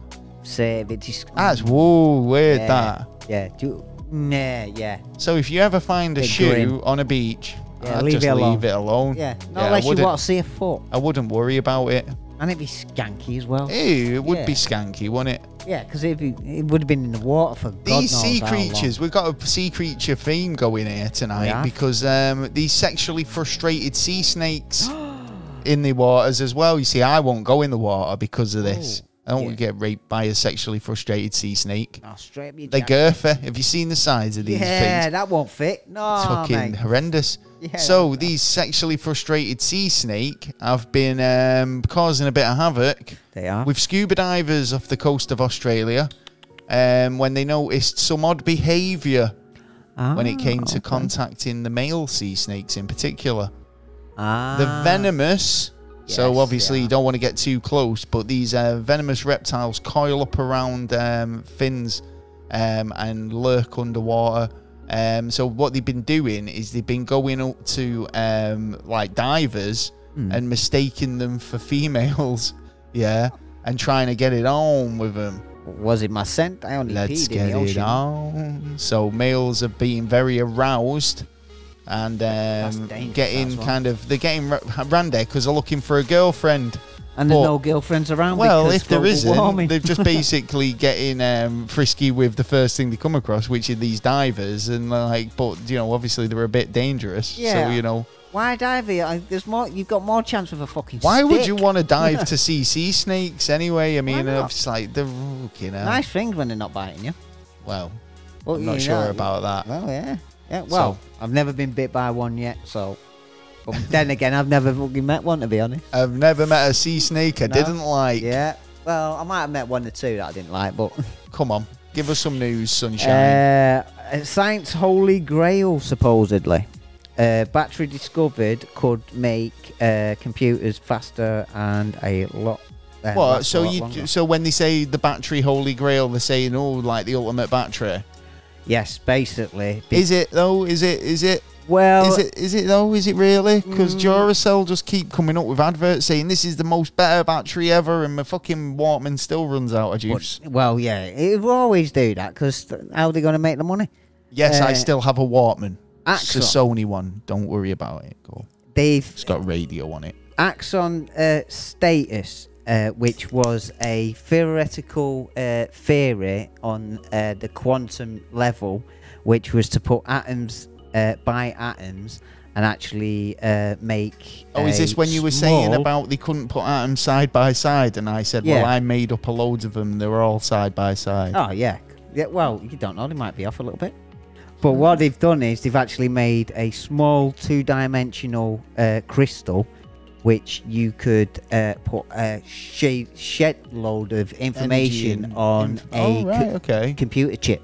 [SPEAKER 2] save it. Just,
[SPEAKER 1] That's whoa, weird
[SPEAKER 2] yeah,
[SPEAKER 1] Ah, that.
[SPEAKER 2] Yeah, do, nah, yeah,
[SPEAKER 1] So if you ever find a
[SPEAKER 2] Bit
[SPEAKER 1] shoe
[SPEAKER 2] grim.
[SPEAKER 1] on a beach,
[SPEAKER 2] Yeah,
[SPEAKER 1] I'd
[SPEAKER 2] leave
[SPEAKER 1] just
[SPEAKER 2] it alone.
[SPEAKER 1] leave it alone.
[SPEAKER 2] yeah. Not
[SPEAKER 1] I
[SPEAKER 2] unless you
[SPEAKER 1] wouldn't-
[SPEAKER 2] want to see a foot,
[SPEAKER 1] I wouldn't worry about it.
[SPEAKER 2] and it'd be skanky as well.
[SPEAKER 1] Ew, it would be
[SPEAKER 2] Yeah.
[SPEAKER 1] skanky, wouldn't it?
[SPEAKER 2] Yeah, because it would have been in the water for God
[SPEAKER 1] these
[SPEAKER 2] knows
[SPEAKER 1] sea
[SPEAKER 2] how long.
[SPEAKER 1] creatures we've got a sea creature theme going here tonight
[SPEAKER 2] We have.
[SPEAKER 1] because um, these sexually frustrated sea snakes in the waters as well you see i won't go in the water because of this i don't want to get raped by a sexually frustrated sea snake
[SPEAKER 2] Oh, straight up your
[SPEAKER 1] they're
[SPEAKER 2] jack-
[SPEAKER 1] girthy have you seen the size of these
[SPEAKER 2] Yeah,
[SPEAKER 1] things
[SPEAKER 2] that won't fit. No,
[SPEAKER 1] it's fucking
[SPEAKER 2] Oh, mate.
[SPEAKER 1] horrendous
[SPEAKER 2] Yeah,
[SPEAKER 1] so these sexually frustrated sea snake have been um, causing a bit of havoc
[SPEAKER 2] They are.
[SPEAKER 1] with scuba divers off the coast of Australia um, when they noticed some odd behaviour when it came
[SPEAKER 2] Oh,
[SPEAKER 1] to contacting the male sea snakes in particular.
[SPEAKER 2] Ah,
[SPEAKER 1] The venomous,
[SPEAKER 2] Yes,
[SPEAKER 1] so obviously
[SPEAKER 2] yeah.
[SPEAKER 1] you don't want to get too close, but these uh, venomous reptiles coil up around um, fins um, and lurk underwater. Um, so what they've been doing is they've been going up to um, like divers
[SPEAKER 2] Hmm.
[SPEAKER 1] and mistaking them for females, yeah, and trying to get it on with them.
[SPEAKER 2] was it my scent? I only
[SPEAKER 1] Let's
[SPEAKER 2] peed in
[SPEAKER 1] get
[SPEAKER 2] the
[SPEAKER 1] it
[SPEAKER 2] ocean.
[SPEAKER 1] on. So males are being very aroused and um,
[SPEAKER 2] dangerous,
[SPEAKER 1] getting
[SPEAKER 2] that's what-
[SPEAKER 1] kind of they're getting ra- randy because they're looking for a girlfriend.
[SPEAKER 2] And there's
[SPEAKER 1] But-
[SPEAKER 2] no girlfriends around.
[SPEAKER 1] Well,
[SPEAKER 2] because
[SPEAKER 1] if there
[SPEAKER 2] global
[SPEAKER 1] isn't,
[SPEAKER 2] warming.
[SPEAKER 1] they're just basically getting um, frisky with the first thing they come across, which are these divers, and they're like, but you know, obviously they're a bit dangerous.
[SPEAKER 2] Yeah.
[SPEAKER 1] So you know,
[SPEAKER 2] Why dive here? I- There's more. You've got more chance with a fucking.
[SPEAKER 1] why would you
[SPEAKER 2] stick.
[SPEAKER 1] want to dive to see sea snakes anyway? I mean,
[SPEAKER 2] not?
[SPEAKER 1] it's like they're you know,
[SPEAKER 2] Nice things when they're not biting you.
[SPEAKER 1] well,
[SPEAKER 2] Well,
[SPEAKER 1] I'm not
[SPEAKER 2] you
[SPEAKER 1] sure
[SPEAKER 2] know,
[SPEAKER 1] about that.
[SPEAKER 2] Well, yeah, yeah. Well, I've never been bit by one yet, so. But then again, I've never fucking met one to be honest.
[SPEAKER 1] I've never met a sea snake I
[SPEAKER 2] No?
[SPEAKER 1] didn't like.
[SPEAKER 2] Yeah. Well, I might have met one or two that I didn't like, but.
[SPEAKER 1] Come on, give us some news, sunshine.
[SPEAKER 2] Uh, science holy grail, supposedly. Uh, battery discovered could make uh, computers faster and a lot Uh,
[SPEAKER 1] Well,
[SPEAKER 2] lasts a
[SPEAKER 1] so
[SPEAKER 2] lot
[SPEAKER 1] you
[SPEAKER 2] longer.
[SPEAKER 1] so when they say the battery holy grail, they're saying oh, like the ultimate battery.
[SPEAKER 2] yes, basically. Be-
[SPEAKER 1] Is it though? Is it? Is it?
[SPEAKER 2] well, mm.
[SPEAKER 1] Is it? Is it though? Is it really? Because Duracell just keep coming up with adverts saying this is the most better battery ever, and my fucking Walkman still runs out of juice.
[SPEAKER 2] well, yeah, it will always do that because how are they going to make the money?
[SPEAKER 1] yes, I
[SPEAKER 2] uh,
[SPEAKER 1] still have a Walkman. It's a
[SPEAKER 2] Axon.
[SPEAKER 1] Sony one. Don't worry about it. Go.
[SPEAKER 2] They've
[SPEAKER 1] It's got radio on it.
[SPEAKER 2] Axon uh, Status, uh, which was a theoretical uh, theory on uh, the quantum level, which was to put atoms uh, by atoms and actually uh, make.
[SPEAKER 1] Oh, is
[SPEAKER 2] a
[SPEAKER 1] this when you were saying
[SPEAKER 2] small-
[SPEAKER 1] about they couldn't put atoms side by side? And I said, well,
[SPEAKER 2] Yeah.
[SPEAKER 1] I made up a loads of them. They were all side by side.
[SPEAKER 2] Oh yeah, yeah. Well, you don't know; they might be off a little bit. But what they've done is they've actually made a small two-dimensional uh, crystal, which you could uh, put a shed, shed load of information
[SPEAKER 1] and
[SPEAKER 2] on
[SPEAKER 1] inf-
[SPEAKER 2] a
[SPEAKER 1] Oh,
[SPEAKER 2] co-
[SPEAKER 1] right, okay.
[SPEAKER 2] computer chip.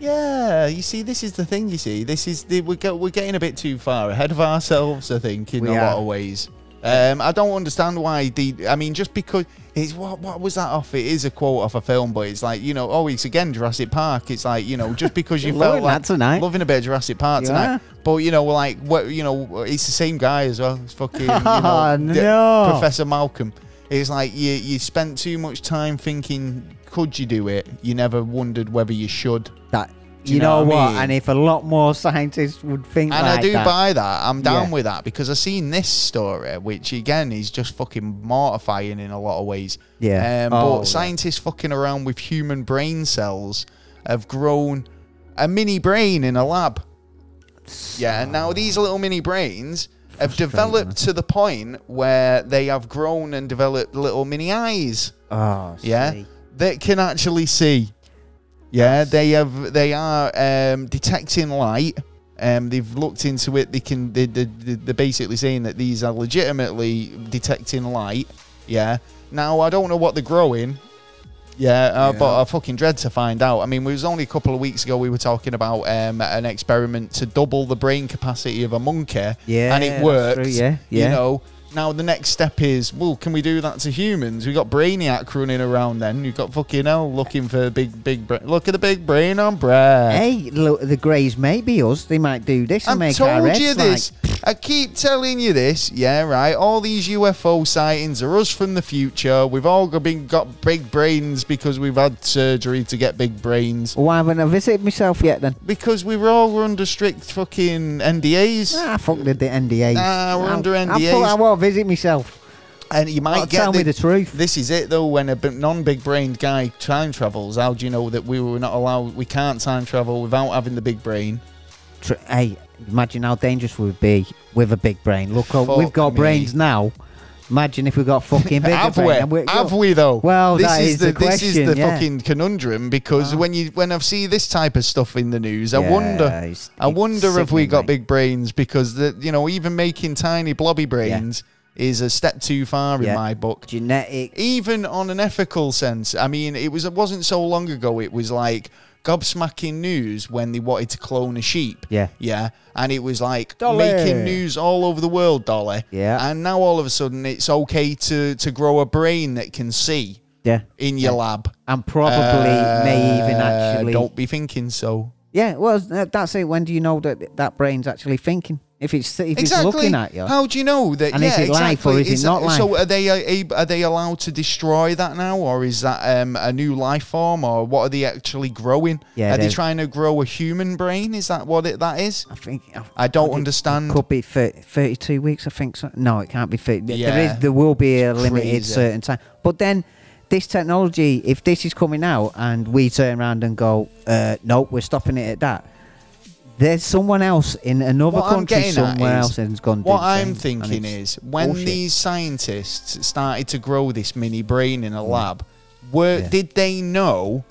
[SPEAKER 1] Yeah, you see, this is the thing. You see, this is the, we're go, we're getting a bit too far ahead of ourselves. I think in
[SPEAKER 2] We
[SPEAKER 1] a
[SPEAKER 2] are.
[SPEAKER 1] lot of ways. Um, I don't understand why the. I mean, just because it's what what was that off? It is a quote off a film, but it's like you know, oh, it's again Jurassic Park. It's like you know, just because you felt
[SPEAKER 2] Loving
[SPEAKER 1] like
[SPEAKER 2] that tonight.
[SPEAKER 1] loving a bit of Jurassic Park
[SPEAKER 2] You
[SPEAKER 1] tonight,
[SPEAKER 2] are.
[SPEAKER 1] but you know, like what you know, it's the same guy as well. It's fucking you know,
[SPEAKER 2] Oh,
[SPEAKER 1] the-
[SPEAKER 2] no.
[SPEAKER 1] Professor Malcolm. It's like you you spent too much time thinking, could you do it? You never wondered whether you should.
[SPEAKER 2] That
[SPEAKER 1] Do
[SPEAKER 2] you, know, what?
[SPEAKER 1] I mean?
[SPEAKER 2] And if a lot more scientists would think
[SPEAKER 1] And
[SPEAKER 2] like
[SPEAKER 1] I do
[SPEAKER 2] that,
[SPEAKER 1] buy that. I'm down
[SPEAKER 2] Yeah.
[SPEAKER 1] with that because I've seen this story, which again is just fucking mortifying in a lot of ways.
[SPEAKER 2] Yeah.
[SPEAKER 1] Um,
[SPEAKER 2] Oh,
[SPEAKER 1] but
[SPEAKER 2] yeah.
[SPEAKER 1] scientists fucking around with human brain cells have grown a mini brain in a lab. Yeah. And now these little mini brains have developed to the point where they have grown and developed little mini eyes
[SPEAKER 2] oh,
[SPEAKER 1] yeah
[SPEAKER 2] see.
[SPEAKER 1] that can actually see yeah they have they are um, detecting light um, they've looked into it they can they, they, they- they're basically saying that these are legitimately detecting light yeah now i don't know what they're growing yeah, uh, but I fucking dread to find out. I mean, it was only a couple of weeks ago we were talking about um, an experiment to double the brain capacity of a monkey,
[SPEAKER 2] Yeah,
[SPEAKER 1] and it
[SPEAKER 2] that's
[SPEAKER 1] worked.
[SPEAKER 2] true, yeah,
[SPEAKER 1] You
[SPEAKER 2] yeah.
[SPEAKER 1] know, now the next step is, well, can we do that to humans? We got Brainiac running around. Then you've got fucking hell looking for big, big. Bra- Look at the big brain on Brad.
[SPEAKER 2] Hey, look, the Greys may be us. They might do this and
[SPEAKER 1] I
[SPEAKER 2] make our
[SPEAKER 1] told
[SPEAKER 2] heads
[SPEAKER 1] you
[SPEAKER 2] like-
[SPEAKER 1] this. I keep telling you this. Yeah, right. All these UFO sightings are us from the future. We've all got been got big brains because we've had surgery to get big brains.
[SPEAKER 2] Why haven't I visited myself yet then?
[SPEAKER 1] Because we were all were under strict fucking NDAs.
[SPEAKER 2] Ah, fuck the, the NDAs.
[SPEAKER 1] Nah, Ah, we're
[SPEAKER 2] I'm-
[SPEAKER 1] under
[SPEAKER 2] I'm
[SPEAKER 1] NDAs.
[SPEAKER 2] full- I won't visit myself.
[SPEAKER 1] And you might
[SPEAKER 2] Well,
[SPEAKER 1] get
[SPEAKER 2] tell me the truth.
[SPEAKER 1] This is it though. When a b- non-big brained guy time travels, how do you know that we were not allowed? We can't time travel without having the big brain.
[SPEAKER 2] Tr- hey, imagine how dangerous we'd be with a big brain. Look, oh,
[SPEAKER 1] Fuck
[SPEAKER 2] we've got
[SPEAKER 1] me.
[SPEAKER 2] brains now. Imagine if we got fucking bigger
[SPEAKER 1] have
[SPEAKER 2] brain.
[SPEAKER 1] we?
[SPEAKER 2] and we're-
[SPEAKER 1] Have we though?
[SPEAKER 2] Well,
[SPEAKER 1] this
[SPEAKER 2] that is
[SPEAKER 1] the,
[SPEAKER 2] the
[SPEAKER 1] this is the
[SPEAKER 2] question, yeah. Ah.
[SPEAKER 1] fucking conundrum because when you when I see this type of stuff in the news, I
[SPEAKER 2] Yeah,
[SPEAKER 1] wonder,
[SPEAKER 2] it's-
[SPEAKER 1] I
[SPEAKER 2] it's
[SPEAKER 1] wonder if we
[SPEAKER 2] sickening,
[SPEAKER 1] got
[SPEAKER 2] mate.
[SPEAKER 1] big brains because the you know even making tiny blobby brains is a step too far in
[SPEAKER 2] Yeah.
[SPEAKER 1] my book.
[SPEAKER 2] Genetic.
[SPEAKER 1] Even on an ethical sense, I mean, it was it wasn't so long ago. It was like gobsmacking news when they wanted to clone a sheep.
[SPEAKER 2] Yeah.
[SPEAKER 1] yeah, and it was like
[SPEAKER 2] Dolly.
[SPEAKER 1] making news all over the world, Dolly.
[SPEAKER 2] Yeah.
[SPEAKER 1] and now all of a sudden it's okay to to grow a brain that can see
[SPEAKER 2] Yeah.
[SPEAKER 1] in your lab.
[SPEAKER 2] And probably may even actually.
[SPEAKER 1] Uh, Don't be thinking so.
[SPEAKER 2] Yeah, well, th- that's it. When do you know that that brain's actually thinking? If it's if
[SPEAKER 1] exactly.
[SPEAKER 2] it's looking at you.
[SPEAKER 1] How do you know that?
[SPEAKER 2] And
[SPEAKER 1] yeah,
[SPEAKER 2] is it life
[SPEAKER 1] exactly.
[SPEAKER 2] or is it not life?
[SPEAKER 1] So are they uh, a- are they allowed to destroy that now, or is that um, a new life form, or what are they actually growing?
[SPEAKER 2] Yeah,
[SPEAKER 1] are they
[SPEAKER 2] they're-
[SPEAKER 1] trying to grow a human brain? Is that what it, that is?
[SPEAKER 2] I think
[SPEAKER 1] I don't
[SPEAKER 2] think
[SPEAKER 1] understand.
[SPEAKER 2] It could be 30, 32 weeks, I think. So. No, it can't be 30. There- There
[SPEAKER 1] Yeah.
[SPEAKER 2] is, there will be a limited
[SPEAKER 1] Crazy.
[SPEAKER 2] certain time. But then, this technology, if this is coming out and we turn around and go, uh, nope, we're stopping it at that. There's someone else in another
[SPEAKER 1] What I'm
[SPEAKER 2] country
[SPEAKER 1] getting at
[SPEAKER 2] somewhere
[SPEAKER 1] is-
[SPEAKER 2] else has gone.
[SPEAKER 1] What I'm thinking is when these scientists started to grow this mini brain in a lab, were
[SPEAKER 2] Mm. Yeah.
[SPEAKER 1] did they know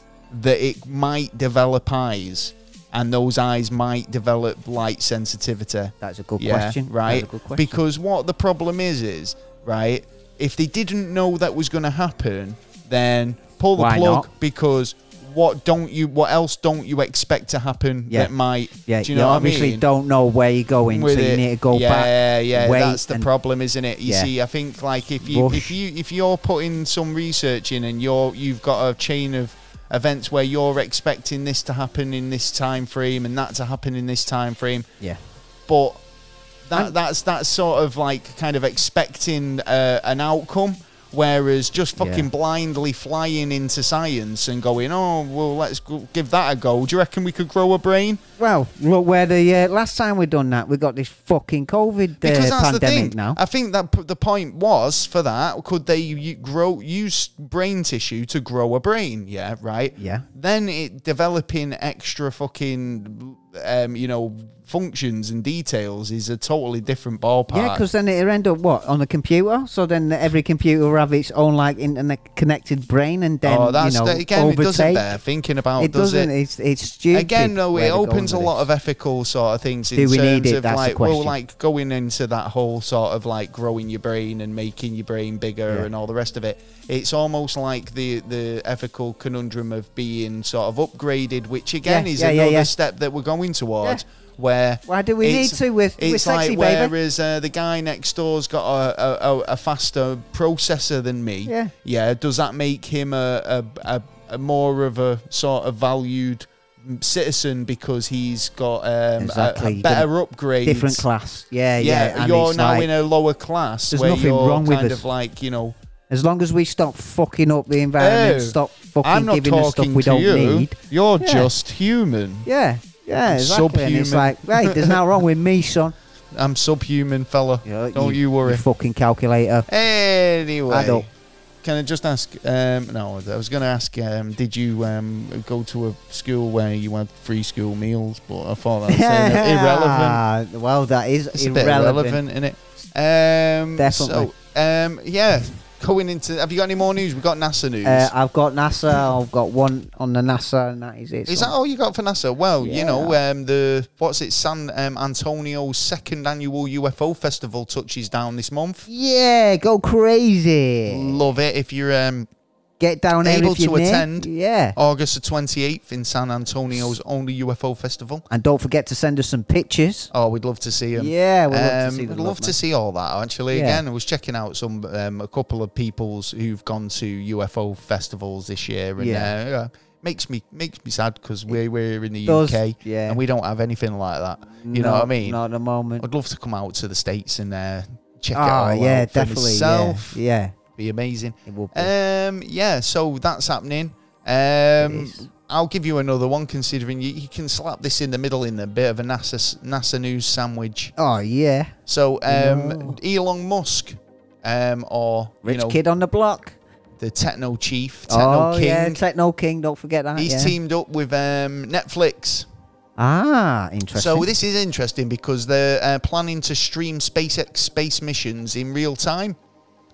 [SPEAKER 1] that it might develop eyes and those eyes might develop light sensitivity?
[SPEAKER 2] That's a good
[SPEAKER 1] Yeah,
[SPEAKER 2] question.
[SPEAKER 1] right?
[SPEAKER 2] That's a good question.
[SPEAKER 1] Because what the problem is is, right, if they didn't know that was going to happen, then pull the
[SPEAKER 2] Why
[SPEAKER 1] plug
[SPEAKER 2] not?
[SPEAKER 1] because what don't you? What else don't you expect to happen
[SPEAKER 2] Yeah.
[SPEAKER 1] that might?
[SPEAKER 2] Yeah,
[SPEAKER 1] do
[SPEAKER 2] you
[SPEAKER 1] you know what
[SPEAKER 2] obviously
[SPEAKER 1] I mean?
[SPEAKER 2] don't know where you're going, so you
[SPEAKER 1] it.
[SPEAKER 2] need to go
[SPEAKER 1] yeah,
[SPEAKER 2] back.
[SPEAKER 1] Yeah, yeah,
[SPEAKER 2] wait
[SPEAKER 1] that's the
[SPEAKER 2] and-
[SPEAKER 1] problem, isn't it? You
[SPEAKER 2] Yeah.
[SPEAKER 1] see, I think like if you
[SPEAKER 2] Rush.
[SPEAKER 1] if you if you're putting some research in and you're you've got a chain of events where you're expecting this to happen in this time frame and that to happen in this time frame,
[SPEAKER 2] Yeah,
[SPEAKER 1] but that that's that's sort of like kind of expecting uh, an outcome. Whereas just fucking
[SPEAKER 2] Yeah.
[SPEAKER 1] blindly flying into science and going, oh well, let's go- give that a go. Do you reckon we could grow a brain?
[SPEAKER 2] Well, look where the uh, last time we done that, we got this fucking COVID
[SPEAKER 1] because
[SPEAKER 2] uh,
[SPEAKER 1] that's the
[SPEAKER 2] pandemic
[SPEAKER 1] thing.
[SPEAKER 2] now.
[SPEAKER 1] I think that p- the point was for that could they u- grow use brain tissue to grow a brain? Yeah, right.
[SPEAKER 2] Yeah.
[SPEAKER 1] Then it developing extra fucking um, you know functions and details is a totally different ballpark.
[SPEAKER 2] Yeah, because then it'll end up what on the computer. So then every computer will have its own like internet connected brain, and then
[SPEAKER 1] oh, that's
[SPEAKER 2] you know
[SPEAKER 1] that- again
[SPEAKER 2] overtake.
[SPEAKER 1] it doesn't bear thinking about
[SPEAKER 2] It
[SPEAKER 1] does
[SPEAKER 2] doesn't.
[SPEAKER 1] it?
[SPEAKER 2] It's it's stupid.
[SPEAKER 1] Again, though,
[SPEAKER 2] where
[SPEAKER 1] it
[SPEAKER 2] they're going
[SPEAKER 1] opens a
[SPEAKER 2] with
[SPEAKER 1] lot
[SPEAKER 2] this.
[SPEAKER 1] of um, ethical sort of things in
[SPEAKER 2] Do we
[SPEAKER 1] terms
[SPEAKER 2] need it?
[SPEAKER 1] of
[SPEAKER 2] That's the
[SPEAKER 1] like, well,
[SPEAKER 2] question.
[SPEAKER 1] like going into that whole sort of like growing your brain and making your brain bigger
[SPEAKER 2] Yeah.
[SPEAKER 1] and all the rest of it. It's almost like the the ethical conundrum of being sort of upgraded, which again
[SPEAKER 2] Yeah,
[SPEAKER 1] is
[SPEAKER 2] yeah, yeah,
[SPEAKER 1] another
[SPEAKER 2] yeah.
[SPEAKER 1] step that we're going towards. Where
[SPEAKER 2] Why do we
[SPEAKER 1] it's-
[SPEAKER 2] need to with- with
[SPEAKER 1] it's
[SPEAKER 2] sexy
[SPEAKER 1] like
[SPEAKER 2] baby?
[SPEAKER 1] whereas uh, the guy next door's got a, a, a, a faster processor than me.
[SPEAKER 2] Yeah.
[SPEAKER 1] Yeah. Does that make him a, a, a, a more of a sort of valued citizen because he's got um, a-
[SPEAKER 2] Exactly,
[SPEAKER 1] a,
[SPEAKER 2] you've got a
[SPEAKER 1] better upgrade?
[SPEAKER 2] different class. Yeah, yeah. and
[SPEAKER 1] you're
[SPEAKER 2] it's
[SPEAKER 1] now
[SPEAKER 2] like,
[SPEAKER 1] in a lower class
[SPEAKER 2] there's
[SPEAKER 1] where
[SPEAKER 2] nothing
[SPEAKER 1] you're
[SPEAKER 2] wrong with
[SPEAKER 1] kind
[SPEAKER 2] us.
[SPEAKER 1] of like you know.
[SPEAKER 2] as long as we stop fucking up the environment,
[SPEAKER 1] Oh,
[SPEAKER 2] stop fucking
[SPEAKER 1] I'm not
[SPEAKER 2] giving us stuff
[SPEAKER 1] talking
[SPEAKER 2] we
[SPEAKER 1] to
[SPEAKER 2] don't
[SPEAKER 1] you.
[SPEAKER 2] need.
[SPEAKER 1] You're
[SPEAKER 2] Yeah.
[SPEAKER 1] just human.
[SPEAKER 2] Yeah, yeah,
[SPEAKER 1] And
[SPEAKER 2] exactly. And it's
[SPEAKER 1] subhuman.
[SPEAKER 2] like, hey, there's nothing wrong with me, son.
[SPEAKER 1] I'm subhuman, fella.
[SPEAKER 2] Yeah,
[SPEAKER 1] don't you, worry.
[SPEAKER 2] fucking calculator.
[SPEAKER 1] Anyway,
[SPEAKER 2] I don't.
[SPEAKER 1] can I just ask? Um, no, I was going to ask. Um, did you um, go to a school where you had free school meals? But I thought that was irrelevant.
[SPEAKER 2] irrelevant. Well, that is
[SPEAKER 1] It's a bit
[SPEAKER 2] irrelevant.
[SPEAKER 1] irrelevant, isn't it? Um,
[SPEAKER 2] Definitely.
[SPEAKER 1] So, um, yeah. Going into, have you got any more news? We've got NASA news.
[SPEAKER 2] Uh, I've got NASA. I've got one on the NASA, and that is it.
[SPEAKER 1] Is
[SPEAKER 2] So-
[SPEAKER 1] that all you got for NASA? Well, you know,
[SPEAKER 2] Yeah.
[SPEAKER 1] um, the what's it? San um, Antonio's second annual UFO festival touches down this month.
[SPEAKER 2] yeah, go crazy.
[SPEAKER 1] Love it if you're um,
[SPEAKER 2] Get down there
[SPEAKER 1] Mm. able
[SPEAKER 2] if you're
[SPEAKER 1] to
[SPEAKER 2] near.
[SPEAKER 1] attend. Oh.
[SPEAKER 2] Yeah,
[SPEAKER 1] August the 28th in San Antonio's only UFO festival.
[SPEAKER 2] and don't forget to send us some pictures.
[SPEAKER 1] Oh, we'd love to see them.
[SPEAKER 2] Yeah, we'd love to see them,
[SPEAKER 1] We'd love
[SPEAKER 2] lovely.
[SPEAKER 1] to see all that. Actually,
[SPEAKER 2] Yeah.
[SPEAKER 1] again, I was checking out some um, a couple of people's who've gone to UFO festivals this year, and
[SPEAKER 2] Yeah.
[SPEAKER 1] yeah. uh, makes me makes me sad because we're we're in the
[SPEAKER 2] does,
[SPEAKER 1] UK,
[SPEAKER 2] yeah.
[SPEAKER 1] and we don't have anything like that. You know
[SPEAKER 2] Not-
[SPEAKER 1] what I mean?
[SPEAKER 2] Not at the moment.
[SPEAKER 1] I'd love to come out to the states and uh, check it
[SPEAKER 2] Ah,
[SPEAKER 1] all
[SPEAKER 2] yeah,
[SPEAKER 1] out for
[SPEAKER 2] definitely.
[SPEAKER 1] myself.
[SPEAKER 2] Yeah, yeah.
[SPEAKER 1] Be amazing.
[SPEAKER 2] It will be.
[SPEAKER 1] Um, yeah, so that's happening.
[SPEAKER 2] It
[SPEAKER 1] Um,
[SPEAKER 2] is.
[SPEAKER 1] I'll give you another one, considering you, you can slap this in the middle in a bit of a NASA s- NASA news sandwich.
[SPEAKER 2] oh yeah,
[SPEAKER 1] So um, Elon Musk, um, or
[SPEAKER 2] Oh. rich
[SPEAKER 1] you know
[SPEAKER 2] kid on the block.
[SPEAKER 1] the techno chief, techno
[SPEAKER 2] oh
[SPEAKER 1] king,
[SPEAKER 2] yeah, techno king. Don't forget that.
[SPEAKER 1] he's
[SPEAKER 2] yeah.
[SPEAKER 1] teamed up with um, Netflix.
[SPEAKER 2] Ah, interesting.
[SPEAKER 1] So this is interesting because they're uh, planning to stream SpaceX space missions in real time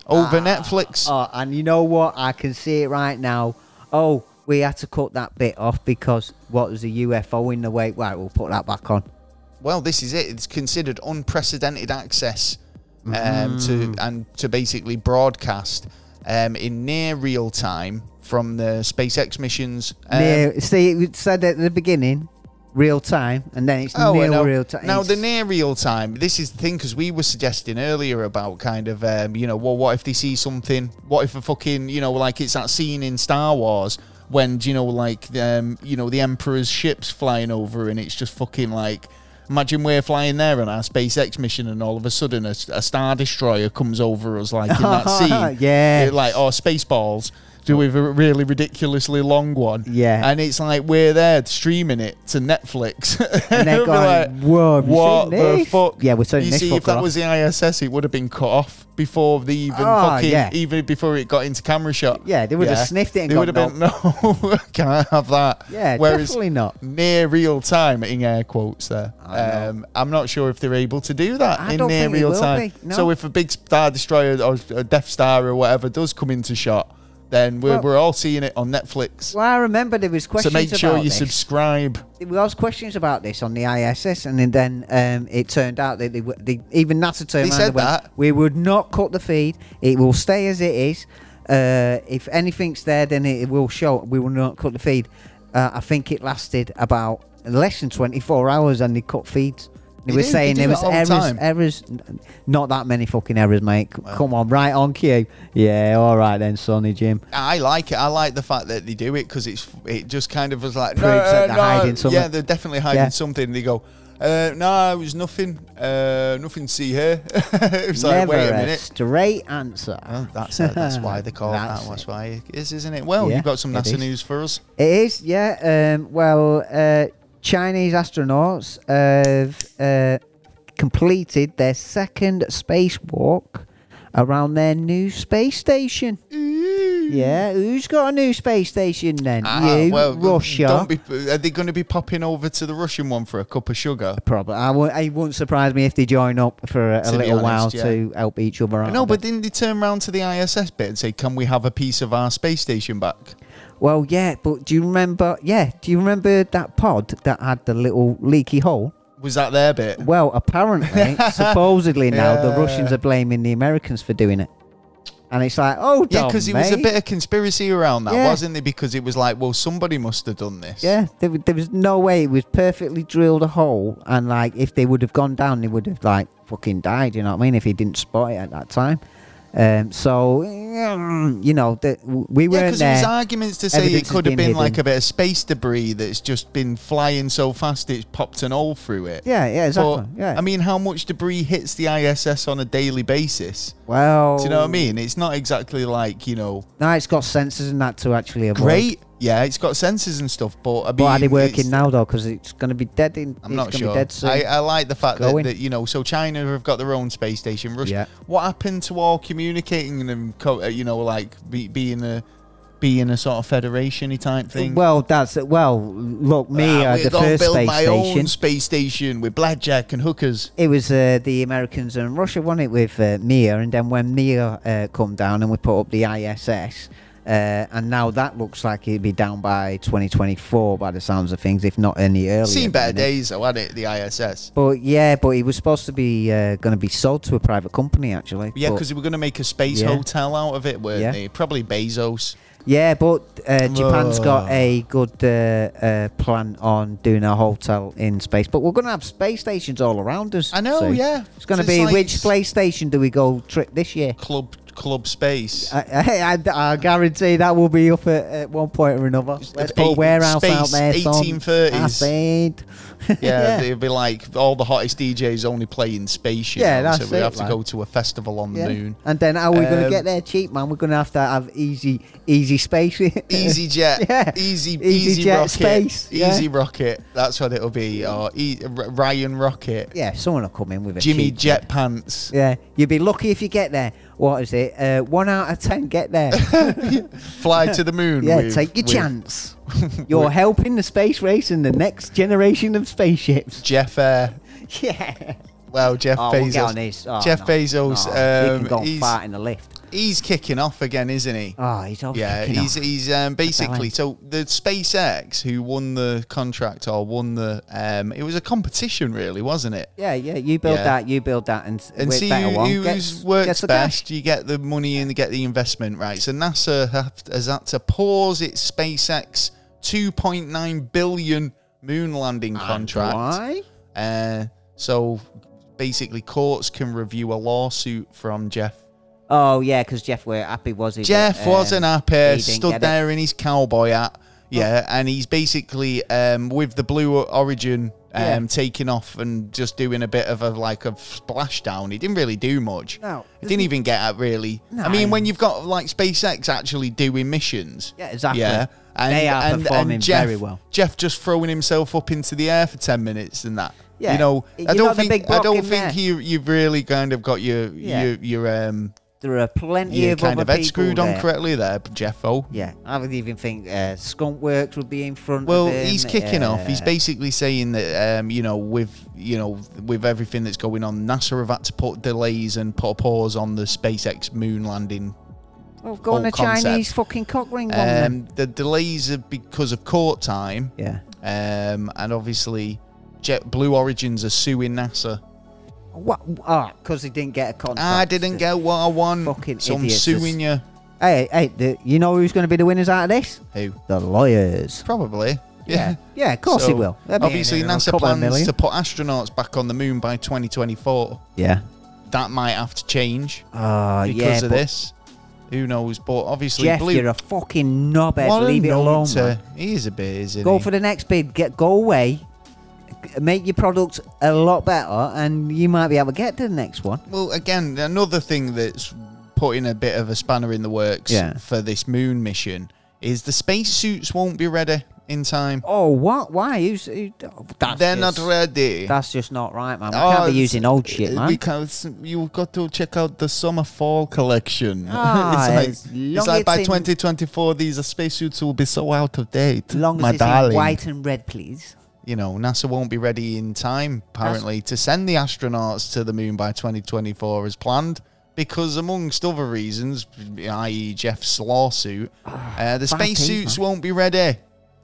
[SPEAKER 1] over Netflix.
[SPEAKER 2] Oh, and you know what? I can see it right now. Oh, we had to cut that bit off because what was a UFO in the way? Right, we'll put that back on.
[SPEAKER 1] Well, this is it. It's considered unprecedented access um, to and to basically broadcast um, in near real time from the SpaceX missions. Um,
[SPEAKER 2] near, see, it said at the beginning, real time, and then it's
[SPEAKER 1] Oh, I
[SPEAKER 2] near
[SPEAKER 1] know.
[SPEAKER 2] real time.
[SPEAKER 1] Now the
[SPEAKER 2] It's-
[SPEAKER 1] near real time. This is the thing because we were suggesting earlier about kind of um, you know, well, what if they see something? What if a fucking you know, like it's that scene in Star Wars when you know, like um, you know, the Emperor's ships flying over and it's just fucking like. Imagine we're flying there on our SpaceX mission, and all of a sudden a, a star destroyer comes over us, like in that scene.
[SPEAKER 2] Yeah.
[SPEAKER 1] It, like or Spaceballs, do with a really ridiculously long one.
[SPEAKER 2] Yeah.
[SPEAKER 1] and it's like we're there streaming it to Netflix.
[SPEAKER 2] And they're
[SPEAKER 1] We'll be
[SPEAKER 2] going, "Whoa, have you
[SPEAKER 1] what
[SPEAKER 2] seen
[SPEAKER 1] the
[SPEAKER 2] this?"
[SPEAKER 1] fuck?
[SPEAKER 2] Yeah, we're turning
[SPEAKER 1] You
[SPEAKER 2] this
[SPEAKER 1] see, if
[SPEAKER 2] fucker
[SPEAKER 1] that
[SPEAKER 2] off.
[SPEAKER 1] was the ISS, it would have been cut off before the even
[SPEAKER 2] Ah,
[SPEAKER 1] fucking
[SPEAKER 2] yeah.
[SPEAKER 1] even before it got into camera shot.
[SPEAKER 2] Yeah, they would have sniffed it and
[SPEAKER 1] they
[SPEAKER 2] gone,
[SPEAKER 1] would have been no, can't have that.
[SPEAKER 2] Yeah, definitely not.
[SPEAKER 1] Near real time in air quotes there. Um, I'm not sure if they're able to do that
[SPEAKER 2] I
[SPEAKER 1] in
[SPEAKER 2] don't
[SPEAKER 1] near
[SPEAKER 2] think they
[SPEAKER 1] real
[SPEAKER 2] will
[SPEAKER 1] time.
[SPEAKER 2] be, no.
[SPEAKER 1] So if a big star destroyer or a Death Star or whatever does come into shot, then we're,
[SPEAKER 2] Well-
[SPEAKER 1] we're all seeing it on Netflix.
[SPEAKER 2] Well, I remember there was
[SPEAKER 1] So
[SPEAKER 2] questions
[SPEAKER 1] make sure
[SPEAKER 2] about
[SPEAKER 1] you
[SPEAKER 2] this.
[SPEAKER 1] subscribe.
[SPEAKER 2] there was questions about this on the ISS, and then- then um, it turned out that they, were- they even NASA turned
[SPEAKER 1] They
[SPEAKER 2] around
[SPEAKER 1] said
[SPEAKER 2] and went,
[SPEAKER 1] that.
[SPEAKER 2] "We would not cut the feed; it will stay as it is." Uh, if anything's there, then it will show. We will not cut the feed. Uh, I think it lasted about less than 24 hours, and they cut feeds. They
[SPEAKER 1] They
[SPEAKER 2] were
[SPEAKER 1] do- they
[SPEAKER 2] saying
[SPEAKER 1] do
[SPEAKER 2] there
[SPEAKER 1] that
[SPEAKER 2] was
[SPEAKER 1] all the
[SPEAKER 2] errors,
[SPEAKER 1] time.
[SPEAKER 2] errors. N- Not that many fucking errors, mate. C- Come on, right on cue. Yeah, all right then, Sonny Jim.
[SPEAKER 1] I like it. I like the fact that they do it because it's it just kind of was like no,
[SPEAKER 2] Proves that they're
[SPEAKER 1] no."
[SPEAKER 2] hiding something.
[SPEAKER 1] Yeah, they're definitely hiding
[SPEAKER 2] Yeah.
[SPEAKER 1] something. They go, uh, no, it was nothing. Uh, nothing to see here. it was like,
[SPEAKER 2] Never
[SPEAKER 1] wait a
[SPEAKER 2] a
[SPEAKER 1] minute.
[SPEAKER 2] straight answer.
[SPEAKER 1] Well, that's that's why they call it
[SPEAKER 2] That's
[SPEAKER 1] that. That's why it is, isn't it? Well,
[SPEAKER 2] Yeah,
[SPEAKER 1] you've got some
[SPEAKER 2] it
[SPEAKER 1] NASA
[SPEAKER 2] is.
[SPEAKER 1] news for us.
[SPEAKER 2] It is, yeah. Um, well, uh, Chinese astronauts have uh, completed their second spacewalk around their new space station. Yeah, who's got a new space station then?
[SPEAKER 1] Ah,
[SPEAKER 2] you,
[SPEAKER 1] well,
[SPEAKER 2] Russia.
[SPEAKER 1] Don't be, are they going to be popping over to the Russian one for a cup of sugar?
[SPEAKER 2] Probably. I w- it wouldn't surprise me if they join up for a, a
[SPEAKER 1] To be
[SPEAKER 2] little
[SPEAKER 1] honest,
[SPEAKER 2] while to help each other out.
[SPEAKER 1] No,
[SPEAKER 2] a
[SPEAKER 1] but
[SPEAKER 2] bit.
[SPEAKER 1] didn't they turn round to the ISS bit and say, "Can we have a piece of our space station back?"
[SPEAKER 2] well, yeah. But do you remember? Yeah, do you remember that pod that had the little leaky hole?
[SPEAKER 1] Was that their bit?
[SPEAKER 2] Well, apparently, supposedly now, the Russians
[SPEAKER 1] Yeah.
[SPEAKER 2] are blaming the Americans for doing it. And it's like, oh,
[SPEAKER 1] Yeah, because
[SPEAKER 2] because
[SPEAKER 1] it was a bit of conspiracy around that,
[SPEAKER 2] Yeah.
[SPEAKER 1] wasn't there? Because it was like, well, somebody must have done this.
[SPEAKER 2] Yeah, there, wa- there was no way it was perfectly drilled a hole, and like if they would have gone down, they would have like fucking died. You know what I mean? If he didn't spot it at that time, um, so you know that we
[SPEAKER 1] Yeah,
[SPEAKER 2] weren't
[SPEAKER 1] because there was
[SPEAKER 2] there.
[SPEAKER 1] arguments to say
[SPEAKER 2] Evidence
[SPEAKER 1] it
[SPEAKER 2] has
[SPEAKER 1] could have
[SPEAKER 2] been
[SPEAKER 1] been
[SPEAKER 2] hidden.
[SPEAKER 1] like a bit of space debris that's just been flying so fast it's popped an hole through it.
[SPEAKER 2] yeah, yeah, exactly.
[SPEAKER 1] But,
[SPEAKER 2] yeah.
[SPEAKER 1] I mean, how much debris hits the ISS on a daily basis?
[SPEAKER 2] well,
[SPEAKER 1] Do you know what I mean? It's not exactly like, you know,
[SPEAKER 2] No, it's got sensors and that to actually avoid.
[SPEAKER 1] great. Yeah, it's got sensors and stuff, but I mean,
[SPEAKER 2] But are they
[SPEAKER 1] it's-
[SPEAKER 2] working now though? Because it's going to be dead. In,
[SPEAKER 1] I'm
[SPEAKER 2] it's
[SPEAKER 1] not
[SPEAKER 2] gonna
[SPEAKER 1] sure.
[SPEAKER 2] Be dead soon.
[SPEAKER 1] I, I like the fact that,
[SPEAKER 2] Going.
[SPEAKER 1] that you know, so China have got their own space station. Russia.
[SPEAKER 2] Yeah.
[SPEAKER 1] What happened to all communicating and co- uh, you know, like be, being a being a sort of federation type thing?
[SPEAKER 2] Well, that's well. Look, me
[SPEAKER 1] Ah,
[SPEAKER 2] uh,
[SPEAKER 1] we're
[SPEAKER 2] the
[SPEAKER 1] gonna
[SPEAKER 2] first
[SPEAKER 1] build
[SPEAKER 2] space
[SPEAKER 1] my
[SPEAKER 2] station.
[SPEAKER 1] own space station with blackjack and hookers.
[SPEAKER 2] It was uh, the Americans and Russia won it with uh, Mir, and then when Mir uh, come down and we put up the ISS, uh, and now that looks like it'd be down by 2024 by the sounds of things, if not any earlier.
[SPEAKER 1] Seen better
[SPEAKER 2] than it.
[SPEAKER 1] days though, had it? The ISS.
[SPEAKER 2] But yeah, but it was supposed to be uh, going to be sold to a private company actually.
[SPEAKER 1] Yeah,
[SPEAKER 2] but-
[SPEAKER 1] because they were going to make a space
[SPEAKER 2] Yeah.
[SPEAKER 1] hotel out of it, weren't
[SPEAKER 2] Yeah.
[SPEAKER 1] they? Probably Bezos.
[SPEAKER 2] Yeah, but uh, Japan's
[SPEAKER 1] Oh.
[SPEAKER 2] got a good uh, uh, plan on doing a hotel in space. But we're going to have space stations all around us.
[SPEAKER 1] I know,
[SPEAKER 2] soon.
[SPEAKER 1] yeah.
[SPEAKER 2] It's going to
[SPEAKER 1] It's
[SPEAKER 2] be
[SPEAKER 1] like-
[SPEAKER 2] which space station do we go trip this year?
[SPEAKER 1] Club Club Space.
[SPEAKER 2] I, I, I, I guarantee that will be up at, at one point or another. Let's put a
[SPEAKER 1] eight-
[SPEAKER 2] warehouse out
[SPEAKER 1] space,
[SPEAKER 2] there. son.
[SPEAKER 1] 1830s.
[SPEAKER 2] I said.
[SPEAKER 1] Yeah, they'd be like all the hottest DJs only play in space. You
[SPEAKER 2] Yeah,
[SPEAKER 1] know,
[SPEAKER 2] that's
[SPEAKER 1] so we
[SPEAKER 2] it,
[SPEAKER 1] have to
[SPEAKER 2] like.
[SPEAKER 1] go to a festival on the
[SPEAKER 2] Yeah.
[SPEAKER 1] moon.
[SPEAKER 2] And then how are we going to
[SPEAKER 1] Um,
[SPEAKER 2] get there cheap, man? We're going to have to have easy, easy space.
[SPEAKER 1] Easy jet,
[SPEAKER 2] Yeah.
[SPEAKER 1] easy,
[SPEAKER 2] Easy
[SPEAKER 1] easy
[SPEAKER 2] jet
[SPEAKER 1] rocket,
[SPEAKER 2] space, yeah.
[SPEAKER 1] easy rocket. That's what it'll be. Or e- R- Ryan Rocket,
[SPEAKER 2] yeah, someone will come in with a
[SPEAKER 1] Jimmy
[SPEAKER 2] cheap
[SPEAKER 1] Jet Pants.
[SPEAKER 2] Yeah, you'd be lucky if you get there. What is it? Uh, one out of ten get there.
[SPEAKER 1] Fly to the moon.
[SPEAKER 2] yeah,
[SPEAKER 1] with-
[SPEAKER 2] take your
[SPEAKER 1] with
[SPEAKER 2] chance. You're helping the space race and the next generation of spaceships.
[SPEAKER 1] Jeff Air.
[SPEAKER 2] Yeah.
[SPEAKER 1] Well, Jeff
[SPEAKER 2] Oh, we'll get on
[SPEAKER 1] Bezos.
[SPEAKER 2] this. Oh,
[SPEAKER 1] Jeff
[SPEAKER 2] no,
[SPEAKER 1] Bezos.
[SPEAKER 2] no, he
[SPEAKER 1] um,
[SPEAKER 2] can go and
[SPEAKER 1] he's-
[SPEAKER 2] fart in the lift.
[SPEAKER 1] He's kicking off again, isn't he?
[SPEAKER 2] Oh, he's all
[SPEAKER 1] Yeah,
[SPEAKER 2] kicking
[SPEAKER 1] he's
[SPEAKER 2] off.
[SPEAKER 1] he's um, basically
[SPEAKER 2] Allen.
[SPEAKER 1] so the SpaceX who won the contract or won the um, it was a competition really, wasn't it?
[SPEAKER 2] Yeah, yeah. You build
[SPEAKER 1] Yeah.
[SPEAKER 2] that. You build that, and,
[SPEAKER 1] And
[SPEAKER 2] with
[SPEAKER 1] see
[SPEAKER 2] better
[SPEAKER 1] who,
[SPEAKER 2] one
[SPEAKER 1] who's
[SPEAKER 2] gets-
[SPEAKER 1] works
[SPEAKER 2] gets the cash.
[SPEAKER 1] best. You get the money and you get the investment right. So NASA have, has had to pause its SpaceX 2.9 billion moon landing contract.
[SPEAKER 2] Why?
[SPEAKER 1] Uh, so basically, courts can review a lawsuit from Jeff.
[SPEAKER 2] Oh yeah, because Jeff were happy was he?
[SPEAKER 1] Jeff
[SPEAKER 2] but, um,
[SPEAKER 1] wasn't
[SPEAKER 2] he
[SPEAKER 1] happy.
[SPEAKER 2] didn't
[SPEAKER 1] Stood
[SPEAKER 2] get it.
[SPEAKER 1] there in his cowboy hat. Yeah, and he's basically um, with the blue origin um,
[SPEAKER 2] Yeah.
[SPEAKER 1] taking off and just doing a bit of a like a splashdown. He didn't really do much.
[SPEAKER 2] No.
[SPEAKER 1] he didn't even get out really. I
[SPEAKER 2] No.
[SPEAKER 1] mean, when you've got like SpaceX actually doing missions,
[SPEAKER 2] Yeah, exactly.
[SPEAKER 1] Yeah, and,
[SPEAKER 2] They are
[SPEAKER 1] and, and
[SPEAKER 2] performing
[SPEAKER 1] Jeff,
[SPEAKER 2] very well.
[SPEAKER 1] Jeff just throwing himself up into the air for ten minutes and that.
[SPEAKER 2] Yeah.
[SPEAKER 1] you know, I
[SPEAKER 2] You're
[SPEAKER 1] don't
[SPEAKER 2] not the big
[SPEAKER 1] think I
[SPEAKER 2] block
[SPEAKER 1] don't
[SPEAKER 2] in there.
[SPEAKER 1] think you you've really kind of got your
[SPEAKER 2] Yeah.
[SPEAKER 1] your your um
[SPEAKER 2] There are plenty
[SPEAKER 1] you
[SPEAKER 2] of
[SPEAKER 1] kind
[SPEAKER 2] other
[SPEAKER 1] of head
[SPEAKER 2] people
[SPEAKER 1] screwed
[SPEAKER 2] there.
[SPEAKER 1] on correctly there, Jeffo.
[SPEAKER 2] Yeah, I would even think uh, Skunk Works would be in front.
[SPEAKER 1] Well,
[SPEAKER 2] of him.
[SPEAKER 1] he's kicking off. He's
[SPEAKER 2] uh,
[SPEAKER 1] basically saying that um, you know, with you know, with everything that's going on, NASA have had to put delays and put a pause on the SpaceX moon landing.
[SPEAKER 2] Well, go on
[SPEAKER 1] whole
[SPEAKER 2] a
[SPEAKER 1] concept.
[SPEAKER 2] Chinese fucking cock ring one then.
[SPEAKER 1] Um, the delays are because of court time,
[SPEAKER 2] Yeah.
[SPEAKER 1] um, and obviously, Jet Blue Origins are suing NASA.
[SPEAKER 2] What? Ah, because he didn't get a contract.
[SPEAKER 1] I didn't get what I want,
[SPEAKER 2] Fucking
[SPEAKER 1] so I'm
[SPEAKER 2] idiots.
[SPEAKER 1] suing you.
[SPEAKER 2] Hey, hey, the, you know who's going to be the winners out of this?
[SPEAKER 1] Who?
[SPEAKER 2] The lawyers.
[SPEAKER 1] Probably. Yeah.
[SPEAKER 2] Yeah, of course
[SPEAKER 1] So,
[SPEAKER 2] it will. They'll be
[SPEAKER 1] Obviously,
[SPEAKER 2] in there, a
[SPEAKER 1] NASA
[SPEAKER 2] couple of
[SPEAKER 1] plans
[SPEAKER 2] million.
[SPEAKER 1] to put astronauts back on the moon by 2024.
[SPEAKER 2] Yeah.
[SPEAKER 1] That might have to change
[SPEAKER 2] Uh,
[SPEAKER 1] because
[SPEAKER 2] yeah,
[SPEAKER 1] of
[SPEAKER 2] but
[SPEAKER 1] this. Who knows? But obviously,
[SPEAKER 2] Jeff,
[SPEAKER 1] Blue.
[SPEAKER 2] you're a fucking knobhead.
[SPEAKER 1] what a
[SPEAKER 2] Leave it alone.
[SPEAKER 1] numpty.
[SPEAKER 2] man.
[SPEAKER 1] He is a bit, isn't
[SPEAKER 2] Go
[SPEAKER 1] he?
[SPEAKER 2] for the next bid. Get go away. G- Make your product a lot better, and you might be able to get to the next one.
[SPEAKER 1] Well, again, another thing that's putting a bit of a spanner in the works
[SPEAKER 2] Yeah.
[SPEAKER 1] for this moon mission is the spacesuits won't be ready in time.
[SPEAKER 2] Oh, what? Why? Who's, who, oh, that's
[SPEAKER 1] They're
[SPEAKER 2] just,
[SPEAKER 1] not ready. Oh,
[SPEAKER 2] That's just not right, man. We can't be
[SPEAKER 1] it's- uh,
[SPEAKER 2] using old shit, man.
[SPEAKER 1] Because you've got to check out the summer fall collection.
[SPEAKER 2] Ah,
[SPEAKER 1] it's like,
[SPEAKER 2] as
[SPEAKER 1] it's
[SPEAKER 2] long
[SPEAKER 1] like
[SPEAKER 2] as
[SPEAKER 1] by
[SPEAKER 2] in-
[SPEAKER 1] 2024, these uh, spacesuits will be so out of date.
[SPEAKER 2] As long as
[SPEAKER 1] my
[SPEAKER 2] it's in
[SPEAKER 1] darling.
[SPEAKER 2] white and red, please.
[SPEAKER 1] You know, NASA won't be ready in time, apparently, to send the astronauts to the moon by 2024 as planned. Because, amongst other reasons, i.e., Jeff's lawsuit, uh, the
[SPEAKER 2] five Ps,
[SPEAKER 1] spacesuits
[SPEAKER 2] Ah, man.
[SPEAKER 1] won't be ready.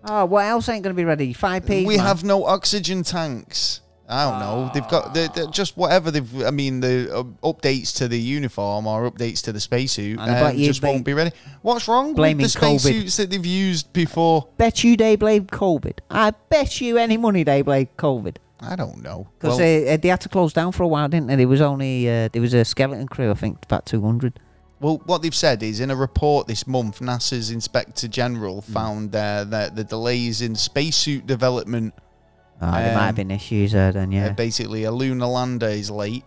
[SPEAKER 2] Oh, what else ain't going to be ready? Five P.
[SPEAKER 1] We
[SPEAKER 2] man.
[SPEAKER 1] have no oxygen tanks. I don't know. They've got they're, they're just whatever they've. I mean, the um, updates to the uniform or updates to the spacesuit
[SPEAKER 2] And I bet
[SPEAKER 1] um,
[SPEAKER 2] you
[SPEAKER 1] just
[SPEAKER 2] blame-
[SPEAKER 1] won't be ready. What's wrong with
[SPEAKER 2] blaming
[SPEAKER 1] the
[SPEAKER 2] COVID.
[SPEAKER 1] spacesuits that they've used before?
[SPEAKER 2] Bet you they blame COVID. I bet you any money they blame COVID.
[SPEAKER 1] I don't know.
[SPEAKER 2] Because
[SPEAKER 1] Well,
[SPEAKER 2] they, uh, they had to close down for a while, didn't they? There was only uh, there was a skeleton crew, I think, about two hundred.
[SPEAKER 1] well, what they've said is in a report this month, NASA's Inspector General
[SPEAKER 2] Mm.
[SPEAKER 1] found uh, that the delays in spacesuit development,
[SPEAKER 2] Oh, there might
[SPEAKER 1] Um,
[SPEAKER 2] have been issues there then,
[SPEAKER 1] uh,
[SPEAKER 2] yeah. Ah,
[SPEAKER 1] basically a lunar lander is late,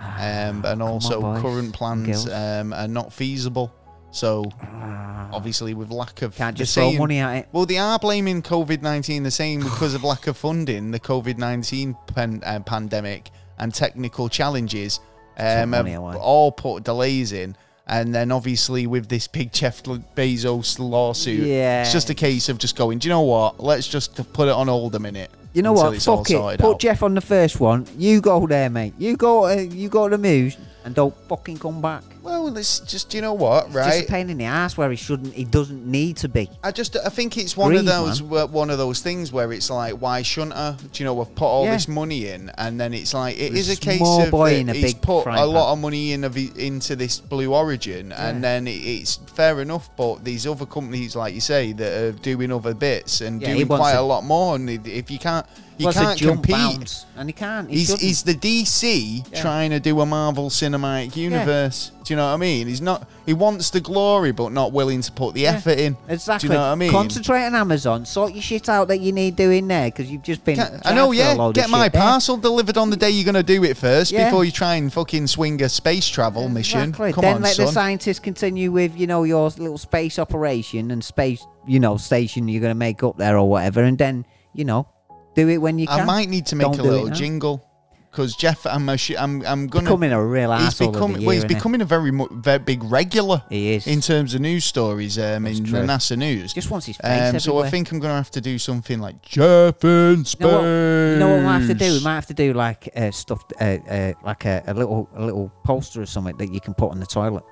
[SPEAKER 1] um, and also
[SPEAKER 2] boys
[SPEAKER 1] current
[SPEAKER 2] and
[SPEAKER 1] plans
[SPEAKER 2] girls.
[SPEAKER 1] um, are not feasible. So
[SPEAKER 2] Ah,
[SPEAKER 1] obviously with lack of
[SPEAKER 2] Can't
[SPEAKER 1] the
[SPEAKER 2] just throw
[SPEAKER 1] same-
[SPEAKER 2] money at it.
[SPEAKER 1] Well, they are blaming COVID nineteen the same because of lack of funding, the COVID nineteen pan- uh, pandemic, and technical challenges. Um, have
[SPEAKER 2] money away.
[SPEAKER 1] all put delays in, and then obviously with this big Jeff L- Bezos lawsuit,
[SPEAKER 2] Yeah.
[SPEAKER 1] it's just a case of just going. Do you know what? Let's just put it on hold a minute.
[SPEAKER 2] You know
[SPEAKER 1] until
[SPEAKER 2] what?
[SPEAKER 1] it's all
[SPEAKER 2] Fuck it.
[SPEAKER 1] sorted
[SPEAKER 2] Put
[SPEAKER 1] out.
[SPEAKER 2] Jeff on the first one. You go there, mate. You go. Uh, you go to the muse and don't fucking come back.
[SPEAKER 1] Well, let's just. Do you know what?
[SPEAKER 2] It's
[SPEAKER 1] Right.
[SPEAKER 2] Just a pain in the ass where he shouldn't. He doesn't need to be.
[SPEAKER 1] I just I think it's one of
[SPEAKER 2] Greed,
[SPEAKER 1] those wh- one of those things where it's like why shouldn't I? Do you know we've put all
[SPEAKER 2] Yeah.
[SPEAKER 1] this money in and then it's like it
[SPEAKER 2] It's
[SPEAKER 1] is a
[SPEAKER 2] a
[SPEAKER 1] case
[SPEAKER 2] small
[SPEAKER 1] of
[SPEAKER 2] boy
[SPEAKER 1] that
[SPEAKER 2] in a
[SPEAKER 1] he's
[SPEAKER 2] big
[SPEAKER 1] put
[SPEAKER 2] frying
[SPEAKER 1] a lot of money in of it- into this Blue Origin and
[SPEAKER 2] Yeah.
[SPEAKER 1] then it, it's fair enough, but these other companies like you say that are doing other bits and
[SPEAKER 2] Yeah, he
[SPEAKER 1] doing
[SPEAKER 2] wants
[SPEAKER 1] quite
[SPEAKER 2] a-
[SPEAKER 1] a lot more and if- if you can't you
[SPEAKER 2] Plus a
[SPEAKER 1] can't
[SPEAKER 2] jump
[SPEAKER 1] compete.
[SPEAKER 2] bounce, and he can't. He
[SPEAKER 1] He's,
[SPEAKER 2] shouldn't.
[SPEAKER 1] he's the DC
[SPEAKER 2] Yeah.
[SPEAKER 1] trying to do a Marvel Cinematic Universe. Do you know what I mean? He's not. He wants the glory, but not willing to put the
[SPEAKER 2] Yeah.
[SPEAKER 1] effort in.
[SPEAKER 2] Exactly.
[SPEAKER 1] Do you know what I mean?
[SPEAKER 2] Concentrate on Amazon. Sort your shit out that you need doing there because you've just been.
[SPEAKER 1] Can- I
[SPEAKER 2] charged
[SPEAKER 1] know,
[SPEAKER 2] for a
[SPEAKER 1] yeah.
[SPEAKER 2] load of
[SPEAKER 1] Get my
[SPEAKER 2] shit there.
[SPEAKER 1] parcel delivered on the day you're going to do it first
[SPEAKER 2] Yeah.
[SPEAKER 1] before you try and fucking swing a space travel mission.
[SPEAKER 2] Exactly.
[SPEAKER 1] Come
[SPEAKER 2] then
[SPEAKER 1] on,
[SPEAKER 2] let
[SPEAKER 1] son.
[SPEAKER 2] the scientists continue with you know your little space operation and space you know station you're going to make up there or whatever, and then you know do it when you
[SPEAKER 1] I
[SPEAKER 2] can.
[SPEAKER 1] might need to make
[SPEAKER 2] Don't
[SPEAKER 1] a
[SPEAKER 2] do
[SPEAKER 1] little
[SPEAKER 2] it now.
[SPEAKER 1] jingle because Jeff, I'm, a sh- I'm, I'm going
[SPEAKER 2] He's
[SPEAKER 1] to.
[SPEAKER 2] becoming a real
[SPEAKER 1] He's
[SPEAKER 2] asshole.
[SPEAKER 1] becoming, well, he's becoming a very, mu- very big regular
[SPEAKER 2] He is.
[SPEAKER 1] in terms of news stories um, in
[SPEAKER 2] true.
[SPEAKER 1] the NASA news.
[SPEAKER 2] Just wants his face
[SPEAKER 1] um, so I
[SPEAKER 2] everywhere.
[SPEAKER 1] think I'm going to have to do something like Jeff in space.
[SPEAKER 2] You know, what, you know what we might have to do? We might have to do like uh, stuff, uh, uh, like a, a little a little poster or something that you can put on the toilet.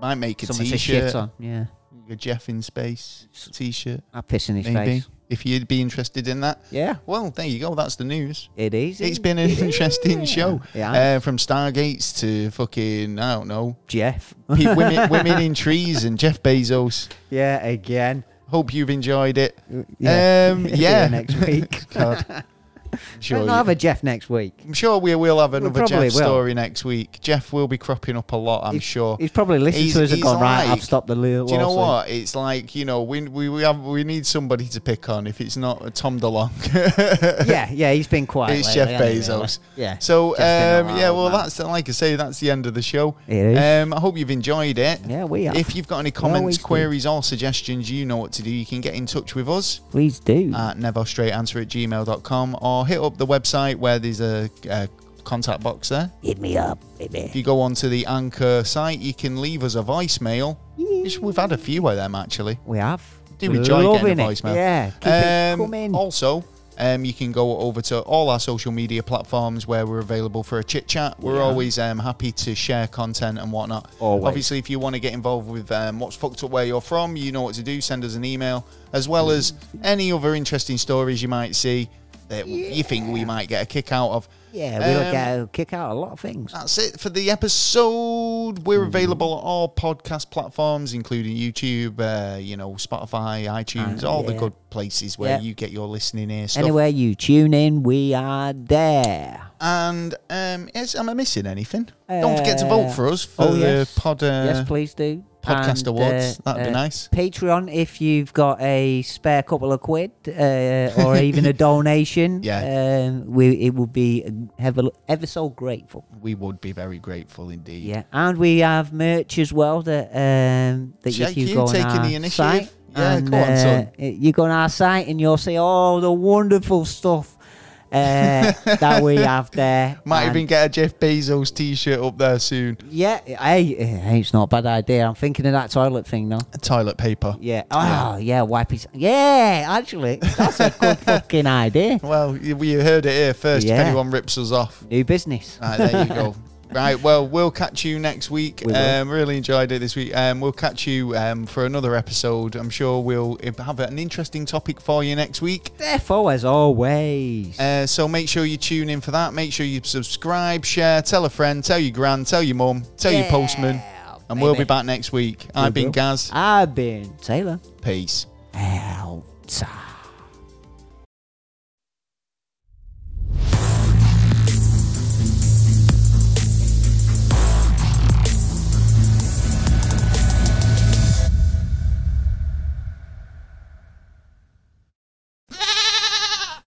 [SPEAKER 1] Might make a
[SPEAKER 2] Someone to
[SPEAKER 1] t-shirt.
[SPEAKER 2] shit on. Yeah,
[SPEAKER 1] A Jeff in space t-shirt,
[SPEAKER 2] I piss in his
[SPEAKER 1] maybe.
[SPEAKER 2] face.
[SPEAKER 1] If you'd be interested in that.
[SPEAKER 2] Yeah,
[SPEAKER 1] Well, there you go. That's the news.
[SPEAKER 2] it is.
[SPEAKER 1] It's been an interesting show.
[SPEAKER 2] Yeah.
[SPEAKER 1] Uh, from Stargates to fucking, I don't know,
[SPEAKER 2] Jeff.
[SPEAKER 1] pe- women, women in trees and Jeff Bezos.
[SPEAKER 2] yeah, again.
[SPEAKER 1] Hope you've enjoyed it.
[SPEAKER 2] Yeah.
[SPEAKER 1] Um,
[SPEAKER 2] Yeah,
[SPEAKER 1] yeah.
[SPEAKER 2] next week.
[SPEAKER 1] God. I'm, sure
[SPEAKER 2] We'll have a Jeff next week.
[SPEAKER 1] I'm sure we will have another
[SPEAKER 2] probably
[SPEAKER 1] Jeff
[SPEAKER 2] will.
[SPEAKER 1] story next week. Jeff will be cropping up a lot, I'm
[SPEAKER 2] He's-
[SPEAKER 1] sure.
[SPEAKER 2] He's probably listened
[SPEAKER 1] He's-
[SPEAKER 2] to us and
[SPEAKER 1] he's
[SPEAKER 2] gone, right,
[SPEAKER 1] like-
[SPEAKER 2] I've stopped the little.
[SPEAKER 1] Do you know what? It's like, you know, we, we, we, have, we need somebody to pick on if it's not Tom DeLong.
[SPEAKER 2] yeah, yeah, he's been quiet.
[SPEAKER 1] It's
[SPEAKER 2] lately,
[SPEAKER 1] Jeff
[SPEAKER 2] hasn't he,
[SPEAKER 1] Bezos.
[SPEAKER 2] really? Yeah.
[SPEAKER 1] So um,
[SPEAKER 2] Jeff's been
[SPEAKER 1] yeah,
[SPEAKER 2] around,
[SPEAKER 1] well,
[SPEAKER 2] man.
[SPEAKER 1] that's like I say, that's the end of the show.
[SPEAKER 2] It is.
[SPEAKER 1] Um, I hope you've enjoyed it.
[SPEAKER 2] Yeah, we have.
[SPEAKER 1] If you've got any
[SPEAKER 2] always
[SPEAKER 1] comments,
[SPEAKER 2] do.
[SPEAKER 1] queries, or suggestions, you know what to do. You can get in touch with us
[SPEAKER 2] Please do.
[SPEAKER 1] at neverstraightanswer at gmail.com or hit up the website where there's a, a contact box there.
[SPEAKER 2] Hit me up, baby.
[SPEAKER 1] If you go onto the Anchor site, you can leave us a voicemail. Which We've had a few of them actually.
[SPEAKER 2] We have.
[SPEAKER 1] Do
[SPEAKER 2] We're
[SPEAKER 1] enjoy
[SPEAKER 2] loving
[SPEAKER 1] getting a
[SPEAKER 2] it.
[SPEAKER 1] voicemail.
[SPEAKER 2] Yeah, keep it
[SPEAKER 1] Um,
[SPEAKER 2] coming.
[SPEAKER 1] Also, um, you can go over to all our social media platforms where we're available for a chit chat. We're always um, happy to share content and whatnot.
[SPEAKER 2] Always.
[SPEAKER 1] Obviously, if you want to get involved with um, what's fucked up where you're from,
[SPEAKER 2] Mm.
[SPEAKER 1] you know what to do. Send us an email, as well as any other interesting stories you might see. that you think we might get a kick out of.
[SPEAKER 2] Yeah, we'll
[SPEAKER 1] Um, uh,
[SPEAKER 2] get a kick out of a lot of things.
[SPEAKER 1] That's it for the episode.
[SPEAKER 2] Mm-hmm.
[SPEAKER 1] We're available on all podcast platforms, including YouTube, uh, you know, Spotify, iTunes,
[SPEAKER 2] Uh,
[SPEAKER 1] all the
[SPEAKER 2] yeah.
[SPEAKER 1] good places where
[SPEAKER 2] Yeah.
[SPEAKER 1] you get your listening here stuff.
[SPEAKER 2] Anywhere you tune in, we are there.
[SPEAKER 1] And um, is, am I missing anything? Don't forget to vote
[SPEAKER 2] Uh,
[SPEAKER 1] for us for
[SPEAKER 2] oh, yes.
[SPEAKER 1] the pod. Uh,
[SPEAKER 2] yes, please do.
[SPEAKER 1] podcast
[SPEAKER 2] And,
[SPEAKER 1] awards,
[SPEAKER 2] uh,
[SPEAKER 1] that'd be
[SPEAKER 2] uh,
[SPEAKER 1] nice.
[SPEAKER 2] Patreon, if you've got a spare couple of quid uh, or even a donation,
[SPEAKER 1] Yeah.
[SPEAKER 2] um, we it would be ever, ever so grateful.
[SPEAKER 1] We would be very grateful indeed.
[SPEAKER 2] Yeah, and we have merch as well that um, that
[SPEAKER 1] Jake,
[SPEAKER 2] if you
[SPEAKER 1] you
[SPEAKER 2] go on
[SPEAKER 1] taking
[SPEAKER 2] our
[SPEAKER 1] the initiative?
[SPEAKER 2] site,
[SPEAKER 1] Yeah,
[SPEAKER 2] and,
[SPEAKER 1] go on,
[SPEAKER 2] uh,
[SPEAKER 1] son.
[SPEAKER 2] you go on our site and you'll see all the wonderful stuff uh, that we have there.
[SPEAKER 1] Might
[SPEAKER 2] and
[SPEAKER 1] even get a Jeff Bezos t-shirt up there soon.
[SPEAKER 2] yeah, hey, hey, it's not a bad idea. I'm thinking of that toilet thing now.
[SPEAKER 1] Toilet paper.
[SPEAKER 2] Yeah. Oh, yeah. Wipe his. Yeah. Actually, that's a good fucking idea.
[SPEAKER 1] Well, you, you heard it here first. If
[SPEAKER 2] Yeah.
[SPEAKER 1] anyone rips us off,
[SPEAKER 2] New business.
[SPEAKER 1] right, Ah, Uh, there you go. Right, well, we'll catch you next week.
[SPEAKER 2] We will.
[SPEAKER 1] um, really enjoyed it this week. Um, we'll catch you um, for another episode. I'm sure we'll have an interesting topic for you next week.
[SPEAKER 2] Therefore, as always.
[SPEAKER 1] Uh, so make sure you tune in for that. Make sure you subscribe, share, tell a friend, tell your gran, tell your mum, tell your
[SPEAKER 2] Yeah,
[SPEAKER 1] postman. And we'll be
[SPEAKER 2] baby.
[SPEAKER 1] back next week. I've been
[SPEAKER 2] will.
[SPEAKER 1] Gaz.
[SPEAKER 2] I've been Taylor.
[SPEAKER 1] Peace.
[SPEAKER 2] Outside.